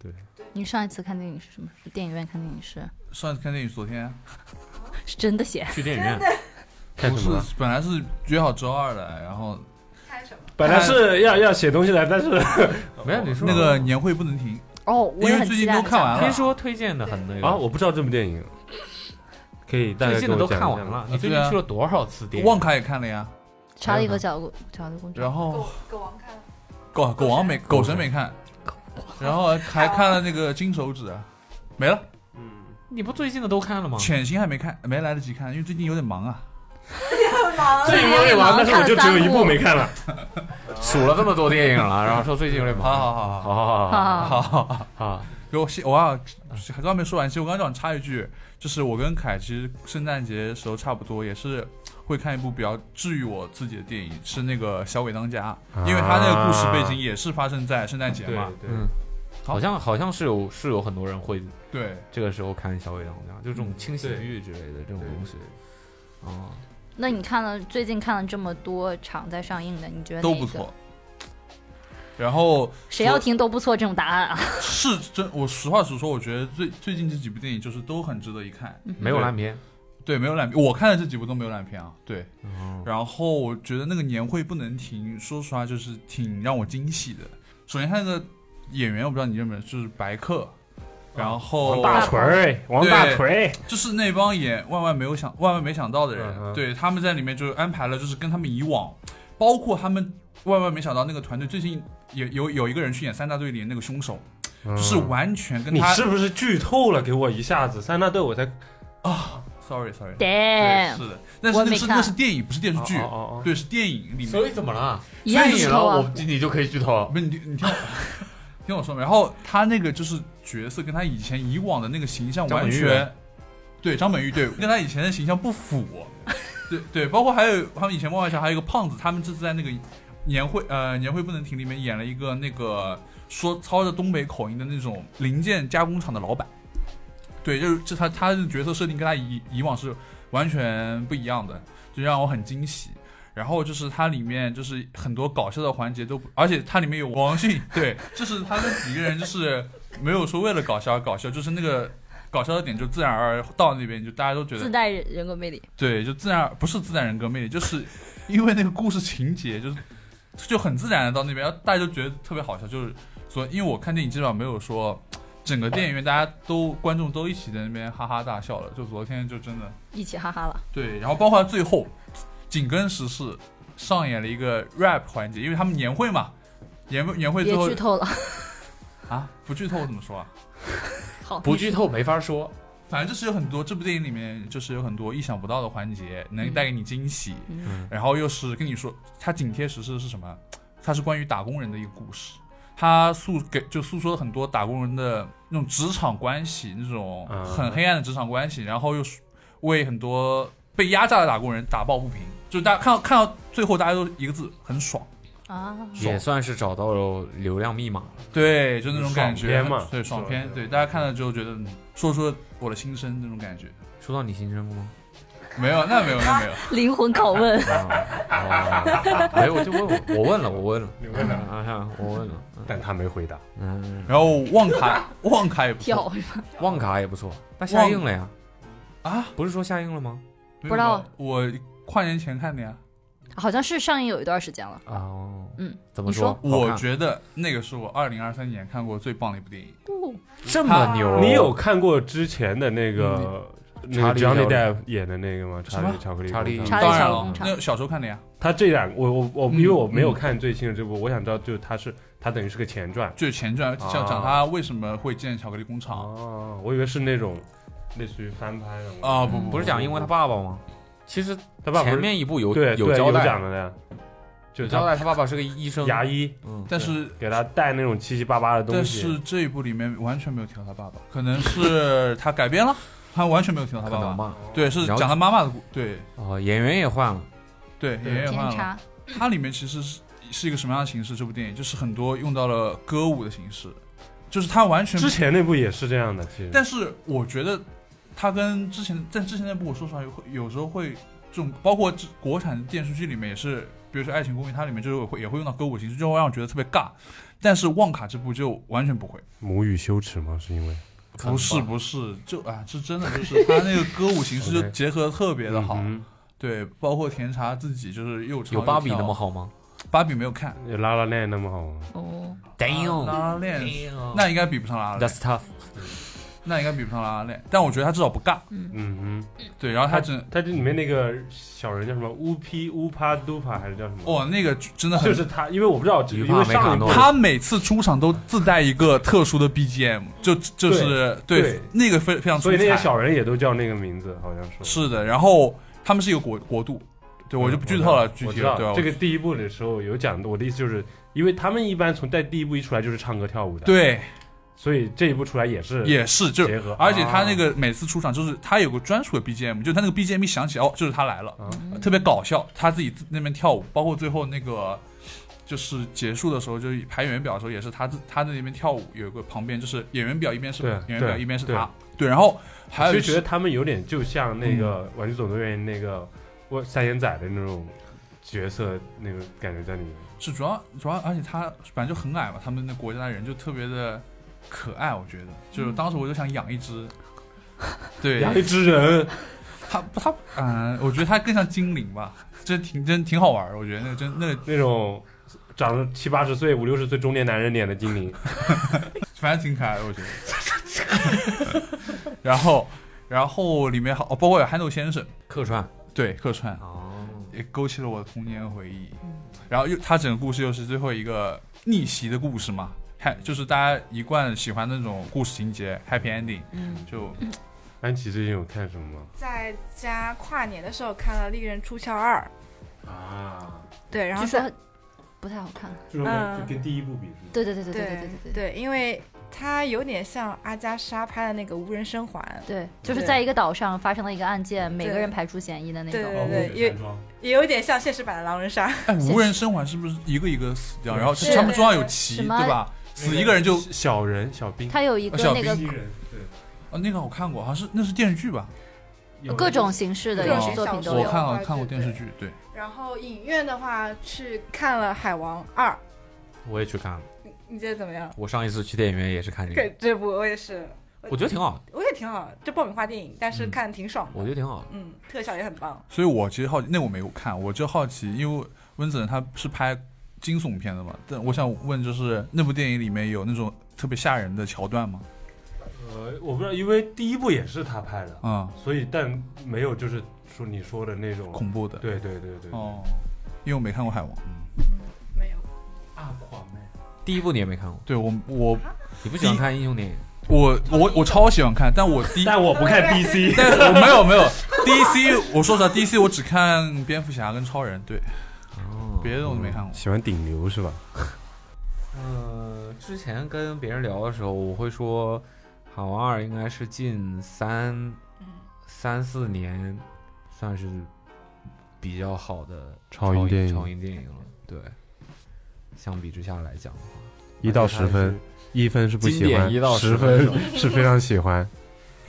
Speaker 5: 你上一次看电影是什么？是电影院看电影是
Speaker 3: 上次看电影，昨天啊
Speaker 5: 是真的写。
Speaker 2: 去电影院
Speaker 4: 看
Speaker 3: 不
Speaker 4: 什
Speaker 3: 是
Speaker 4: 么
Speaker 2: 啊
Speaker 4: 了？
Speaker 3: 本来是约好周二的，然后
Speaker 2: 哦
Speaker 4: 本来是要要写东西来，但 是
Speaker 2: 没有你说
Speaker 3: 那个年会不能停，
Speaker 5: 哦，我也
Speaker 3: 因为
Speaker 5: 很
Speaker 3: 最
Speaker 5: 期
Speaker 3: 近
Speaker 5: 待。
Speaker 3: 都看完
Speaker 2: 听
Speaker 3: 了。
Speaker 2: 说推荐的很那个
Speaker 4: 啊，我不知道这部电影，可以大
Speaker 2: 最
Speaker 4: 家
Speaker 2: 近
Speaker 4: 跟
Speaker 2: 的都
Speaker 4: 我讲一
Speaker 2: 看完
Speaker 4: 下吗
Speaker 2: 了，
Speaker 3: 讲
Speaker 2: 你最
Speaker 3: 对
Speaker 2: 近
Speaker 3: 啊
Speaker 2: 去了多少次电影？
Speaker 3: 旺卡也看了呀，
Speaker 5: 查理和小狗小狗公主。
Speaker 3: 然后
Speaker 7: 狗狗王看 了，
Speaker 3: 狗狗王没狗神没看，然后还看了那个金手指，啊没了，
Speaker 4: 嗯
Speaker 2: 你不最近的都看了吗？
Speaker 3: 潜行还没看，没来得及看，因为最近有点忙啊。
Speaker 4: 最近有点忙，但是我就只有一部没看了。
Speaker 2: 数了这么多电影 了，然后说最近有点
Speaker 3: 好
Speaker 2: 忙。
Speaker 3: 好好好
Speaker 4: 好好好
Speaker 5: 啊，
Speaker 3: 好好好。
Speaker 4: 好，
Speaker 3: 我先我啊，还刚没说完，其实我刚刚想插一句，就是我跟凯其实圣诞节的时候差不多，也是会看一部比较治愈我自己的电影，是那个《小鬼当家》，因为他那个故事背景也是发生在圣诞节
Speaker 4: 对
Speaker 3: 嘛。
Speaker 4: 对，
Speaker 2: 嗯，好像好像是有是有很多人会
Speaker 3: 对，
Speaker 2: 这个时候看小鬼当家，就这种轻喜剧之类的这种
Speaker 4: 对
Speaker 2: 东西。哦，
Speaker 5: 那你看了最近看了这么多场在上映的，你觉得
Speaker 3: 都
Speaker 5: 哪一
Speaker 3: 不
Speaker 5: 个
Speaker 3: 错。然后
Speaker 5: 谁要听都不错这种答案啊！
Speaker 3: 是真，我实话实说，我觉得最最近这几部电影就是都很值得一看。
Speaker 5: 嗯
Speaker 2: 没有烂片。
Speaker 3: 对，没有烂片，我看的这几部都没有烂片啊。对，
Speaker 2: 哦
Speaker 3: 然后我觉得那个年会不能停，说实话就是挺让我惊喜的。首先他那个演员，我不知道你认不认识，就是白客，然后
Speaker 4: 哦王大锤，王大锤，
Speaker 3: 就是那帮演万万没有想万万没想到的人，
Speaker 4: 嗯哼
Speaker 3: 对他们在里面就是安排了，就是跟他们以往，包括他们万万没想到那个团队最近也有有一个人去演三大队里的那个凶手，就是
Speaker 4: 嗯
Speaker 3: 完全跟
Speaker 4: 你
Speaker 3: 他
Speaker 4: 是不是剧透了？给我一下子，三大队我才
Speaker 3: sorry sorry，对，
Speaker 5: Damn，
Speaker 3: 是的，但是
Speaker 5: 哎我没
Speaker 3: 那个是
Speaker 5: 看
Speaker 3: 那是电影，不是电视剧，
Speaker 4: 哦哦哦
Speaker 3: 对，是电影里面
Speaker 2: 所以怎么了？
Speaker 5: 一样
Speaker 2: 所以
Speaker 5: 剧
Speaker 2: 你
Speaker 5: 透
Speaker 2: 了，
Speaker 5: 啊！
Speaker 2: 我你就可以剧透。
Speaker 3: 不是你你听我 听我说嘛，然后他那个就是角色跟他以前以往的那个形象
Speaker 2: 张本
Speaker 3: 完
Speaker 2: 煜
Speaker 3: 全，对张本煜对跟他以前的形象不符，对对，包括还有他们以前漫画上还有一个胖子，他们这次在那个年会呃年会不能停里面演了一个那个说操着东北口音的那种零件加工厂的老板，对，就是这他他的角色设定跟他以以往是完全不一样的，就让我很惊喜。然后就是它里面就是很多搞笑的环节都不，而且它里面有王迅，对，就是他们几个人就是没有说为了搞笑而搞笑，就是那个搞笑的点就自然而然到那边，就大家都觉
Speaker 5: 自
Speaker 3: 得
Speaker 5: 带人人格魅力，
Speaker 3: 对，就自然而不是自然人格魅力，就是因为那个故事情节就是就很自然的到那边，然后大家就觉得特别好笑，就是所以因为我看电影基本上没有说整个电影院大家都观众都一起在那边哈哈大笑了，就昨天就真的
Speaker 5: 一起哈哈了。
Speaker 3: 对，然后包括最后紧跟时事上演了一个 rap 环节，因为他们年会嘛，年会年会最
Speaker 5: 别
Speaker 3: 后
Speaker 5: 剧透了，
Speaker 3: 啊不剧透怎么说啊？
Speaker 5: 好，
Speaker 2: 不剧透没法说，
Speaker 3: 反正就是有很多这部电影里面就是有很多意想不到的环节，能带给你惊喜，
Speaker 5: 嗯
Speaker 3: 然后又是跟你说它紧贴时事是什么？它是关于打工人的一个故事，它诉给就诉说了很多打工人的那种职场关系，那种
Speaker 4: 啊
Speaker 3: 很黑暗的职场关系，然后又是为很多被压榨的打工人打抱不平，就大家看到看到最后大家都一个字很爽，
Speaker 5: 啊！
Speaker 2: 也算是找到了流量密码了。
Speaker 3: 对，就那种感觉，
Speaker 4: 爽片嘛
Speaker 3: 对，爽片
Speaker 4: 是，吧
Speaker 3: 对，大家看了之后觉得嗯说出了我的心声那种感觉。
Speaker 2: 说到你心声了吗？
Speaker 3: 没有，那没有，那没有。
Speaker 5: 灵魂拷问。
Speaker 2: 啊，没有，我就问我，我问了，我问了，
Speaker 4: 你问了
Speaker 2: 啊，我问了，
Speaker 4: 但他没回答。
Speaker 2: 嗯，
Speaker 3: 然后旺卡，旺卡也不
Speaker 5: 跳
Speaker 3: 错
Speaker 5: 是吧？
Speaker 2: 旺卡也不错，那下映了呀？
Speaker 3: 啊，
Speaker 2: 不是说下映了吗？
Speaker 3: 不
Speaker 5: 知道，
Speaker 3: 我跨年前看的呀。
Speaker 5: 好像是上映有一段时间了。
Speaker 2: 哦，
Speaker 5: 嗯，
Speaker 2: 怎么
Speaker 5: 你说
Speaker 2: 好
Speaker 3: 我
Speaker 2: 看
Speaker 3: 觉得那个是我二零二三年看过最棒的一部电影。
Speaker 2: 这么牛，
Speaker 4: 你有看过之前的那个那
Speaker 2: 查
Speaker 4: 个
Speaker 2: 理
Speaker 4: Johnny
Speaker 2: 小
Speaker 4: Depp 演的那个吗？
Speaker 3: 什
Speaker 4: 查
Speaker 3: 么
Speaker 4: 理巧克力
Speaker 2: 查理
Speaker 4: 工
Speaker 5: 查
Speaker 4: 厂
Speaker 5: 理
Speaker 3: 当然
Speaker 5: 小
Speaker 3: 了
Speaker 5: 工，厂
Speaker 3: 那小时候看的呀，
Speaker 4: 他这两，我我我，
Speaker 3: 嗯
Speaker 4: 因为我没
Speaker 3: 嗯
Speaker 4: 有看最新的这部，我想知道就是他是他等于是个前传。
Speaker 3: 就是前传，
Speaker 4: 啊
Speaker 3: 讲讲他为什么会建巧克力工厂。
Speaker 4: 哦，我以为是那种类似于翻拍的嘛
Speaker 3: 啊，不不
Speaker 2: 嗯不是讲因为他爸爸吗？其实
Speaker 4: 他爸不是
Speaker 2: 前面一部有
Speaker 4: 对
Speaker 2: 有
Speaker 4: 交
Speaker 2: 交
Speaker 4: 讲
Speaker 2: 代，
Speaker 4: 了的呀，就
Speaker 2: 有
Speaker 4: 是
Speaker 2: 交
Speaker 4: 他
Speaker 2: 代他爸爸是个医生，
Speaker 4: 牙医
Speaker 2: 嗯，
Speaker 3: 但是
Speaker 4: 给他带那种七七八八的东
Speaker 3: 但
Speaker 4: 西。
Speaker 3: 是这一部里面完全没有提到他爸爸，可能是他 改编了，他完全没有提到他
Speaker 2: 可
Speaker 3: 爸
Speaker 2: 能
Speaker 3: 爸。
Speaker 2: 吧。
Speaker 3: 对，是
Speaker 2: 然后
Speaker 3: 讲他妈妈的故，对
Speaker 2: 哦，演员也换了，
Speaker 3: 对，
Speaker 4: 对
Speaker 3: 演员也
Speaker 5: 甜
Speaker 3: 换了。
Speaker 5: 茶
Speaker 3: 它里面其实是是一个什么样的形式？这部电影就是很多用到了歌舞的形式，就是它完全
Speaker 4: 之前那部也是这样的，其实。
Speaker 3: 但是我觉得它跟之前，但之前那部我说实话，有会有时候会这种，包括之国产电视剧里面也是，比如说《爱情公寓》，它里面就是会也会用到歌舞形式，就会让我觉得特别尬。但是《旺卡》这部就完全不会，
Speaker 4: 母语羞耻吗？是因为
Speaker 2: 可能吧
Speaker 3: 不是不是，就啊，是真的就是它那个歌舞形式就
Speaker 4: OK
Speaker 3: 结合的特别的好，
Speaker 4: 嗯
Speaker 3: 对，包括甜茶自己就是又唱
Speaker 2: 有
Speaker 3: 又
Speaker 2: 芭比那
Speaker 3: 跳
Speaker 2: 么，好吗
Speaker 3: 芭比没有看，
Speaker 4: 有拉拉链那么好吗？
Speaker 5: 哦，
Speaker 2: 啊哎
Speaker 3: 拉
Speaker 2: ？Damn，
Speaker 3: 拉链那应该比不上拉拉链，
Speaker 2: that's tough。
Speaker 3: 那应该比不上拉拉链，但我觉得他至少不尬，
Speaker 4: 嗯哼，
Speaker 3: 对，然后他真。
Speaker 4: 他这里面那个小人叫什么？乌皮乌帕嘟帕还是叫什么？
Speaker 3: 哇，哦那个真的很
Speaker 4: 就是他，因为我不知道，只
Speaker 2: 于
Speaker 4: 因为
Speaker 2: 帕梅卡
Speaker 4: 上一
Speaker 2: 诺
Speaker 4: 部
Speaker 2: 对
Speaker 3: 他每次出场都自带一个特殊的 BGM，就就是对
Speaker 4: 对
Speaker 3: 那个非非常出
Speaker 4: 所以
Speaker 3: 彩。
Speaker 4: 那些小人也都叫那个名字，好像是。
Speaker 3: 是的，然后他们是一个国国度，对我就不剧透了，具
Speaker 4: 哦我
Speaker 3: 体
Speaker 4: 知
Speaker 3: 了
Speaker 4: 道
Speaker 3: 对吧？
Speaker 4: 这个第一部的时候有讲的，我的意思就是，因为他们一般从在第一部一出来就是唱歌跳舞的，，
Speaker 3: 对
Speaker 4: 所以这一部出来也是
Speaker 3: 也是就
Speaker 4: 结合，
Speaker 3: 而且他那个每次出场就是他有个专属的 BGM，就他那个 BGM 一响起哦，就是他来了，
Speaker 4: 啊
Speaker 5: 嗯
Speaker 3: 特别搞笑，他自己自那边跳舞，包括最后那个。就是结束的时候，就是排演员表的时候，也是他自他在那边跳舞，有一个旁边就是演员表一边是
Speaker 4: 对
Speaker 3: 演员表
Speaker 4: 对
Speaker 3: 一边是
Speaker 4: 对
Speaker 3: 他，对，然后还有
Speaker 4: 就
Speaker 3: 一
Speaker 4: 觉
Speaker 3: 是
Speaker 4: 得他们有点就像那个《玩具总动员》那个我三眼仔的那种角色那个感觉在里面。
Speaker 3: 是主要主要，而且他反正就很矮嘛，他们那国家的人就特别的可爱，我觉得，就是当时我就想养一 只，
Speaker 4: 嗯养
Speaker 3: 对
Speaker 4: 一只人，
Speaker 3: 他他嗯、我觉得他更像精灵吧，这挺真挺好玩儿，我觉得那个真那个
Speaker 4: 那种长了七八十岁、五六十岁中年男人脸的精灵，
Speaker 3: 反正挺可爱的，我觉得。 然后然后里面好，哦包括有憨豆先生，
Speaker 2: 客串
Speaker 3: 对客串
Speaker 2: 哦，
Speaker 3: 也勾起了我的童年回忆，
Speaker 5: 嗯
Speaker 3: 然后又他整个故事又是最后一个逆袭的故事嘛。嗨，就是大家一贯喜欢那种故事情节，happy ending，就
Speaker 5: 嗯
Speaker 4: 安琪最近有看什么吗？
Speaker 6: 在家跨年的时候看了《利刃出鞘二》，
Speaker 4: 啊，
Speaker 6: 对，然后
Speaker 5: 据
Speaker 6: 在
Speaker 5: 说不太好看。
Speaker 4: 就是
Speaker 6: 嗯
Speaker 4: 跟跟第一部比是吗？
Speaker 5: 对对啊对对对
Speaker 6: 对
Speaker 5: 对对对
Speaker 6: 对，因为它有点像阿加莎拍的那个《无人生还》，
Speaker 5: 对，就是在一个岛上发生了一个案件，每个人排除嫌疑的那
Speaker 6: 对
Speaker 5: 种。
Speaker 4: 哦雾
Speaker 6: 对对
Speaker 4: 雪
Speaker 6: 也
Speaker 4: 山庄
Speaker 6: 也有点像现实版的狼人杀。
Speaker 3: 哎，无人生还是不是一个一个死掉？
Speaker 4: 对
Speaker 3: 然后
Speaker 5: 是
Speaker 3: 他们桌上有棋，
Speaker 5: 什
Speaker 3: 对
Speaker 5: 么
Speaker 3: 吧？死一个人就
Speaker 4: 小人小兵，
Speaker 5: 它有一个
Speaker 3: 小
Speaker 5: 那
Speaker 3: 冰
Speaker 5: 个
Speaker 4: 机人对。
Speaker 3: 啊，那个我看过，好像是那是电视剧吧？
Speaker 4: 有
Speaker 5: 各种形式的
Speaker 3: 各种
Speaker 5: 影视作品
Speaker 6: 小
Speaker 5: 都
Speaker 6: 说
Speaker 3: 我
Speaker 5: 有。啊
Speaker 3: 看了看过电视剧，对，
Speaker 6: 然后影院的话去看了《海王二》，
Speaker 2: 我也去看了，
Speaker 6: 你觉得怎么样？
Speaker 2: 我上一次去电影院也是看这个，
Speaker 6: 对，这部我也是，
Speaker 2: 我觉得挺好的，
Speaker 6: 我也挺好，这爆米花电影，但是看得挺爽的。
Speaker 2: 我觉得挺好的。
Speaker 6: 嗯，特效也很棒。
Speaker 3: 所以我其实好奇，那我没有看，我就好奇，因为温子仁他是拍惊悚片的嘛，但我想问，就是那部电影里面有那种特别吓人的桥段吗？
Speaker 4: 呃，我不知道，因为第一部也是他拍的，
Speaker 3: 啊、
Speaker 4: 所以但没有就是说你说的那种
Speaker 3: 恐怖的，
Speaker 4: 对对对对，
Speaker 3: 哦，因为我没看过《海王》，
Speaker 6: 没有，
Speaker 4: 啊，狂妹，
Speaker 2: 第一部你也没看过，
Speaker 3: 对我我
Speaker 2: 你不喜欢看英雄电影？
Speaker 3: 我我我啊超喜欢看，但 我第一
Speaker 4: 但我不看 DC，
Speaker 3: 但我没有没有 DC，我说实话，DC 我只看蝙蝠侠跟超人，对，
Speaker 2: 哦
Speaker 3: 别的我都没看过。
Speaker 4: 喜欢顶流是吧？
Speaker 2: 呃，之前跟别人聊的时候，我会说《海王二》应该是近三三四年算是比较好的
Speaker 4: 超英电影
Speaker 2: 超英电影了。对，相比之下来讲的话，
Speaker 4: 一到十分，一分是不喜
Speaker 2: 经典
Speaker 4: 欢，
Speaker 2: 一到
Speaker 4: 十
Speaker 2: 十分
Speaker 4: 分是非常喜欢。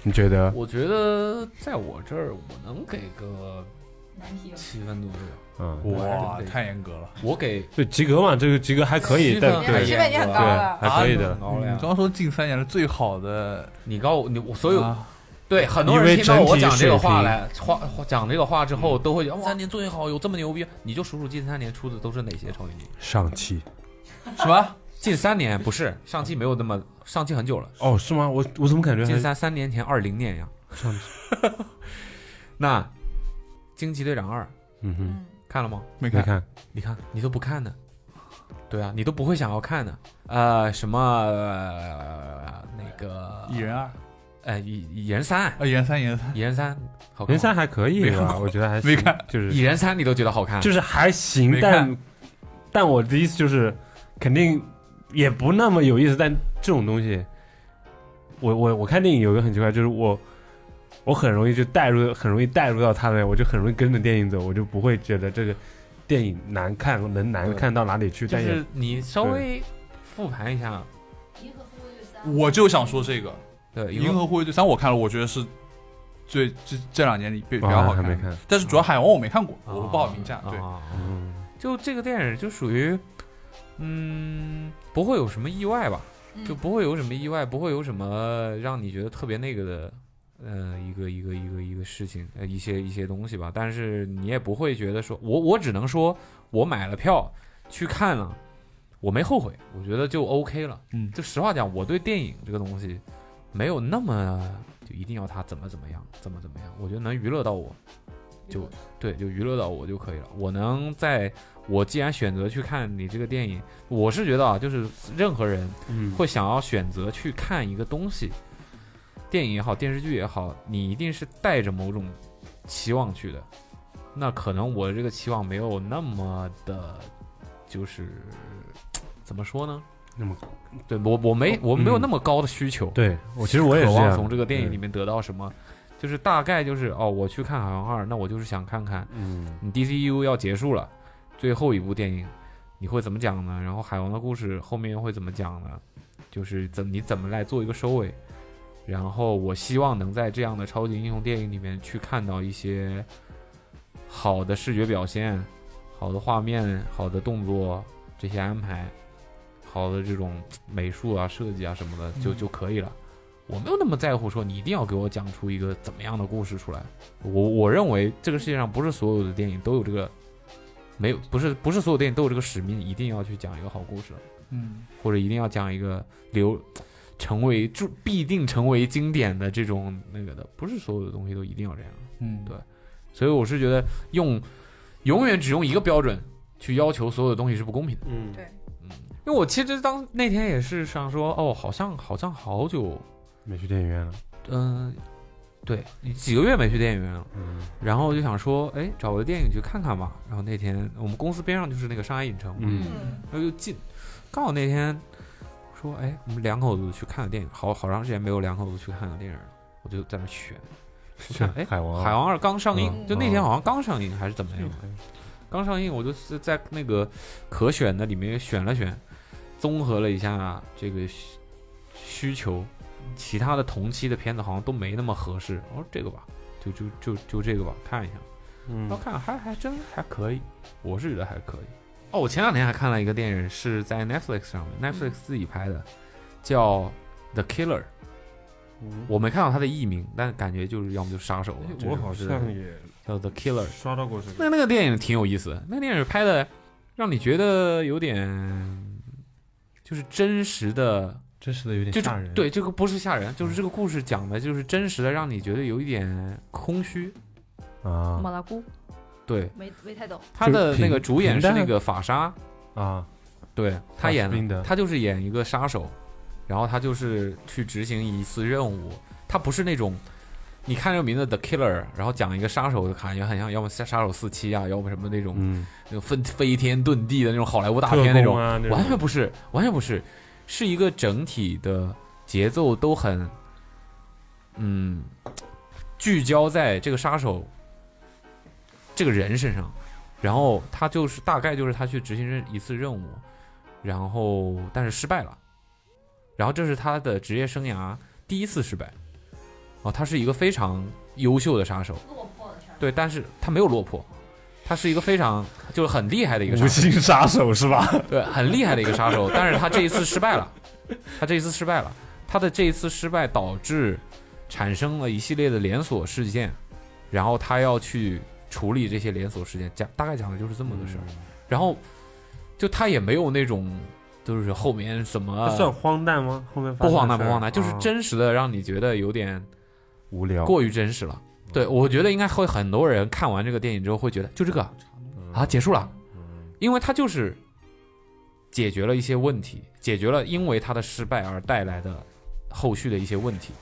Speaker 4: 你觉得？
Speaker 2: 我觉得在我这儿，我能给个
Speaker 7: 难题了。
Speaker 2: 七分左右，
Speaker 4: 嗯，
Speaker 3: 哇，太严格了，
Speaker 2: 我给
Speaker 4: 就及格嘛，这个及格还可以，
Speaker 2: 七
Speaker 4: 但
Speaker 2: 分
Speaker 4: 对
Speaker 2: 还
Speaker 6: 七
Speaker 4: 对
Speaker 6: 分已经很高了
Speaker 4: 还可以的
Speaker 2: 啊。高了
Speaker 3: 你
Speaker 2: 呀
Speaker 3: 嗯刚刚说近三年的最好的，
Speaker 2: 你告我你我所有
Speaker 3: 啊
Speaker 2: 对很多
Speaker 4: 因
Speaker 2: 人
Speaker 4: 为
Speaker 2: 听到
Speaker 4: 整
Speaker 2: 我
Speaker 4: 体
Speaker 2: 讲这个
Speaker 4: 水
Speaker 2: 话
Speaker 4: 平嗯
Speaker 2: 来话话讲这个话之后，都会觉得三年最好有这么牛逼，你就数数近三年出的都是哪些超级女。
Speaker 4: 上汽
Speaker 3: 什么？
Speaker 2: 近三年不是上期没有那么上期很久了，
Speaker 4: 哦，是吗？我我怎么感觉
Speaker 2: 近
Speaker 4: 还
Speaker 2: 三三年前二零年呀。
Speaker 4: 上汽？
Speaker 2: 那惊奇队长二
Speaker 4: 嗯哼，
Speaker 2: 看了吗？
Speaker 3: 没
Speaker 4: 你
Speaker 3: 看，
Speaker 4: 看，
Speaker 2: 你看你都不看的，对啊，你都不会想要看的。呃，什么、呃那个
Speaker 3: 蚁人二
Speaker 2: 呃蚁蚁人三，
Speaker 3: 啊啊，蚁人三，蚁人三，
Speaker 2: 蚁人三好看吗，
Speaker 4: 人三还可以
Speaker 3: 没看
Speaker 4: 吧？我觉得还
Speaker 3: 没
Speaker 4: 行
Speaker 3: 看，
Speaker 4: 就是
Speaker 2: 蚁人三你都觉得好啊看，
Speaker 4: 就是还行
Speaker 3: 没，看
Speaker 4: 但但我的意思就是，肯定也不那么有意思。但这种东西，我我我看电影有一个很奇怪，就是我我很容易就带入，很容易带入到他们，我就很容易跟着电影走，我就不会觉得这个电影难看，能难
Speaker 2: 对
Speaker 4: 看到哪里去。
Speaker 2: 就
Speaker 4: 但也
Speaker 2: 是你稍微复盘一下，
Speaker 5: 银河护卫队三
Speaker 3: 我就想说这个《
Speaker 2: 对，因为
Speaker 3: 银河护卫队三》，我看了，我觉得是最这这两年里比比较好
Speaker 4: 还
Speaker 3: 看
Speaker 4: 没
Speaker 3: 的，
Speaker 4: 看，
Speaker 3: 但是主要海王我没看过，
Speaker 2: 啊
Speaker 3: 我不好评价。对，
Speaker 2: 啊
Speaker 4: 嗯，
Speaker 2: 就这个电影就属于，嗯，不会有什么意外吧？就不会有什么意外，不会有什么让你觉得特别那个的，呃，一个一个一个一个事情，呃，一些一些东西吧。但是你也不会觉得说，我我只能说我买了票去看了，我没后悔，我觉得就 OK 了。
Speaker 3: 嗯
Speaker 2: 就实话讲，我对电影这个东西没有那么就一定要它怎么怎么样，怎么怎么样，我觉得能娱乐到我，就对，就娱乐到我就可以了。我能在我既然选择去看你这个电影，我是觉得啊，就是任何人
Speaker 4: 嗯
Speaker 2: 会想要选择去看一个东西，电影也好，电视剧也好，你一定是带着某种期望去的。那可能我这个期望没有那么的，就是怎么说呢？
Speaker 4: 那么
Speaker 2: 对我我没我没有
Speaker 4: 嗯
Speaker 2: 那么高的需求。
Speaker 4: 对我其实我也是
Speaker 2: 渴
Speaker 4: 这
Speaker 2: 望
Speaker 4: 样
Speaker 2: 从这个电影里，面得到什么，就是大概就是哦，我去看《海王二》，那我就是想看看
Speaker 4: 嗯
Speaker 2: 你 DCU 要结束了，最后一部电影你会怎么讲呢？然后海王的故事后面会怎么讲呢？就是怎你怎么来做一个收尾？然后我希望能在这样的超级英雄电影里面去看到一些好的视觉表现、好的画面、好的动作这些安排，好的这种美术啊、设计啊什么的就就可以了。我没有那么在乎说你一定要给我讲出一个怎么样的故事出来。我我认为这个世界上不是所有的电影都有这个，没有不是不是所有电影都有这个使命，一定要去讲一个好故事，
Speaker 3: 嗯，
Speaker 2: 或者一定要讲一个留成为注必定成为经典的这种那个的，不是所有的东西都一定要这样。
Speaker 3: 嗯
Speaker 2: 对所以我是觉得用永远只用一个标准去要求所有的东西是不公平的。
Speaker 4: 嗯
Speaker 6: 对，
Speaker 2: 因为我其实当那天也是想说，哦，好像好像好久，
Speaker 4: 没去电影院了，
Speaker 2: 嗯、对，几个月没去电影院了。
Speaker 4: 嗯
Speaker 2: 然后我就想说，哎，找个电影去看看吧。然后那天我们公司边上就是那个上海影城，
Speaker 4: 嗯
Speaker 2: 然后又近，刚好那天说，哎，我们两口子去看个电影，好好长时间没有两口子去看个电影了，我就在那选。我 看，哎，
Speaker 4: 海王
Speaker 2: 《海王二》刚上映，
Speaker 4: 嗯
Speaker 2: 就那天好像刚上映还是怎么样，刚上映我就是在那个可选的里面选了选，综合了一下这个需需求，其他的同期的片子好像都没那么合适，我说这个吧，就就就就这个吧，看一下。
Speaker 4: 嗯
Speaker 2: 要看还还真还可以，我是觉得还可以。哦，我前两天还看了一个电影，是在 Netflix 上面，Netflix 自己拍的，叫《The Killer》。我没看到它的译名，但感觉就是要么就杀手了。这
Speaker 4: 我
Speaker 2: 种
Speaker 4: 好
Speaker 2: 是
Speaker 4: 像也
Speaker 2: 叫《The Killer》。
Speaker 4: 刷到过这
Speaker 2: 那
Speaker 4: 个，
Speaker 2: 那个电影挺有意思的，那个电影拍的让你觉得有点就是真实的
Speaker 4: 真实的有点
Speaker 2: 就
Speaker 4: 吓
Speaker 2: 是
Speaker 4: 人，
Speaker 2: 对这个不是吓人，就是这个故事讲的就是真实的，让你觉得有一点空虚。
Speaker 4: 啊
Speaker 5: 马拉姑
Speaker 2: 对，
Speaker 5: 没没太懂，
Speaker 2: 他
Speaker 4: 就
Speaker 2: 的那
Speaker 4: 平
Speaker 2: 个主演
Speaker 4: 平
Speaker 2: 是
Speaker 4: 淡
Speaker 2: 那个法沙，
Speaker 4: 啊，
Speaker 2: 对他演
Speaker 4: 士兵
Speaker 2: 了
Speaker 4: 的
Speaker 2: 他就是演一个杀手，然后他就是去执行一次任务，他不是那种。你看这个名字《The Killer》，然后讲一个杀手，感觉很像，要么杀杀手四七啊，要么什么那种、
Speaker 4: 嗯，
Speaker 2: 那种飞飞天遁地的那种好莱坞大
Speaker 4: 特
Speaker 2: 片那种嗯
Speaker 4: 工，啊，那
Speaker 2: 完全不是，完全不是，是一个整体的节奏都很，嗯，聚焦在这个杀手这个人身上，然后他就是大概就是他去执行任一次任务，然后但是失败了，然后这是他的职业生涯第一次失败，啊，他是一个非常优秀的杀手，
Speaker 5: 落魄的事儿。
Speaker 2: 对，但是他没有落魄，他是一个非常就是很厉害的一个杀
Speaker 4: 无
Speaker 2: 手，
Speaker 4: 心杀手是吧？
Speaker 2: 对，很厉害的一个杀手，但是他这一次失败了，他这一次失败了，他的这一次失败导致产生了一系列的连锁事件，然后他要去处理这些连锁事件，讲大概讲的就是这么个事儿，
Speaker 4: 嗯
Speaker 2: 然后就他也没有那种就是后面什么
Speaker 4: 那算荒诞吗？后面发
Speaker 2: 不
Speaker 4: 生
Speaker 2: 荒
Speaker 4: 的
Speaker 2: 诞不
Speaker 4: 事儿
Speaker 2: 荒诞，就是
Speaker 4: 啊
Speaker 2: 真实的让你觉得有点。
Speaker 4: 无聊。
Speaker 2: 过于真实了。对，我觉得应该会很多人看完这个电影之后会觉得就这个啊结束了，
Speaker 4: 嗯
Speaker 2: 因为它就是解决了一些问题，解决了因为他的失败而带来的后续的一些问题。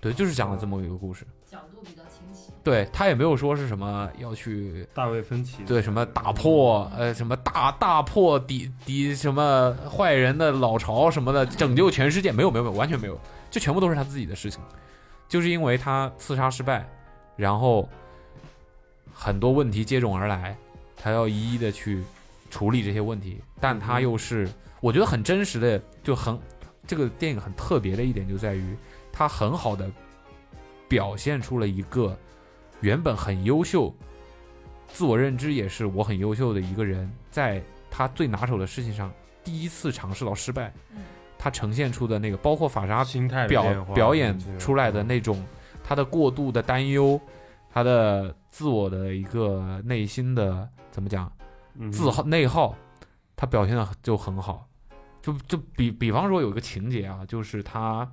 Speaker 2: 对，就是讲了这么一个故事。
Speaker 5: 角度比较清晰，
Speaker 2: 对他也没有说是什么要去
Speaker 4: 大卫芬奇
Speaker 2: 对什么打破呃什么大大破抵抵什么坏人的老巢什么的，拯救全世界没有没有没有完全没有，就全部都是他自己的事情，就是因为他刺杀失败，然后很多问题接踵而来，他要一一的去处理这些问题，但他又是我觉得很真实的，就很这个电影很特别的一点就在于他很好的表现出了一个原本很优秀。自我认知也是我很优秀的一个人，在他最拿手的事情上第一次尝试到失败，他呈现出的那个包括法沙
Speaker 4: 心态的
Speaker 2: 表
Speaker 4: 变化嗯
Speaker 2: 表演出来的那种他的过度的担忧，他的自我的一个内心的怎么讲
Speaker 4: 嗯
Speaker 2: 自耗内耗，他表现的就很好。就就比比方说有一个情节啊，就是他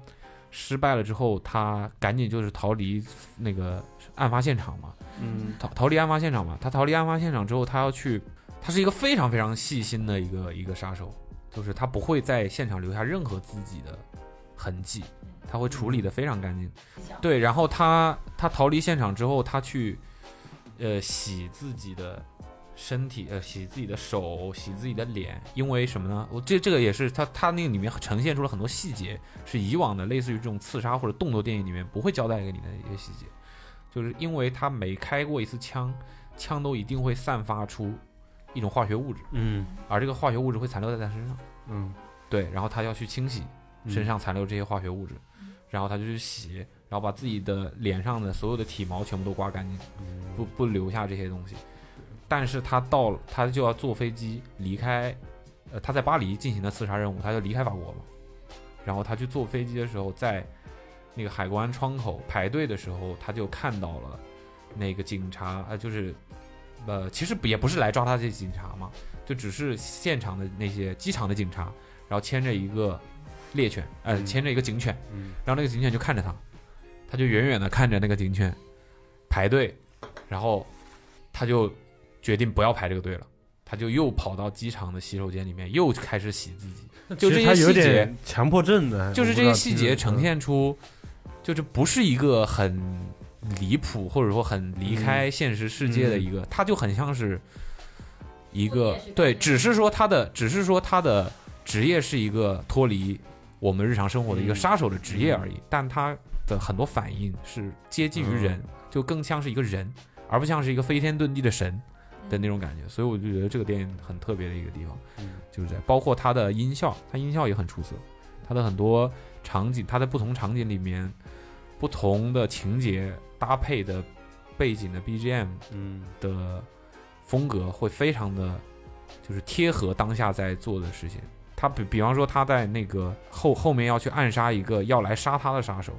Speaker 2: 失败了之后，他赶紧就是逃离那个案发现场嘛，
Speaker 4: 嗯
Speaker 2: 逃逃离案发现场嘛。他逃离案发现场之后，他要去，他是一个非常非常细心的一个一个杀手，就是他不会在现场留下任何自己的痕迹，他会处理的非常干净。对，然后他他逃离现场之后，他去呃洗自己的身体，呃洗自己的手，洗自己的脸，因为什么呢？我这这个也是他他那个里面呈现出了很多细节，是以往的类似于这种刺杀或者动作电影里面不会交代给你的一些细节，就是因为他每开过一次枪，枪都一定会散发出一种化学物质，
Speaker 4: 嗯
Speaker 2: 而这个化学物质会残留在他身上。
Speaker 4: 嗯
Speaker 2: 对，然后他要去清洗
Speaker 4: 嗯
Speaker 2: 身上残留这些化学物质，然后他就去洗，然后把自己的脸上的所有的体毛全部都刮干净，不不留下这些东西。但是他到了，他就要坐飞机离开，呃，他在巴黎进行的刺杀任务，他就离开法国嘛。然后他去坐飞机的时候，在那个海关窗口排队的时候，他就看到了那个警察，呃，就是呃，其实不也不是来抓他这警察嘛，就只是现场的那些机场的警察，然后牵着一个猎犬，呃，
Speaker 4: 嗯
Speaker 2: 牵着一个警犬，
Speaker 4: 嗯
Speaker 2: 然后那个警犬就看着他，他就远远的看着那个警犬排队，然后他就决定不要排这个队了，他就又跑到机场的洗手间里面，又开始洗自己，就这
Speaker 4: 其实他
Speaker 2: 些
Speaker 4: 有
Speaker 2: 细节
Speaker 4: 点，强迫症的，
Speaker 2: 就是这些细节呈
Speaker 4: 现。
Speaker 2: 现出，就是不是一个很离谱或者说很离开现实世界的一个，他就很像是一个对，只是说他的，只是说他的职业是一个脱离我们日常生活的一个
Speaker 4: 嗯
Speaker 2: 杀手的职业而已，但他的很多反应是接近于人，就更像是一个人，而不像是一个飞天遁地的神的那种感觉，所以我就觉得这个电影很特别的一个地方，
Speaker 4: 嗯
Speaker 2: 就是在包括它的音效，它音效也很出色，它的很多场景，它在不同场景里面，不同的情节搭配的背景的 BGM
Speaker 4: 嗯
Speaker 2: 的风格会非常的，就是贴合当下在做的事情。他比比方说他在那个后后面要去暗杀一个要来杀他的杀手，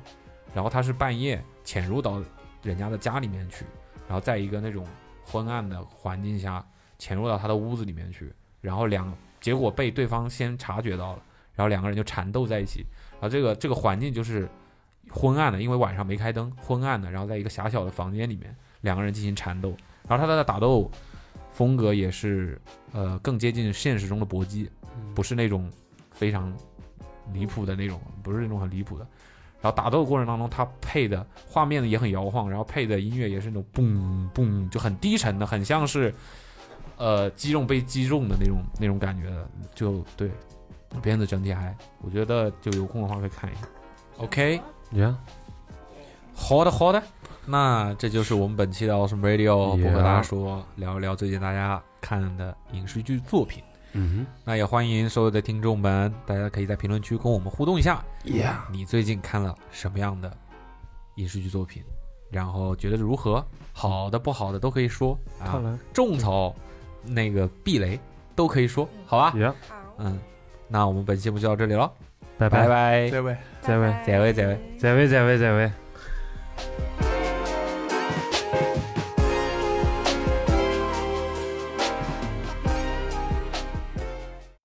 Speaker 2: 然后他是半夜潜入到人家的家里面去，然后在一个那种昏暗的环境下潜入到他的屋子里面去，然后两结果被对方先察觉到了，然后两个人就缠斗在一起，然后这个这个环境就是昏暗的，因为晚上没开灯，昏暗的，然后在一个狭小的房间里面，两个人进行缠斗，然后他的打斗风格也是呃更接近现实中的搏击，不是那种非常离谱的那种，不是那种很离谱的。然后打斗过程当中，他配的画面也很摇晃，然后配的音乐也是那种嘣嘣，就很低沉的，很像是呃击中被击中的那种那种感觉的，就对。片子整体还，我觉得就有空的话可以看一下。OK，
Speaker 4: ，Yeah，
Speaker 2: 好的，好的。那这就是我们本期的 Awesome Radio，
Speaker 4: Yeah
Speaker 2: 不和大家说聊一聊最近大家看的影视剧作品。
Speaker 4: 嗯
Speaker 2: 那也欢迎所有的听众们，大家可以在评论区跟我们互动一下，
Speaker 4: ，Yeah，
Speaker 2: 你最近看了什么样的影视剧作品，然后觉得如何，好的不好的都可以说
Speaker 4: 看
Speaker 2: 啊，
Speaker 4: 来
Speaker 2: 种草那个避雷都可以说，好吧？
Speaker 4: 也
Speaker 6: 好，
Speaker 2: 嗯，那我们本期节目就到这里了，
Speaker 4: 拜
Speaker 2: 拜
Speaker 4: 拜，
Speaker 2: 拜。
Speaker 3: 这位。
Speaker 4: 再会，
Speaker 2: 再会再会
Speaker 4: 再会，再会，再会。
Speaker 6: 拜